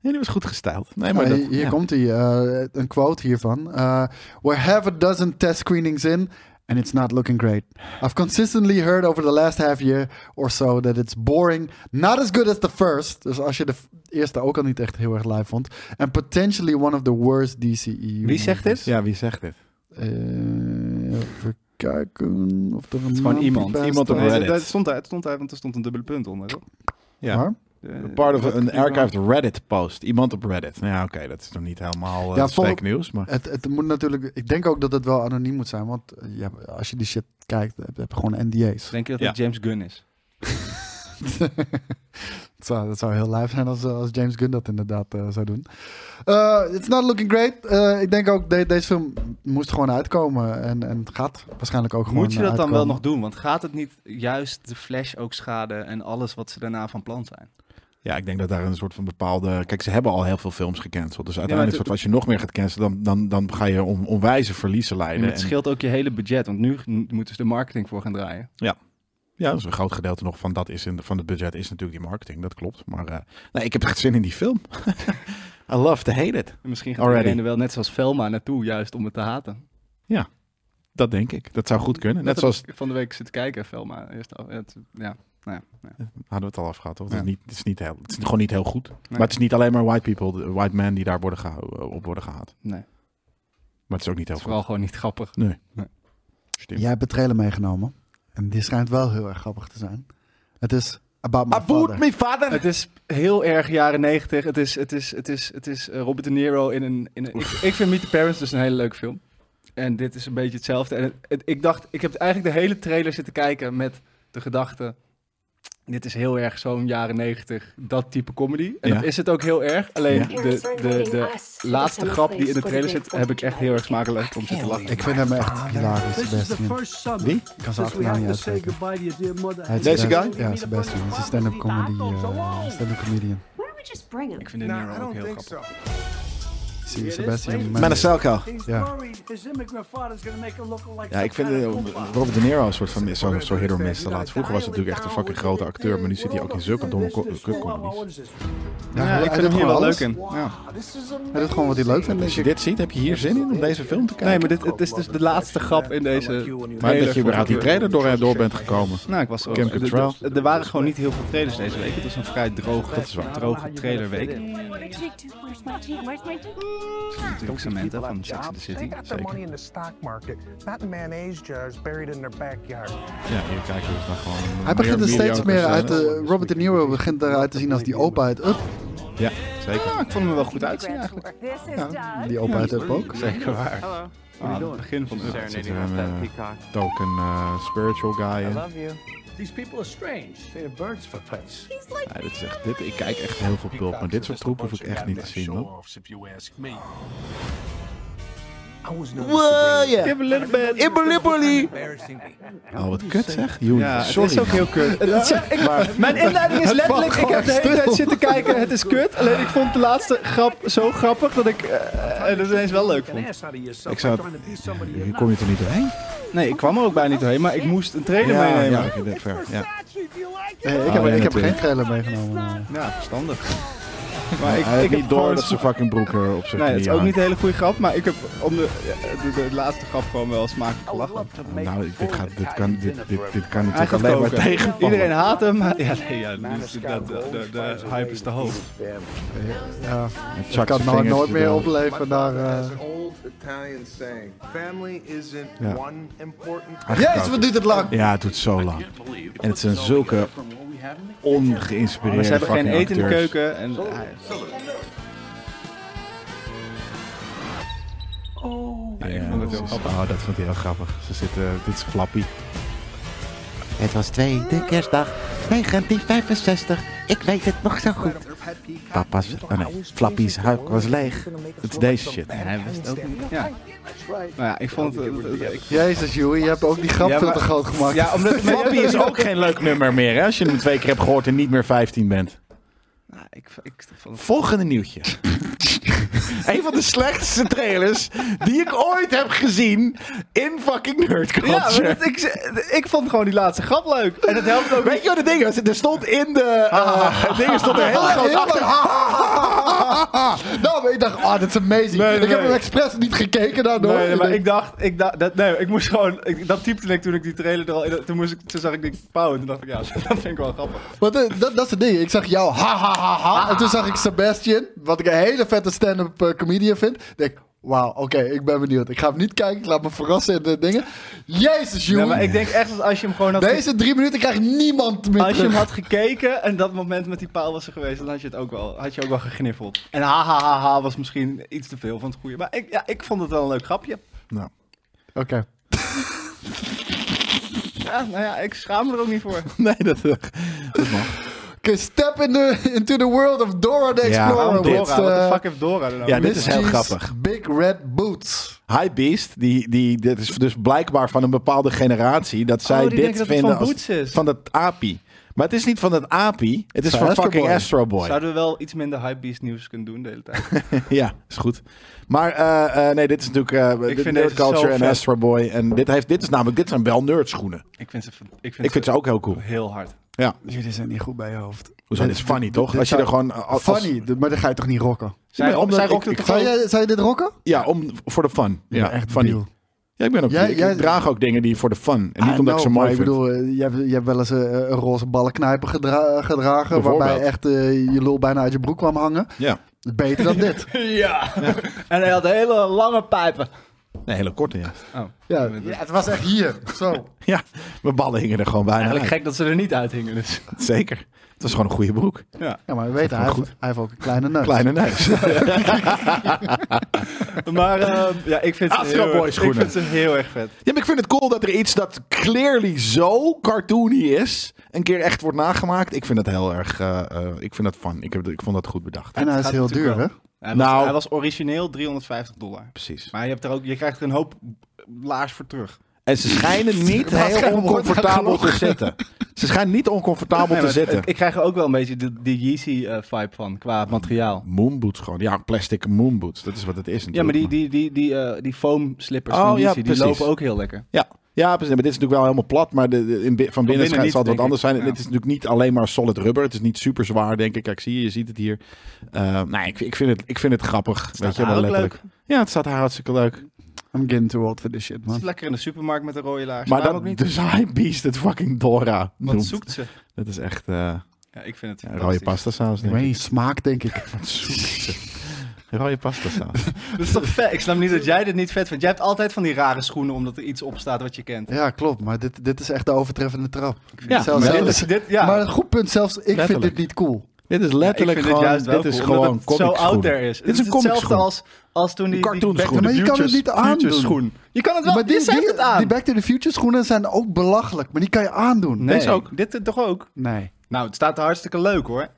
Nee, die was goed gestyled. Nee, Nou, maar dat, hier hier ja. komt hij, eh, een quote hiervan. Eh, We have a dozen test screenings in, and it's not looking great. I've consistently heard over the last half year or so that it's boring, not as good as the first. Dus als je de f- eerste ook al niet echt heel erg live vond. And potentially one of the worst E DCEU. Wie zegt dit? ja, wie zegt dit? Eh, even kijken of er een Het is gewoon naam iemand. bij Iemand op staat. Reddit. Nee, dat stond daar, het stond daar, want er stond een dubbele punt onder. toch? Ja. Maar? Eh, Part of wat- een archived Reddit post. Iemand op Reddit. Nou ja, oké, dat is nog niet helemaal eh Ja, vol- fake nieuws, maar Het, het moet natuurlijk, ik denk ook dat het wel anoniem moet zijn, want eh, ja, als je die shit kijkt, heb heb je gewoon NDA's. Denk je dat Ja. het James Gunn is? dat, zou, dat zou heel live zijn als, eh, als James Gunn dat inderdaad eh, zou doen. Eh, it's not looking great. Eh, ik denk ook, de- deze film moest gewoon uitkomen en, en gaat waarschijnlijk ook gewoon Moet je dat eh, dan wel uitkomen. nog doen? Want gaat het niet juist de Flash ook schaden en alles wat ze daarna van plan zijn? ja, ik denk dat daar een soort van bepaalde... Kijk, ze hebben al heel veel films gecanceld. Dus uiteindelijk, maar het- soort, van, als je nog meer gaat cancelen, dan, dan, dan ga je on, onwijze verliezen En leiden. het En- scheelt ook je hele budget, want nu n- moeten ze de marketing voor gaan draaien. ja, dus een groot gedeelte nog van, dat is in, van het budget is natuurlijk die marketing, dat klopt. Maar eh, nee, ik heb echt zin in die film. I love to hate it. En misschien gaat Already. iedereen er wel net zoals Velma naartoe, juist om het te haten. Dat denk ik. Dat zou goed kunnen. Dat Net heb zoals... ik van de week zitten kijken, Velma. Eerst af. Het, ja, nou ja, ja. Hadden we het al afgehad, toch? Het, Ja. is niet, het, is niet heel, het is gewoon niet heel goed. Maar het is niet alleen maar white people, de white men die daar worden geha- op worden gehaald. Nee, het Maar het is ook niet heel is goed. vooral gewoon niet grappig. Stimmt. Jij hebt de trailer meegenomen en die schijnt wel heel erg grappig te zijn. Het is About My Father. me vader. Het is heel erg jaren negentig. Het is, het is, het is, het is eh, Robert De Niro in een... In een ik, ik vind Meet the Parents dus een hele leuke film. En dit is een beetje hetzelfde. En het- het- ik dacht, ik heb eigenlijk de hele trailer zitten kijken met de gedachte... dit is heel erg zo'n jaren negentig, dat type comedy. En Ja. dat is het ook heel erg. Alleen Ja. de, de, de laatste grap die in de trailer zit, heb ik echt heel erg smakelijk om zitten lachen. Ik vind hem echt hilarisch, de This is the beste. man. first summer. Wie? Ik kan zijn Since we achternaam have niet to say uitspreken. goodbye to your dear mother. Hij is and- Deze best- guy? Ja, is de beste. man. Het is een stand-up comedy, eh, stand-up comedian. Why don't we just bring him? Ik vind de Nah, I Nero ook don't heel think grappig. so. Zie je, Sebastian Met een Mendes. celko. He's Ja. worried his immigrant father's gonna make him look like Ja, ik vind eh, Robert De Niro een soort van zo'n zo hit or miss de laatste. Vroeger was hij natuurlijk echt een fucking grote acteur, maar nu zit hij ook in zulke domme ko- kutcomedies. Ja, ik hij vind hem doet hier wel gewoon leuk alles. in. Ja. Hij doet gewoon wat hij leuk vindt, Als je denk dit ik. ziet, heb je hier zin in om deze film te kijken? Nee, maar dit, het is dus de laatste grap in deze Maar trailer dat je überhaupt die voor de trailer door, door bent gekomen. Nou, ik was zo. Kim er- er- Cattrall. er- Er waren gewoon niet heel veel trailers deze week. Het was een vrij droog, dat is waar. droge trailerweek. Natuurlijk What did she do? Where's my team? Where's my team? Samantha van Sex in the City. Zeker. in the stock market, not in mayonnaise jars buried in their backyard. Ja, hier kijken we dan gewoon. Hij begint er meer steeds mediocre meer uit scènes. de... Robert De Niro begint eruit te zien als die opa uit Up. Ja, zeker. Ah, ik vond hem er wel goed uitzien Congrats, eigenlijk. Laura. This is Doug. Die opa uit Up ook. Zeker waar. Hello. Ah, het begin van de Zit Serenading er off een that eh, peacock. token eh, spiritual guy I in. love you. These people are strange. They're birds for pets. He's like Ja, dit is echt, dit, ik kijk echt heel veel pulp, maar dit soort troep hoef ik echt niet te zien. Man. If you ask me. I was Well, yeah. Oh, wat kut zeg. Joen, Ja, het sorry. is ook man. heel kut. Het is- ik- mijn inleiding is letterlijk, ik heb de hele tijd zitten kijken, het is kut. Alleen ik vond de laatste grap zo grappig dat ik eh, het ineens wel leuk vond. Ik zou het- Hier kom je er niet doorheen? Nee, ik kwam er ook bijna niet doorheen, maar ik moest een trailer meenemen. oké, dit ver. Ja. Nee, ik Oh, heb, ja, ik heb geen natuurlijk. trailer eh. meegenomen. Ah, Ja, verstandig. Maar ik, Hij ik heeft heb niet door gewoon dat ze fucking broek eh, op zijn Nee, het knieën is ook niet hangt. een hele goede grap, maar ik heb om de, ja, de, de laatste grap gewoon wel smakelijk gelachen. Nou, dit, gaat, dit, kan, dit, dit, dit kan Hij natuurlijk gaat alleen maar koken. tegenvallen. Iedereen haat hem, maar ja, nee, ja, nu is het dat, de, de, de hype is te hoog. Ja, Het ik zakt kan zijn nou vingers nooit meer erdoor. opleven uh, daar. eh. old Italian saying, family isn't Ja. Ah, one important Hij gaat Jezus, koken. wat duurt het lang? Ja, het doet zo lang. En het zijn zulke ongeïnspireerde Maar ze hebben geen fucking eten in de acteurs. keuken en Ah, ja, Ja, dat, is, oh, dat vond ik heel grappig. Ze zitten, eh, dit is flappy. Het was tweede kerstdag 1965. Ik weet het nog zo goed. Papa's, oh nee, Flappy's huik was leeg. Het is deze shit. hij wist ook niet. Ja. Nou ja, ik vond het... het- het- ik- Jezus, Joey, je hebt ook die grap Ja, veel maar- te groot gemaakt. ja, omdat Flappy is ook geen leuk nummer meer, hè? Als je hem twee keer hebt gehoord en niet meer 15 bent. Nou, ik, ik vond het... Volgende nieuwtje. Een van de slechtste trailers die ik ooit heb gezien in fucking nerd Ja, maar culture. dat- ik, ik vond gewoon die laatste grap leuk. En het helpt ook Weet je wat het ding was? Er stond in de eh, het ding stond er heel groot Heel achter. lang, ha, ha, ha, ha, ha. Nou, maar ik dacht, ah, dit is amazing. Nee, ik nee. heb hem expres niet gekeken daardoor. Nee, nee, maar denk, ik dacht, ik dacht dat, nee, ik moest gewoon, ik, dat typte ik toen ik die trailer er al, in- toen moest ik, toen zag ik die pauw en toen dacht ik, ja, dat vind ik wel grappig. want, eh, dat, dat is het ding. Ik zag jou, ha, ha, ha, ha. En toen zag ik Sebastian, wat ik een hele vette stand-up eh, comedian vind. Ik denk, wauw, oké, ik ben benieuwd. Ik ga hem niet kijken, ik laat me verrassen in de dingen. Jezus, Ja, Joey. maar ik denk echt dat als je hem gewoon had, ge- Deze drie minuten krijgt niemand meer als je terug. hem had gekeken en dat moment met die paal was er geweest, dan had je het ook wel, had je ook wel gegniffeld. En ha ha ha, ha was misschien iets te veel van het goede, maar ik, ja, ik vond het wel een leuk grapje. Nou, Oké. Ja, nou ja, ik schaam me er ook niet voor. nee, dat, dat mag. Okay, step in the, into the world of Dora the Ja, Explorer. waarom Dora, What's, what the eh, fuck heeft Dora er nou? Ja, dit is Miss heel G's grappig. Big Red Boots. High Beast, die, die, dit is dus blijkbaar van een bepaalde generatie dat zij Oh, die dit denken dat het vinden van als- Boots is. van dat api. Maar het is niet van dat api, het is Van van Astro fucking Boy. Astro Boy. Zouden we wel iets minder hypebeast nieuws kunnen doen de hele tijd? Ja, is goed. Maar eh, eh, nee, dit is natuurlijk eh Ik de vind Nerd deze zo Culture en vet. Astro Boy. En dit, heeft, dit is namelijk, dit zijn wel nerdschoenen. ik vind ze, van- ik vind Ik vind ze ook heel cool. heel hard. Ja, Jullie zijn niet goed bij je hoofd. hoezo? Dit is funny, toch? Als je er gewoon... eh, als- funny, d- maar dan ga je toch niet rocken? Zij, omdat zij ik- rockte ik- toch Zou ook? jij, zou je dit rocken? Ja, om, voor de fun. Ja, echt funny. debiel. Ja, ik ben ook... Jij- ik, jij- ik draag ook dingen die voor de fun. En niet Ah, omdat ik ze no, maar mooi Ik vind. bedoel, eh, je hebt, je hebt wel eens eh, een roze ballenknijper gedra- gedragen... waarbij Bijvoorbeeld. echt eh, je lul bijna uit je broek kwam hangen. Ja, Beter dan dit. Ja. En hij had hele lange pijpen. nee, hele korte, ja. Oh. Ja, ja, het was echt hier. Zo. Ja, mijn ballen hingen er gewoon bijna Eigenlijk uit. gek dat ze er niet uithingen. Dus. Zeker. Het was gewoon een goede broek. Ja, maar we weten, hij, heeft, hij heeft ook een kleine neus. Kleine neus. Maar eh, ja, ik vind, Astro ze heel, Boy erg- ik schoenen. vind ze heel erg vet. Ja, maar ik vind het cool dat er iets dat clearly zo cartoony is, een keer echt wordt nagemaakt. Ik vind dat heel erg, eh, eh, ik vind dat fun. Ik, heb, ik vond dat goed bedacht. En hij is Gaat heel duur, natuurlijk hè? wel. Hij Nou. was, hij was origineel 350 dollar. Precies. Maar je, hebt er ook, je krijgt er een hoop laars voor terug. En ze schijnen niet heel oncomfortabel te zitten. Ze schijnen niet oncomfortabel Nee, te maar zitten. Ik, ik krijg er ook wel een beetje de, de Yeezy-vibe van, qua materiaal. Moonboots gewoon. Ja, plastic moonboots. Dat is wat het is Ja, maar natuurlijk. die, die, die, die, eh, die foam slippers Oh, van ja, Yeezy, die precies. lopen ook heel lekker. Ja, ja precies. Maar dit is natuurlijk wel helemaal plat, maar de, de- in, bi- van binnen binnen schijnt het niet, altijd denk wat anders ik. zijn. Ja. Het is natuurlijk niet alleen maar solid rubber. Het is niet super zwaar, denk ik. Kijk, zie je, je ziet het hier. Eh nee, ik, ik, vind het, ik vind het grappig. Weet je, haar wel ook letterlijk. leuk? Ja, het staat haar hartstikke leuk. I'm getting too old for this shit, man. Het is lekker in de supermarkt met een rode laars. Maar Waarom dat ook niet? design beast het fucking Dora Wat noemt. zoekt ze? Dat is echt eh Ja, ik vind het rode fantastisch. pasta saus, Ik denk weet ik. niet, smaak denk ik. Wat zoekt ze? Rode pasta saus. Dat is toch vet? Ik snap niet dat jij dit niet vet vindt. Jij hebt altijd van die rare schoenen omdat er iets op staat wat je kent. Ja, klopt. Maar dit, dit is echt de overtreffende trap. Ja, Zelfs- maar dit zelfs- is- dit- ja. Maar een goed punt, zelfs ik vind Letterlijk. dit niet cool. Dit is letterlijk ik vind gewoon, het juist wel dit is cool, omdat gewoon het zo comic out schoenen. there is. Dit is een comic hetzelfde schoen. als, als toen die, die cartoon Back to schoen. the Maar je kan het Futures- niet aandoen. Futures schoen. Je kan het wel, maar die, zegt het aan. die Back to the Future schoenen zijn ook belachelijk. Maar die kan je aandoen. nee, Deze ook. Dit toch ook? Nee. Nou, het staat er hartstikke leuk hoor. Het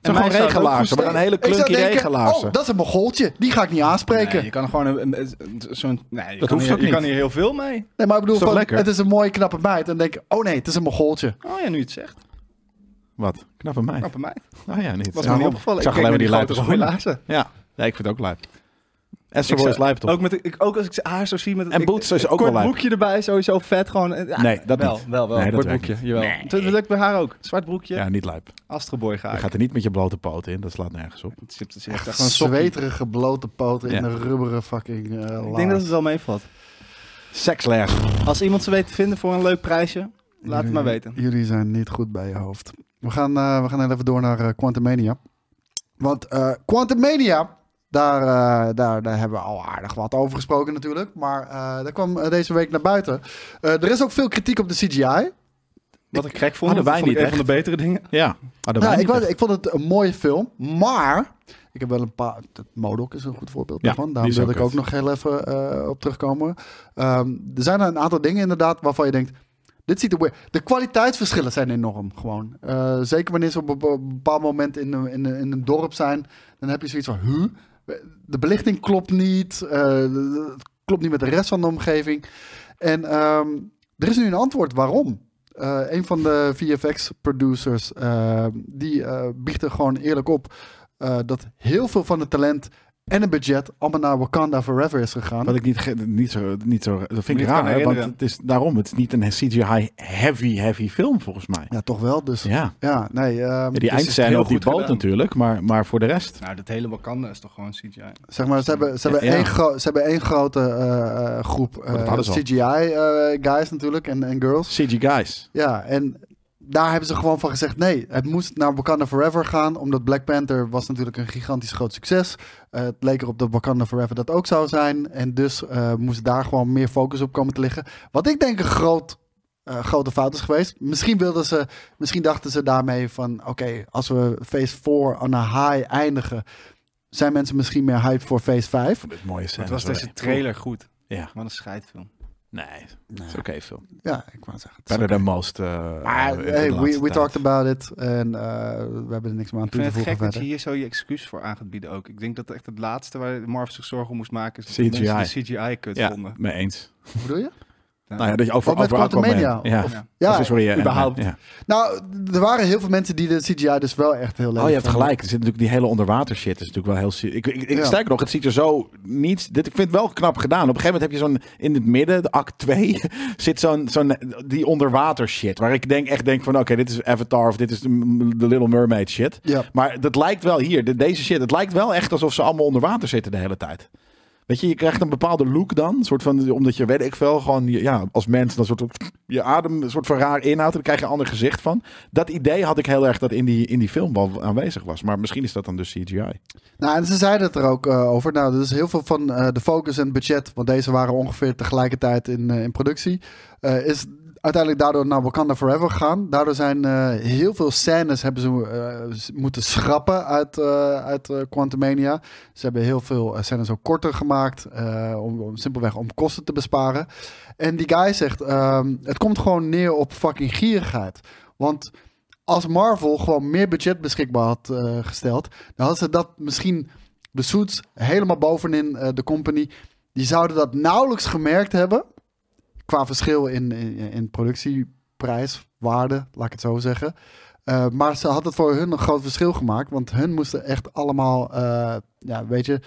zijn mij gewoon zou het ook regenlaarzen, maar goed dan hele Ik zou klunky denken, regenlaarzen. Oh, dat is een mogoltje. Die ga ik niet staan. aanspreken. Nee, je kan er gewoon een, een- een- zo'n. Nee, je, Dat kan hoeft hier, ook je niet. kan hier heel veel mee. Nee, maar ik bedoel, Is toch van, lekker? het is een mooie, knappe meid. En denk ik, oh nee, het is een mogoltje. Oh ja, nu je het zegt. Wat? Knappe meid. Knappe meid. Oh ja, niet. Ja, Was me niet waarom? opgevallen. Ik zag alleen keek maar naar die lijpe grote schoenen. laarzen. Ja, nee, ik vind het ook lijp. Esther Ik Boy is zou- lijp, toch? Ook, met, de- ik, ook als ik ze haar zo zie met het- En ik- boots is een ook wel Kort lijp. broekje erbij, sowieso vet gewoon. eh, Nee, dat wel, niet. Wel, wel, Nee, dat Kort werkt broekje, jawel. Dat dat lukt bij haar ook. Zwart broekje, Ja, Ah, niet lijp. Astroboy Je gaat. gaat er niet met je blote poten in, dat slaat nergens op. Ze heeft- ze heeft echt Gewoon een sokkie. zweterige blote poten Ja. in een rubberen fucking eh Ik laars. denk dat het wel meevalt. Seksleg. Als iemand ze weet te vinden voor een leuk prijsje, laat het Jullie- maar weten. Jullie zijn niet goed bij je hoofd. We gaan, eh, we gaan heel even door naar eh, Quantumania. Want eh Quantumania, daar, eh, daar, daar hebben we al aardig wat over gesproken natuurlijk. Maar eh daar kwam eh, deze week naar buiten. Eh, er is ook veel kritiek op de CGI. Wat ik gek vond, Hadden dat wij vond ik niet een van de betere dingen. Ja. Ah, dat Nou, weet ik, niet wou- echt. ik vond het een mooie film, maar ik heb wel een paar. Modok is een goed voorbeeld Ja, daarvan. die Daarom is wilde ook ik ook kut. nog heel even eh, op terugkomen. Ehm, er zijn een aantal dingen inderdaad waarvan je denkt. Dit ziet er weer. De kwaliteitsverschillen zijn enorm gewoon. Eh, zeker wanneer ze op een be- bepaald moment in een, in, een, in een dorp zijn, dan heb je zoiets van. Huh? De belichting klopt niet. eh, het klopt niet met de rest van de omgeving. En ehm, er is nu een antwoord waarom. Eh, een van de VFX-producers eh, die eh, biedt er gewoon eerlijk op eh, dat heel veel van het talent en het budget allemaal naar Wakanda Forever is gegaan. Wat ik niet, ge- niet, zo, niet zo... Dat vind ik niet raar, kan hè, want herinneren. het is daarom. Het is niet een CGI heavy, heavy film, volgens mij. Ja, toch wel. Dus ja, Ja. nee, ehm, Die het eindscène heel op die goed boot gedaan. natuurlijk, maar, maar voor de rest... Nou, dat hele Wakanda is toch gewoon CGI. zeg maar, ze hebben, ze hebben, Ja. Oh, één, gro- ze hebben één grote eh, eh, groep dat hadden ze al. CGI-guys eh, natuurlijk en, en girls. CGI guys. Ja, en daar hebben ze gewoon van gezegd: nee, het moest naar Wakanda Forever gaan. Omdat Black Panther was natuurlijk een gigantisch groot succes. Eh, het leek erop dat Wakanda Forever dat ook zou zijn. En dus eh, moest daar gewoon meer focus op komen te liggen. Wat ik denk een groot, eh, grote fout is geweest. Misschien, wilden ze, misschien dachten ze daarmee van: oké, als we phase 4 aan een high eindigen. Zijn mensen misschien meer hype voor phase 5? Dit mooie scène. Het was sorry. deze trailer goed. Ja. Wat een scheidfilm. Nee, het is oké film. Ja, ik wou zeggen. het is Better oké. than most. eh, Maar in de Ah, hey, we, laatste we tijd. talked about it. En eh, we hebben er niks meer aan Ik toe vind te het gek voegen dat je verder. hier zo je excuus voor aan gaat bieden ook. Ik denk dat echt het laatste waar Marvel zich zorgen om moest maken is dat CGI. de mensen de CGI kut Ja, vonden. mee eens. Wat bedoel je? Nou ja, dat je over, Wat met over Aquaman- Quantumania? Ja. Of- Ja, Of, sorry, eh, überhaupt. Ant-Man, ja. Nou, er waren heel veel mensen die de CGI dus wel echt heel leuk Oh, je hebt vonden. gelijk. Er zit natuurlijk die hele onderwater shit. Is natuurlijk wel heel. se- Ik, ik, ik Ja. sterker nog, het ziet er zo niet. Dit, ik vind het wel knap gedaan. Op een gegeven moment heb je zo'n in het midden, de act 2, zit zo'n zo'n die onderwater shit. Waar ik denk echt denk van, oké, dit is Avatar of dit is de, de Little Mermaid shit. Ja. Maar dat lijkt wel hier, de- deze shit. Het lijkt wel echt alsof ze allemaal onder water zitten de hele tijd. Weet je, je krijgt een bepaalde look dan. Soort van, omdat je, weet ik veel, gewoon je- ja, als mens dan soort, van- je adem een soort van raar inhoudt. En daar krijg je een ander gezicht van. Dat idee had ik heel erg dat in die, in die film wel aanwezig was. Maar misschien is dat dan dus CGI. Nou, en ze zeiden het er ook eh, over. Nou, dus heel veel van eh, de focus en het budget, want deze waren ongeveer tegelijkertijd in, eh, in productie, eh, is uiteindelijk daardoor naar Wakanda Forever gegaan. Daardoor zijn eh, heel veel scènes hebben ze eh, s- moeten schrappen uit, eh uit eh, Quantumania. Ze hebben heel veel eh, scènes ook korter gemaakt, eh, om, om- simpelweg om kosten te besparen. En die guy zegt, ehm, het komt gewoon neer op fucking gierigheid. Want als Marvel gewoon meer budget beschikbaar had eh, gesteld, dan hadden ze dat misschien de suits helemaal bovenin eh, de company. Die zouden dat nauwelijks gemerkt hebben qua verschil in, in, in productieprijs, waarde, laat ik het zo zeggen. Eh, maar ze had het voor hun een groot verschil gemaakt. Want hun moesten echt allemaal, eh, ja, weet je,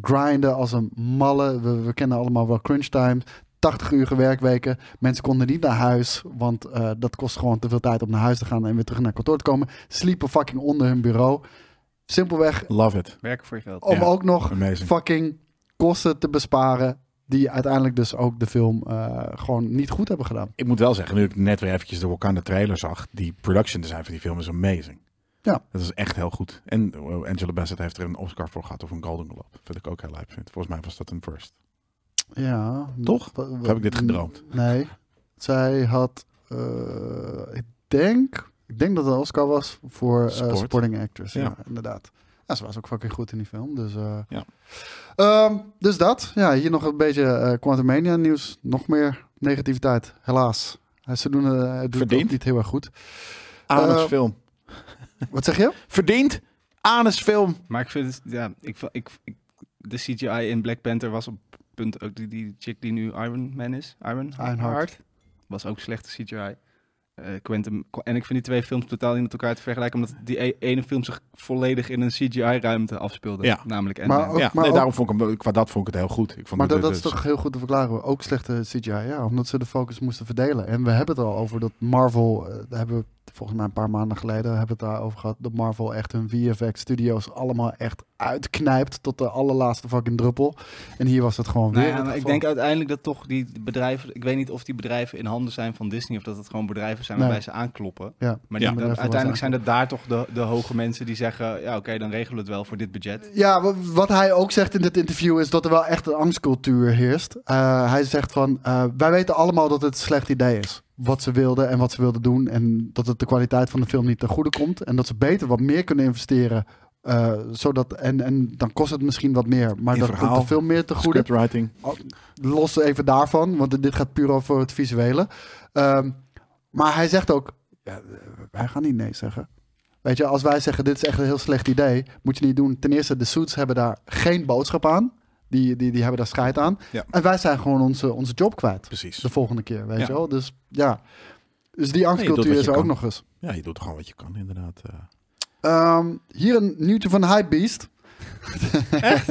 grinden als een malle. We, we kennen allemaal wel crunch time. 80 uur werkweken. Mensen konden niet naar huis, want eh, dat kost gewoon te veel tijd om naar huis te gaan en weer terug naar kantoor te komen. Sliepen fucking onder hun bureau. Simpelweg Love it. Werken voor je geld. om Ja, ook nog amazing. fucking kosten te besparen. Die uiteindelijk dus ook de film eh, gewoon niet goed hebben gedaan. Ik moet wel zeggen, nu ik net weer eventjes de Wakanda trailer zag, die production design van die film is amazing. Ja. Dat is echt heel goed. En eh, Angela Bassett heeft er een Oscar voor gehad of een Golden Globe. Vind ik ook heel leuk. vind. Volgens mij was dat een first. Ja. Toch? Wa- wa- Of heb ik dit gedroomd? Nee. Zij had, eh, ik denk, ik denk dat het een Oscar was voor eh, Sport. supporting actress. Ja, Ja. inderdaad. Ja, ze was ook fucking goed in die film. Dus, eh, Ja. Ehm, dus dat. Ja, hier nog een beetje eh Quantumania nieuws. Nog meer negativiteit, helaas. Eh, Ze doen, eh, het doet het Verdiend. ook niet heel erg goed. Anus Eh, film. Wat zeg je? Verdiend. Anus film. Maar ik vind het, ja, ik, va- ik, ik- de CGI in Black Panther was op punt ook die, die chick die nu Iron Man is. Iron Ironheart. Was ook slechte CGI. Eh, Quentin, en ik vind die twee films totaal niet met elkaar te vergelijken, omdat die e- ene film zich volledig in een CGI-ruimte afspeelde. Ja. Namelijk Maar Ant-Man. ook- ja, nee, daarom vond ik hem, qua dat vond ik het heel goed. Ik vond Maar de- dat, dat de- is toch heel goed te verklaren. hoor. Ook slechte CGI, ja. Omdat ze de focus moesten verdelen. En we hebben het al over dat Marvel... eh, Daar hebben we het volgens mij een paar maanden geleden hebben we het daarover gehad. Dat Marvel echt hun VFX-studios allemaal echt uitknijpt... tot de allerlaatste fucking druppel. En hier was het gewoon Nou weer ja, het maar ik geval. denk uiteindelijk dat toch die bedrijven, ik weet niet of die bedrijven in handen zijn van Disney of dat het gewoon bedrijven zijn Nee. waarbij ze aankloppen. Ja, Maar Ja. die- dat- Bedrijven uiteindelijk waar zijn ze het daar toch de, de hoge mensen die zeggen, ja oké, dan regelen we het wel voor dit budget. Ja, wa- wat hij ook zegt in dit interview is dat er wel echt een angstcultuur heerst. Eh, hij zegt van, eh, wij weten allemaal dat het een slecht idee is. Wat ze wilden en wat ze wilden doen. En dat het de kwaliteit van de film niet ten goede komt. En dat ze beter wat meer kunnen investeren. eh, zodat, en, en dan kost het misschien wat meer. Maar In dat komt verhaal, de film meer ten goede. Scriptwriting. Los even daarvan, want dit gaat puur over het visuele. Ehm, maar hij zegt ook, ja, wij gaan niet nee zeggen. Weet je, als wij zeggen dit is echt een heel slecht idee, moet je niet doen. Ten eerste, de suits hebben daar geen boodschap aan. Die, die, die hebben daar scheid aan. Ja. En wij zijn gewoon onze, onze job kwijt Precies. de volgende keer, weet Ja. je wel. Dus ja, dus die angstcultuur wat is je er ook kan. nog eens. Ja, je doet gewoon wat je kan, inderdaad. eh. Ehm, hier een nieuwtje van Hypebeast.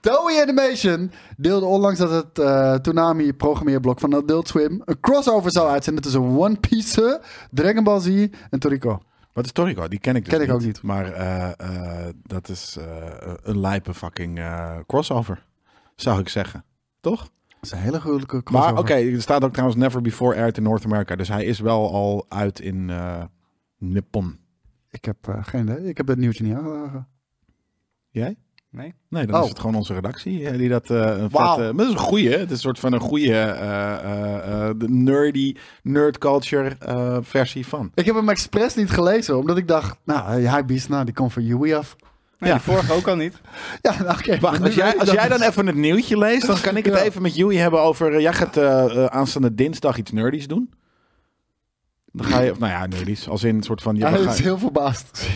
Toei Animation deelde onlangs dat het eh Toonami-programmeerblok van Adult Swim een crossover zou uitzenden tussen One Piece, Dragon Ball Z en Toriko. Wat is Toriko? Die ken ik dus Ken ik ook niet. Maar eh, eh, dat is eh, een lijpe fucking eh, crossover, zou ik zeggen. Toch? Dat is een hele gruwelijke Maar crossover. oké, er staat ook trouwens Never Before Aired in North America. Dus hij is wel al uit in eh Nippon. Ik heb eh, geen idee. Ik heb het nieuwtje niet aangedragen. Jij? Nee. Nee, dan Oh. is het gewoon onze redactie eh, die dat... eh, een Wauw. vette- maar dat is een goeie. hè? Het is een soort van een goeie eh, eh, eh, de nerdy, nerd culture eh, versie van. Ik heb hem expres niet gelezen, omdat ik dacht, nou, eh, Hypebeast, nou, die komt van Yui af. Nee, Ja. die vorige ook al niet. Ja, nou, oké. Wacht, Nu als weet jij, ik als dat jij het- dan even het nieuwtje leest, dan kan ik het Ja. even met jullie hebben over... eh, jij gaat eh, eh, aanstaande dinsdag iets nerdies doen. Dan ga je, of nou ja, nerdies, als in een soort van... Je, Hij gaat, is heel verbaasd.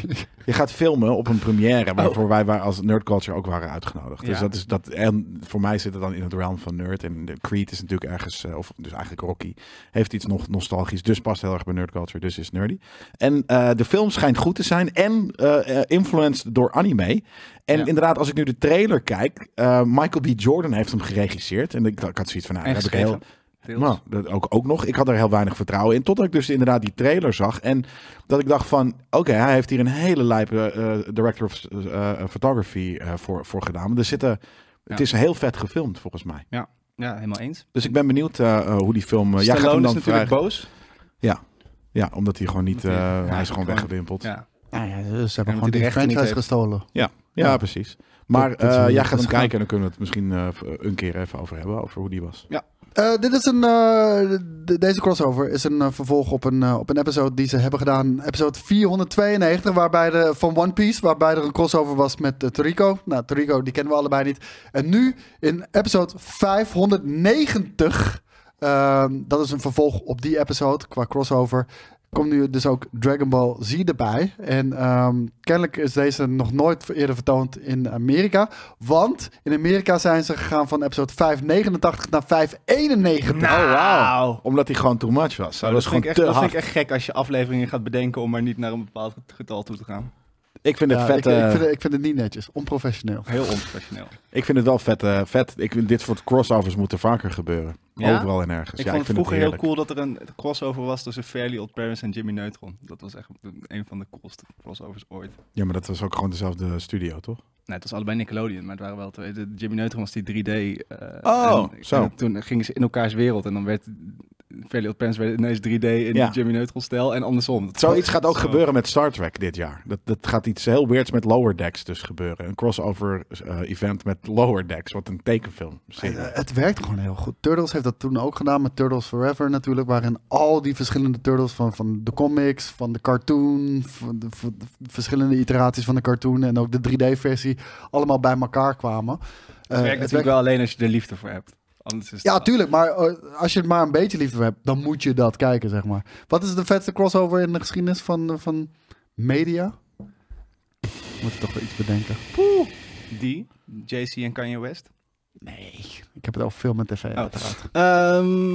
je gaat filmen op een première, waarvoor wij wa- als Nerd Culture ook waren uitgenodigd. Dus Oh. Ja. dat is dat, en voor mij zit het dan in het realm van nerd. En de Creed is natuurlijk ergens, eh, of dus eigenlijk Rocky, heeft iets nog nostalgisch, dus past heel erg bij Nerd Culture, dus is nerdy. En eh, de film schijnt goed te zijn en eh eh, influenced door anime. En Ja. inderdaad, als ik nu de trailer kijk, eh, Michael B. Jordan heeft hem geregisseerd. En ik, ik had zoiets van, nou, En daar heb ik geschreven. heel... Nou, dat ook, ook nog. Ik had er heel weinig vertrouwen in. Totdat ik dus inderdaad die trailer zag. En dat ik dacht van... Oké, hij heeft eh, hier een hele lijpe eh, director of eh, eh, photography eh, voor, voor gedaan. Want er zitten... Het is heel vet gefilmd, volgens mij. Ja, ja helemaal eens. Dus ik ben benieuwd eh, eh, hoe die film... eh, jij gaat hem Stallone is dan natuurlijk vragen. boos. Ja. ja, omdat hij gewoon niet... eh, hij is gewoon gewoon- weggewimpeld. Ja, Ja. Nou ja, ze hebben die gewoon rechten die niet franchise heeft. gestolen. ja. precies. Maar dat is eh, hoe jij het gaat is hem gegaan. kijken en dan kunnen we het misschien eh, een keer even over hebben. Over hoe die was. Eh, dit is een, eh, de- deze crossover is een eh, vervolg op een, eh, op een episode die ze hebben gedaan. Episode 492 waarbij de, van One Piece, waarbij er een crossover was met eh, Toriko. Nou, Toriko, die kennen we allebei niet. En nu in episode 590, ehm, dat is een vervolg op die episode qua crossover, komt nu dus ook Dragon Ball Z erbij. En ehm, kennelijk is deze nog nooit eerder vertoond in Amerika. Want in Amerika zijn ze gegaan van episode 589 naar 591. Oh, wauw. Nou, Omdat hij gewoon too much was. Hij was dat vind, gewoon ik echt, te dat vind hard. ik echt gek als je afleveringen gaat bedenken om maar niet naar een bepaald getal toe te gaan. Ik vind het Ja, vet. ik, ik, eh, vind, het- ik vind het niet netjes. Onprofessioneel. Heel onprofessioneel. Ik vind het wel vet. eh, vet. Ik, vind- dit soort crossovers moeten vaker gebeuren. Ja? Overal en ergens. ik ja, vond het vind vroeger heel heerlijk. cool dat er een crossover was tussen Fairly Old Parents en Jimmy Neutron. Dat was echt een- een van de coolste crossovers ooit. Ja, maar dat was ook gewoon dezelfde studio, toch? Nee, het was allebei Nickelodeon, maar het waren wel twee. de- Jimmy Neutron was die 3D. eh, Oh, en- zo. en toen gingen ze in elkaars wereld en dan werd Fairly Old Parents werd ineens 3D in Ja. Jimmy Neutron stijl en andersom. Dat Zoiets gaat ook Zo. gebeuren met Star Trek dit jaar. Dat, dat gaat iets heel weirds met Lower Decks dus gebeuren. Een crossover eh, event met Lower Decks. Wat een tekenfilm. serie. Eh, Het werkt gewoon heel goed. Turtles heeft dat toen ook gedaan met Turtles Forever natuurlijk. Waarin al die verschillende Turtles van, van de comics, van de cartoon, van de, van de verschillende iteraties van de cartoon en ook de 3D-versie allemaal bij elkaar kwamen. Het Eh, werkt het natuurlijk wel alleen als je er liefde voor hebt. Anders is Ja, het- tuurlijk. Maar eh, als je het maar een beetje liefde voor hebt, dan moet je dat kijken, zeg maar. Wat is de vetste crossover in de geschiedenis van, eh, van media? Moet ik toch wel iets bedenken. Die, JC en Kanye West. Nee, ik heb het over film en tv. Oh. uiteraard.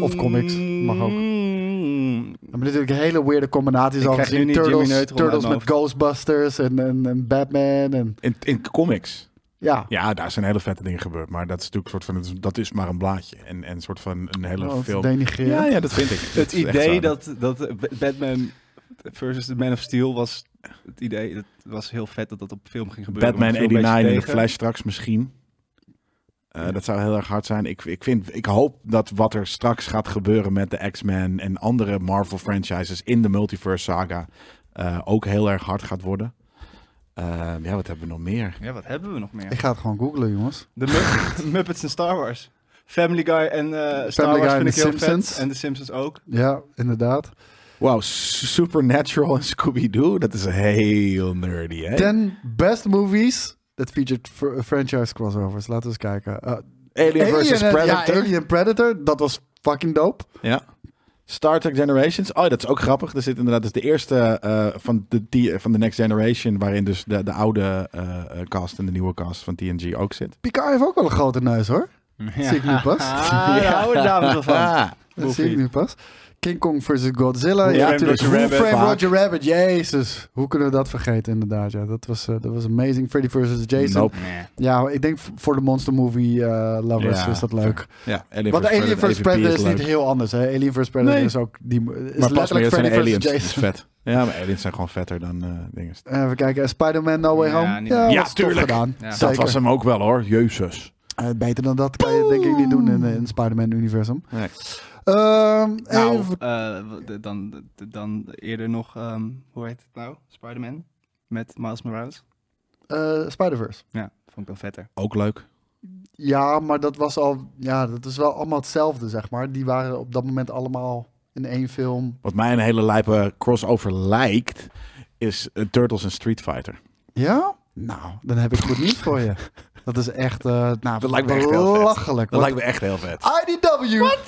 Of comics, comics, mag ook. We hebben natuurlijk hele weirde combinaties Ik al krijg gezien. nu niet Jimmy Turtles, Neutron uit Turtles mijn met Ghostbusters en, en, en Batman. En, In, in comics. ja. Ja, daar zijn hele vette dingen gebeurd. Maar dat is natuurlijk een soort van. Dat is maar een blaadje. En, en een soort van een hele Oh, film. denigreren. Ja, ja, dat vind ik. Dat Het is echt idee zo. dat, dat eh, Ba- Batman versus The Man of Steel was het idee. Het was heel vet dat dat op film ging gebeuren. Batman maar het viel een 89 in de beetje tegen. Flash straks misschien. Eh, Dat zou heel erg hard zijn. Ik, ik, vind, ik hoop dat wat er straks gaat gebeuren met de X-Men en andere Marvel franchises in de multiverse saga eh, ook heel erg hard gaat worden. Eh, ja, wat hebben we nog meer? Ja, wat hebben we nog meer? Ik ga het gewoon googlen, jongens. De Mupp- Muppets en Star Wars. Family Guy en eh, Star Guy Wars en vind ik The heel Simpsons. vet. En The Simpsons ook. Ja, inderdaad. Wow, Supernatural en Scooby-Doo. Dat is heel nerdy, hè? 10 best movies that featured fr- franchise crossovers. Laten we eens kijken. Eh, Alien vs. en- Predator. Ja, Alien Predator. Dat was fucking dope. Ja. Star Trek Generations. Oh, dat is ook grappig. Er zit inderdaad dus de eerste eh, van, de, die, van de Next Generation, waarin dus de, de oude eh, eh, cast en de nieuwe cast van TNG ook zit. Picard heeft ook wel een grote neus, hoor. Dat zie ik nu pas. Ah, daar houden we dames wel van. Ah. Dat Boefie. zie ik nu pas. King Kong versus Godzilla. Who Ja, Framed natuurlijk. Roger Who Rabbit. Framed Vaak. Roger Rabbit. Jezus. Hoe kunnen we dat vergeten, inderdaad. Ja, dat was, eh, dat was amazing. Freddy versus Jason. Nope. Ja, ik denk v- voor de monster movie eh, lovers Ja, is dat leuk. Ja, Alien Want versus Alien vs. AVP Predator is, leuk. niet heel anders. Hè? Alien vs. Predator Nee. is ook... Die, mo- is Maar pas meer, letterlijk het zijn Freddy versus aliens. Dat is Jason. vet. Ja, maar aliens zijn gewoon vetter dan eh dingen. Even kijken. Spider-Man No Way Ja, Home. niet Ja, meer. Ja, was tof tuurlijk. gedaan. Ja. Dat Zeker. was hem ook wel hoor, jezus. Eh, beter dan dat kan je denk ik niet doen in, in het Spider-Man-universum. Nee. Ehm, Nou, even- eh, w- de- dan, de- dan eerder nog, ehm, hoe heet het nou? Spider-Man met Miles Morales. eh, Spider-Verse. Ja, vond ik wel vetter. Ook leuk. Ja, maar dat was al. Ja, dat is wel allemaal hetzelfde, zeg maar. Die waren op dat moment allemaal in één film. Wat mij een hele lijpe crossover lijkt, is eh, Turtles en Street Fighter. Ja? Nou, dan heb ik goed nieuws voor je. Dat is echt. eh nou, Dat lijkt me echt heel vet. belachelijk. Dat want lijkt me echt heel vet. IDW.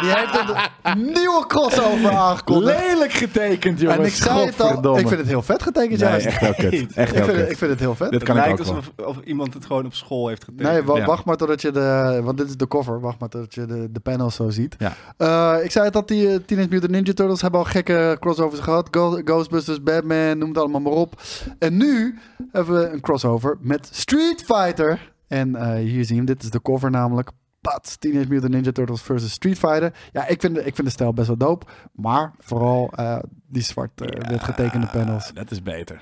Die heeft een nieuwe crossover aangekondigd. Lelijk getekend, jongens. en ik zei het al. Ik vind het heel vet getekend, Nee, juist. echt heel kut. Echt ik, heel vind het, kut. ik vind het heel vet. Dit kan het ik ook lijkt wel. alsof of iemand het gewoon op school heeft getekend. Nee, wa- Ja. wacht maar totdat je de. Want dit is de cover. Wacht maar totdat je de, de panels zo ziet. Ja. Eh, ik zei het al, die eh, Teenage Mutant Ninja Turtles hebben al gekke crossovers gehad. Go- Ghostbusters, Batman, noem het allemaal maar op. En nu hebben we een crossover met Street Fighter. En eh, hier zie je hem, dit is de cover namelijk. Pat, Teenage Mutant Ninja Turtles versus Street Fighter. Ja, ik vind, de- ik vind de stijl best wel dope. Maar vooral eh, die zwart eh, wit getekende panels. Ah, dat is beter.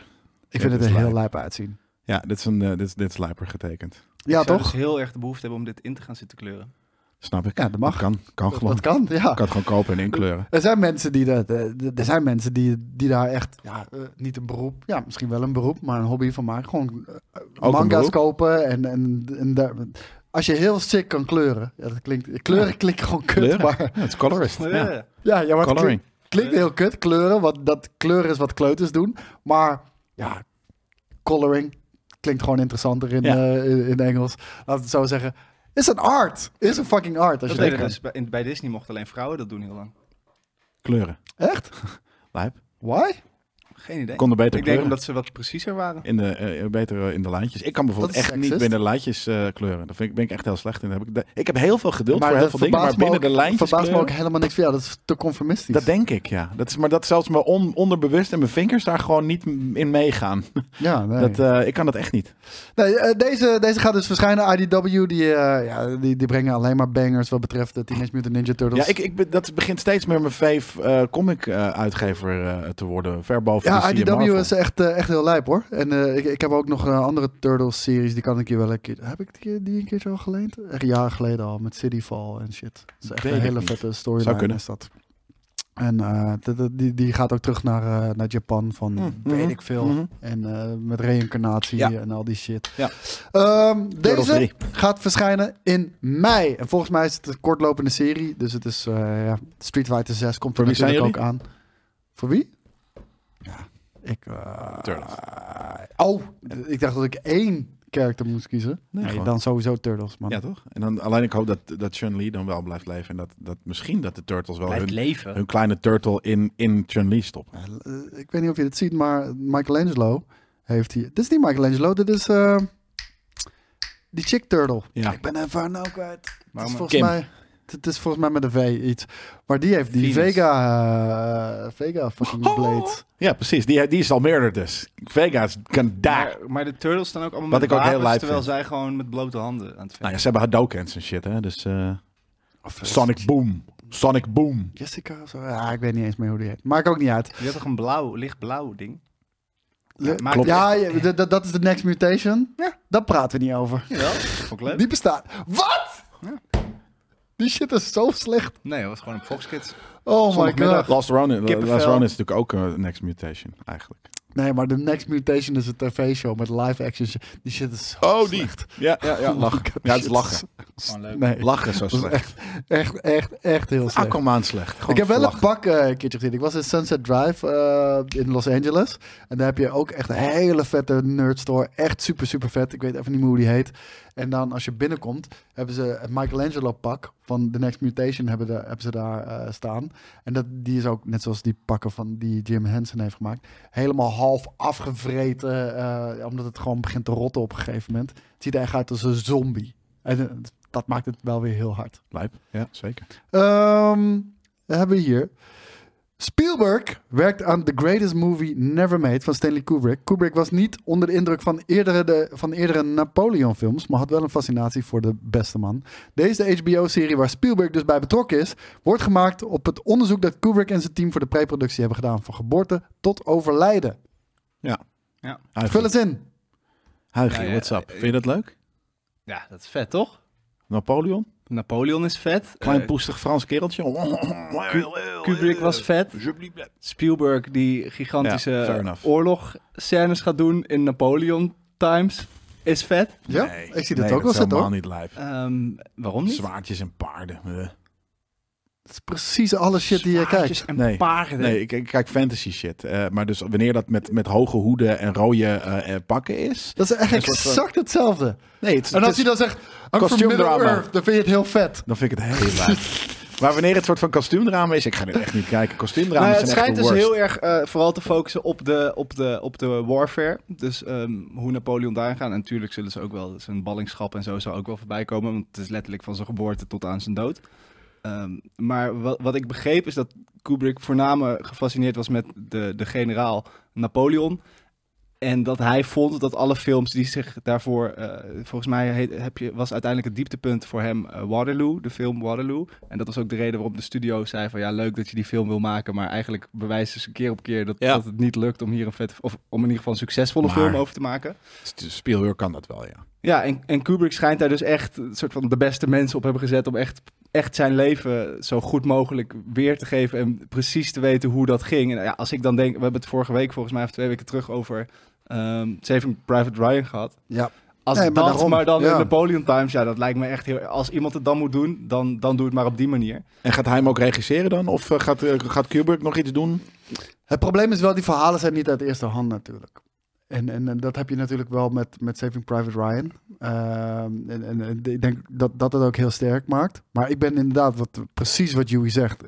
Ik vind dat het is er heel lijp. lijp uitzien. Ja, dit is, een, eh, dit, is- dit is lijper getekend. Ja, ik zou toch? dus heel erg de behoefte hebben om dit in te gaan zitten kleuren. Snap ik. Ja, dat mag. Kan, kan gewoon. Dat kan, ja. kan het gewoon kopen en inkleuren. Er zijn mensen die, dat, eh, er zijn mensen die, die daar echt ja, eh, niet een beroep, ja, misschien wel een beroep, maar een hobby van maken. Gewoon eh, een manga's beroep? kopen en, en, en daar, als je heel sick kan kleuren. Ja, dat klinkt, kleuren klinkt gewoon kut, Kleuren. maar Ja, het is colorist. Ja. Ja. ja, ja maar het Coloring. klinkt, klinkt heel kut, kleuren, want dat kleuren is wat kleuters doen. Maar ja, coloring klinkt gewoon interessanter in, Ja. eh, in, in Engels. Laten we het zo zeggen. Is een art. Is een fucking art. Als Dat je dat deden kan. dus bij, in- bij Disney mochten alleen vrouwen dat doen heel lang. Kleuren. Echt? Lijp. Why? Geen idee. Konden beter ik denk kleuren. omdat ze wat preciezer waren. In de, eh, beter eh, in de lijntjes. Ik kan bijvoorbeeld Dat echt is niet seksist. binnen de lijntjes eh, kleuren. Daar vind ik, ben ik echt heel slecht in. Daar Heb ik, de- ik heb heel veel geduld voor heel dat veel dingen, maar verbaast me binnen de ook- lijntjes verbaast me kleuren, ook helemaal niks van jou. Dat is te conformistisch. dat denk ik, ja. Dat is, maar dat zelfs mijn on, onderbewust en mijn vingers daar gewoon niet m- in meegaan. ja, nee. Dat, eh, ik kan dat echt niet. Nee, eh, deze, deze gaat dus verschijnen. IDW, die, eh, ja, die, die brengen alleen maar bangers wat betreft de Teenage Mutant Ninja Turtles. Ja, ik, ik, be- dat begint steeds meer mijn fave eh, comic eh, uitgever eh, te worden. Ver boven Ja, DC en IDW Marvel. is echt, eh, echt heel lijp hoor. En eh, ik, ik heb ook nog een andere Turtles-series, die kan ik je wel een keer... Heb ik die, die een keertje al geleend? Echt jaren geleden al, met Cityfall en shit. Dat is echt Weet een ik hele niet. vette Zou storyline kunnen. is dat. En eh, de- de- die, die gaat ook terug naar, eh, naar Japan van weet ik veel. mhm. En eh, met reïncarnatie Mm-hmm. Ja. en al die shit. Ja. Ehm, Turtles deze 3. gaat verschijnen in mei. En volgens mij is het een kortlopende serie. Dus het is eh, ja, Street Fighter 6 komt er Voor wie zijn natuurlijk ook aan. Voor wie? Ja, ik... eh, Turtles. oh, d- ik dacht dat ik één character moest kiezen. Nee, Nee, gewoon. dan sowieso Turtles, man. Ja, toch? En dan, alleen ik hoop dat, dat Chun-Li dan wel blijft leven. En dat, dat misschien dat de Turtles wel hun, leven. hun kleine turtle in, in Chun-Li stoppen. Eh, ik weet niet of je dit ziet, maar Michelangelo heeft hier... Dit is niet Michelangelo, dit is... eh, die Chick Turtle. Ja. Ik ben even haar naam kwijt. Het is Waarom? volgens Kim. mij... Het is volgens mij met een V iets. Maar die heeft die Venus. Vega... eh, Vega fucking blade. Ja, precies. Die, die is al meerder dus. Vega's kan daar. Maar, maar de turtles staan ook allemaal Wat met ik ook heel wapens, lijp terwijl vind. zij gewoon met blote handen aan het Nou vechten. ja, ze hebben Hadoukens en shit, hè. Dus eh, Sonic Boom. Sonic Boom. Jessica of zo. Ja, ik weet niet eens meer hoe die heet. Maakt ook niet uit. Je had toch een blauw, lichtblauw ding? Le- maakt klopt. Ja, je- d- d- dat is de Next Mutation. Ja. Daar praten we niet over. Jawel, vond ik leuk. Die bestaat. Wat? Die shit is zo slecht. Nee, dat was gewoon op Fox Kids. Oh my Zondagmiddag. god. Last Ronin, Kippenvel. Last Ronin is natuurlijk ook eh, Next Mutation, eigenlijk. Nee, maar de Next Mutation is een tv-show met live-action. shit. Die shit is zo slecht. Ja, Oh, ja, ja. Lachen. Ja, het is lachen. Gewoon leuk. Nee, Lachen is zo dat is slecht. echt, echt, echt, echt Ah, eh, heel slecht. Aquaman slecht. Gewoon Ik heb wel een lachen. pak eh, een keertje gezien. Ik was in Sunset Drive eh, in Los Angeles. En daar heb je ook echt een hele vette nerdstore. Echt super, super vet. Ik weet even niet meer hoe die heet. En dan als je binnenkomt, hebben ze het Michelangelo pak van The Next Mutation hebben, de, hebben ze daar eh, staan. En dat, die is ook, net zoals die pakken van die Jim Henson heeft gemaakt, helemaal half afgevreten. eh, omdat het gewoon begint te rotten op een gegeven moment. Het ziet er echt uit als een zombie. En eh, dat maakt het wel weer heel hard. Lijp. Ja, zeker. Ehm, dan hebben we hier. Spielberg werkt aan The Greatest Movie Never Made van Stanley Kubrick. Kubrick was niet onder de indruk van eerdere, de, van eerdere Napoleon-films, maar had wel een fascinatie voor de beste man. Deze HBO-serie, waar Spielberg dus bij betrokken is, wordt gemaakt op het onderzoek dat Kubrick en zijn team voor de preproductie hebben gedaan, van geboorte tot overlijden. Ja. Ja. Vul Huigie, het in. Huigie, Nou ja, what's up? Vind je dat leuk? Ja, dat is vet, toch? Napoleon? Napoleon is vet. Klein Eh, poestig Frans kereltje. Kubrick was vet. Spielberg die Ja, fair gigantische enough. oorlogscènes gaat doen in Napoleon Times is vet. Ja, Nee, ik zie dit nee, ook wel is zitten helemaal hoor. niet lijp. Ehm, waarom niet? Zwaardjes en paarden. eh. Het is precies alle shit die je kijkt. Zwaardjes en Nee. paarden. Nee, ik, ik kijk fantasy shit. Eh, maar dus wanneer dat met, met hoge hoeden en rode eh, eh, pakken is. Dat is echt Een soort van- exact hetzelfde. Nee, het, is- En het als is- hij dan zegt, I'm from Middle Kostuumdrama. Earth, dan vind je het heel vet. dan vind ik het heel lijp. maar wanneer het soort van kostuumdrama is, ik ga dit echt niet kijken. Kostuumdrama Nou, is ja, het zijn echt schijnt de dus worst. heel erg eh, vooral te focussen op de, op de, op de warfare. Dus ehm, hoe Napoleon daarin gaat. En natuurlijk zullen ze ook wel zijn ballingschap en zo zou ook wel voorbij komen. Want het is letterlijk van zijn geboorte tot aan zijn dood. Ehm, maar wat, wat ik begreep is dat Kubrick voornamelijk gefascineerd was met de, de generaal Napoleon. En dat hij vond dat alle films die zich daarvoor. eh, volgens mij heet- heb je, was uiteindelijk het dieptepunt voor hem eh, Waterloo, de film Waterloo. En dat was ook de reden waarom de studio zei: van ja, leuk dat je die film wil maken. Maar eigenlijk bewijzen ze keer op keer dat, Ja. dat het niet lukt om hier een vet. of om in ieder geval een succesvolle Maar- film over te maken. Spielberg kan dat wel, ja. Ja, en, en Kubrick schijnt daar dus echt een soort van de beste mensen op hebben gezet om echt, echt zijn leven zo goed mogelijk weer te geven en precies te weten hoe dat ging. En ja, als ik dan denk, we hebben het vorige week volgens mij of twee weken terug over ehm Saving Private Ryan gehad. Ja. Als Nee, dat maar daarom, maar dan ja. in Napoleon Times, ja, dat lijkt me echt heel... Als iemand het dan moet doen, dan, dan doe het maar op die manier. En gaat hij hem ook regisseren dan? Of eh, gaat, eh, gaat Kubrick nog iets doen? Het probleem is wel, die verhalen zijn niet uit eerste hand natuurlijk. En, en, en dat heb je natuurlijk wel met, met Saving Private Ryan. Ehm, en, en, en ik denk dat dat het ook heel sterk maakt. Maar ik ben inderdaad, wat, precies wat Joey zegt, d-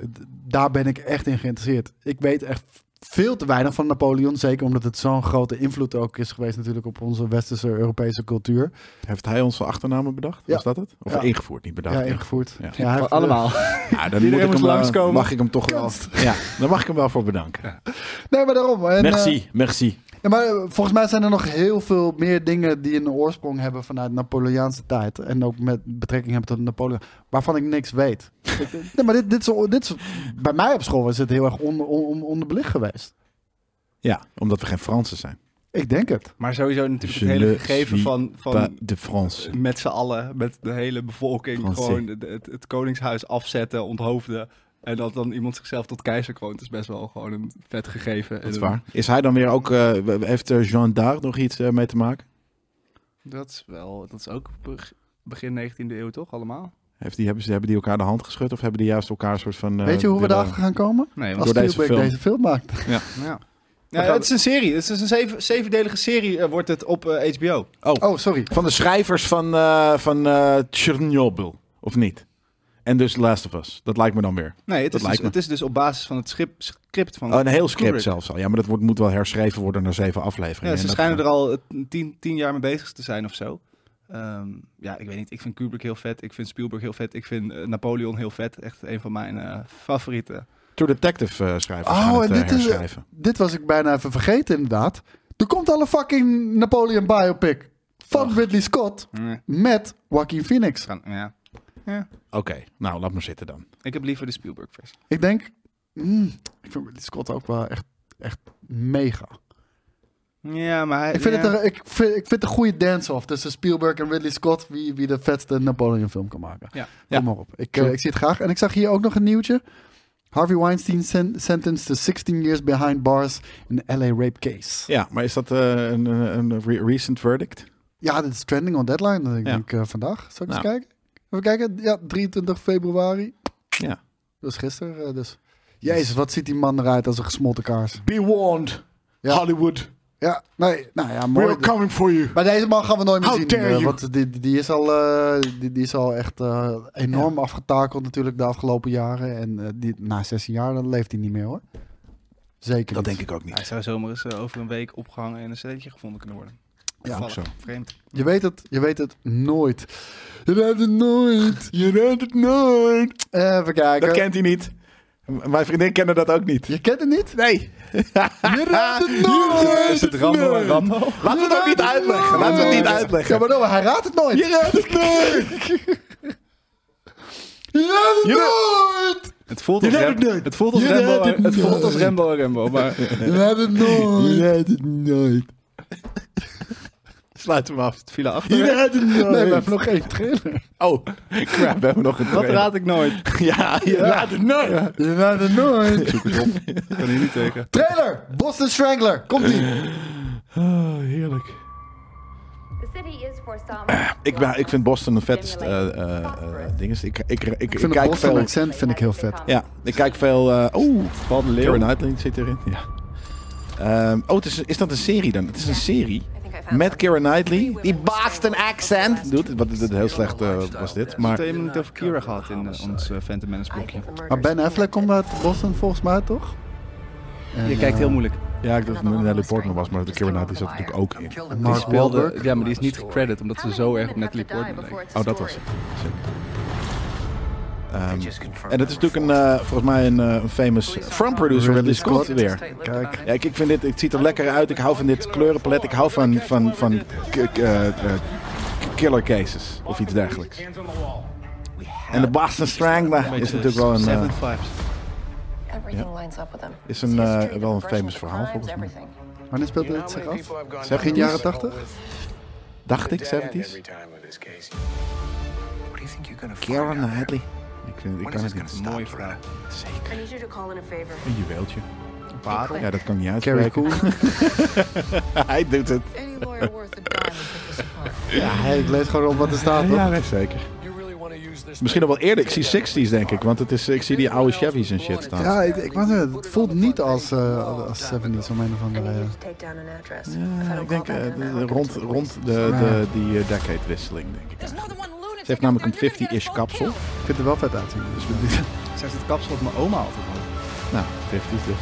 daar ben ik echt in geïnteresseerd. Ik weet echt veel te weinig van Napoleon. Zeker omdat het zo'n grote invloed ook is geweest natuurlijk op onze westerse Europese cultuur. Heeft hij onze achternamen bedacht? Ja. Was dat het? Of Ja. ingevoerd, niet bedacht. ja, ingevoerd. Ja. Ja, hij heeft- allemaal. Ja, dan moet Iedereen ik hem, moest wel- langskomen. Mag ik hem toch wel? Ja, daar mag ik hem wel voor bedanken. Nee, maar daarom. En, eh, merci, merci. Ja, maar eh, volgens mij zijn er nog heel veel meer dingen die een oorsprong hebben vanuit Napoleaanse tijd. En ook met betrekking hebben tot Napoleon, waarvan ik niks weet. Ik- nee, maar dit, dit, is, dit is, bij mij op school was het heel erg onder, on- onderbelicht geweest. Ja, omdat we geen Fransen zijn. Ik denk het. Maar sowieso natuurlijk Je het hele ne gegeven suis van, Pa- van De Fransen. met z'n allen, met de hele bevolking, Fransie. gewoon de- de- het, het koningshuis afzetten, onthoofden. En dat dan iemand zichzelf tot keizer kroont, is best wel gewoon een vet gegeven. Dat is En- waar. Is hij dan weer ook... eh, heeft eh, Jean d'Arc nog iets eh, mee te maken? Dat is wel, dat is ook beg- begin 19e eeuw toch allemaal? Heeft die, hebben, ze, hebben die elkaar de hand geschud? Of hebben die juist elkaar een soort van... eh, weet je hoe we willen- daarachter gaan komen? Nee, Als door deze Spielberg film. deze film maakt. ja. Ja, het is een serie. Het is een zeven, zevendelige serie eh, wordt het op eh, HBO. Oh, sorry. Van de schrijvers van, eh van eh Chernobyl, of niet? En dus Last of Us. Dat lijkt me dan weer. Nee, het, Dat is lijkt dus, me. het is dus op basis van het schip- script van Oh, een heel script Kubrick. zelfs al. Ja, maar dat wordt, moet wel herschreven worden naar zeven Ja, afleveringen. ze En dat- schijnen er al eh, tien, tien jaar mee bezig te zijn of zo. Ehm, ja, ik weet niet. Ik vind Kubrick heel vet. Ik vind Spielberg heel vet. Ik vind eh, Napoleon heel vet. Echt een van mijn eh, favorieten. True Detective eh, schrijvers Oh, gaan het en eh, dit is- herschrijven. Dit was ik bijna even vergeten inderdaad. Er komt al een fucking Napoleon biopic van Ridley Scott Nee, met Joaquin Phoenix. gaan- ja. Oké, nou, laat maar zitten dan. Ik heb liever de Spielberg-versie. Ik denk, mm, ik vind Ridley Scott ook wel echt, echt mega. Ja, maar hij, Ik vind, ja. het een, ik, vind, ik vind een goede dance-off tussen Spielberg en Ridley Scott. Wie, wie de vetste Napoleon-film kan maken. Ja. Kom maar op. Ik, eh, ik zie het graag. En ik zag hier ook nog een nieuwtje. Harvey Weinstein sen- sentenced to 16 years behind bars in de LA rape case. Ja, maar is dat eh, een, een een re- recent verdict? Ja, dit is trending on deadline. Ik Ja. denk eh, vandaag. Zal Nou. ik eens kijken? Even kijken. Ja, 23 februari. Ja. Dat is gisteren eh, dus. Jezus, wat ziet die man eruit als een gesmolten kaars. Be warned, Ja. Hollywood. Ja, nee, nou ja, mooi. coming for you. Maar deze man gaan we nooit meer How zien. dare eh, you. want die, die, is al, eh, die, die is al echt eh, enorm afgetakeld natuurlijk de afgelopen jaren. En eh, die, na 16 jaar dan leeft hij niet meer hoor. Zeker Dat niet. denk ik ook niet. Hij zou zomaar eens eh, over een week opgehangen en een cd'tje gevonden kunnen worden. Ja, Toevallig. ook zo. Vreemd. Je weet het, je weet het nooit. Je weet het nooit. Je rent het nooit. Eh, Even kijken. Dat kent hij niet. M- Mijn vriendin kende dat ook niet. Je kent het niet? Nee. Je raadt het nooit. Is het Rambo en Rambo? Laten we het ook niet uitleggen. Laten we het niet uitleggen. Ja, maar dan, hij raadt het nooit. Je raadt het nooit. Je raadt het Je nooit. Het voelt als, Je Ram- raadt het nooit. het voelt als Je Rambo. raadt het en- Het voelt nooit. als Rambo en Rambo. Maar Je raadt het nooit. raadt het nooit. Sluit hem af. het viel achter. Je raadt het nooit. Nee, we hebben nog geen trailer. Oh, crap. We hebben nog een Dat trailer. raad ik nooit. Ja, je raadt het nooit. Je raadt het nooit. Ik kan hier niet tegen. Trailer! Boston Strangler, komt ie! heerlijk. The city is for some. Ah, Ik, ben, ik vind Boston een vetst eh eh, eh, ding. is. Ik, ik, ik, ik, Ik vind het kijk Boston veel... accent vind ik heel vet. Ja, ik kijk veel... eh Oeh, Paul de Leeuw. Karen Knightley zit erin. Ja. Ehm, oh, het is, is dat een serie dan? Het is een serie met Karen Knightley. Die Boston accent doet. Wat dit- heel slecht eh, was dit. Maar... Maar We hebben het over Kira gehad in eh, ons eh, Phantom Menace blokje. Maar Ben Affleck komt uit Boston volgens mij, toch? Je kijkt heel moeilijk. ja, ik dacht dat het Natalie Portman was, maar de Karen Knightley zat natuurlijk ook in. Mark Wahlberg. ja, maar die is niet gecredit omdat ze zo erg op Natalie Portman lijkt. Oh, dat was het. Ehm, en dat is natuurlijk een, eh, volgens mij een eh, een famous front producer, Ridley Scott weer. Kijk. Ja, ik, ik vind dit, het ziet er lekker uit. Ik hou van dit kleurenpalet. Ik hou van, van, van k- k- eh, eh, killer cases of iets dergelijks. En de Boston Strangler is natuurlijk wel een, eh, Seven Vibes. Everything lines up with them. is een, eh, wel een famous verhaal volgens mij. Wanneer speelde dit zich af? Zeg Begin jaren 80? Dacht ik, 70s? Karen eh, Hadley. Ik, vind, ik kan het niet. Mooie vrouw. I need you to call in a favor. Een juweeltje. Parel? Ja, dat kan ik niet Carrie uitspreken. Cool. Hij doet het. Any lawyer worth a dime would pick this apart. Ja, hey, ik lees gewoon op wat er staat. toch? Ja, nee, zeker. Misschien nog wel eerder. Ik zie 60s, denk ik. Want het is, ik zie die oude Chevy's en shit staan. Ja, ik, ik wou zeggen, het voelt niet als, eh als 70s om een of I andere need you reden. to take down an address. Ja, ik denk eh, de- de- rond, rond de, de, Ja. die eh, decade-wisseling, denk ik. eigenlijk. Ze heeft namelijk een 50-ish kapsel. Ik vind het er wel vet uitzien. Dus we- die- Zij heeft het kapsel op mijn oma altijd al. nou, 50s dus.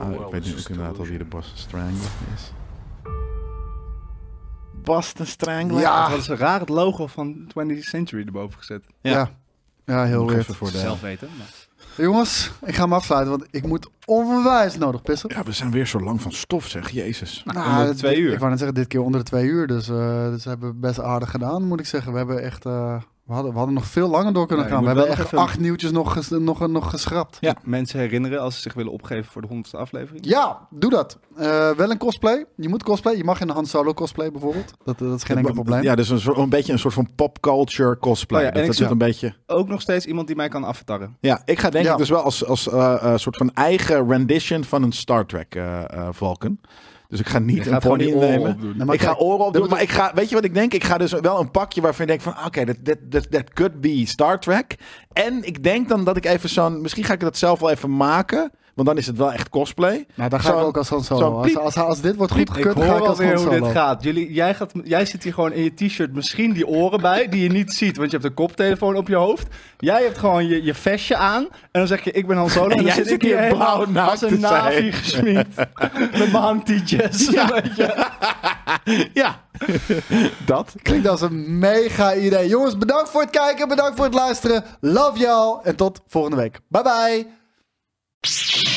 Ah, ik weet nu ook inderdaad al wie de Boston Strangler is. Boston Strangler? Ja. Dat hadden ze raar het logo van 20th Century erboven gezet. Ja. Ja. ja. heel Nog weird. even voor de... Zelf weten. Maar... Jongens, ik ga hem afsluiten, want ik moet onwijs nodig pissen. Ja, we zijn weer zo lang van stof, zeg. Jezus. Nou, onder de dit- twee uur. Ik wou net zeggen, dit keer onder de twee uur. Dus, eh dus hebben we best aardig gedaan, moet ik zeggen. We hebben echt... eh, we, hadden, we hadden nog veel langer door kunnen Ja, je gaan. We moet hebben wel echt even- acht nieuwtjes nog, ges- nog, nog geschrapt. Ja. Mensen herinneren als ze zich willen opgeven voor de 100ste aflevering. Ja, doe dat. Eh, wel een cosplay. Je moet cosplay. Je mag in een Han Solo cosplay bijvoorbeeld. Dat, eh, dat is geen enkel probleem. Ja, dus een, soort, een beetje een soort van popculture cosplay. Oh ja, en dat ik dat het zou- een beetje... Ook nog steeds iemand die mij kan aftarren. Ja, ik ga denk Ja. ik dus wel als, als eh, eh, soort van eigen rendition van een Star Trek eh eh, Valken. Dus ik ga niet Je een gaat gewoon pony die oren innemen. opdoen. Nou, maar ik ga kijk, oren opdoen, dat maar ik ga, weet je wat ik denk? Ik ga dus wel een pakje waarvan ik denk van, oké, dat that, that, that could be Star Trek. En ik denk dan dat ik even zo'n, misschien ga ik dat zelf wel even maken, want dan is het wel echt cosplay. Nou, dan ga ik Zo'n- ook als Han zo'n Solo. Als, pliep. als, als dit wordt goed ik gekund, ga hoor ik als Han alweer hoe dit Solo. gaat. Jullie, jij, gaat. jij zit hier gewoon in je t-shirt misschien die oren bij, die je niet ziet, want je hebt een koptelefoon op je hoofd. Jij hebt gewoon je, je vestje aan en dan zeg je ik ben Han Solo. En, En dan jij zit zit ik hier hier helemaal blauw naakt als een te zijn. navi gesminkt. Met mijn hangtietjes. Ja. Ja, dat. Klinkt als een mega idee. Jongens, bedankt voor het kijken. Bedankt voor het luisteren. Love y'all. En tot volgende week. Bye bye.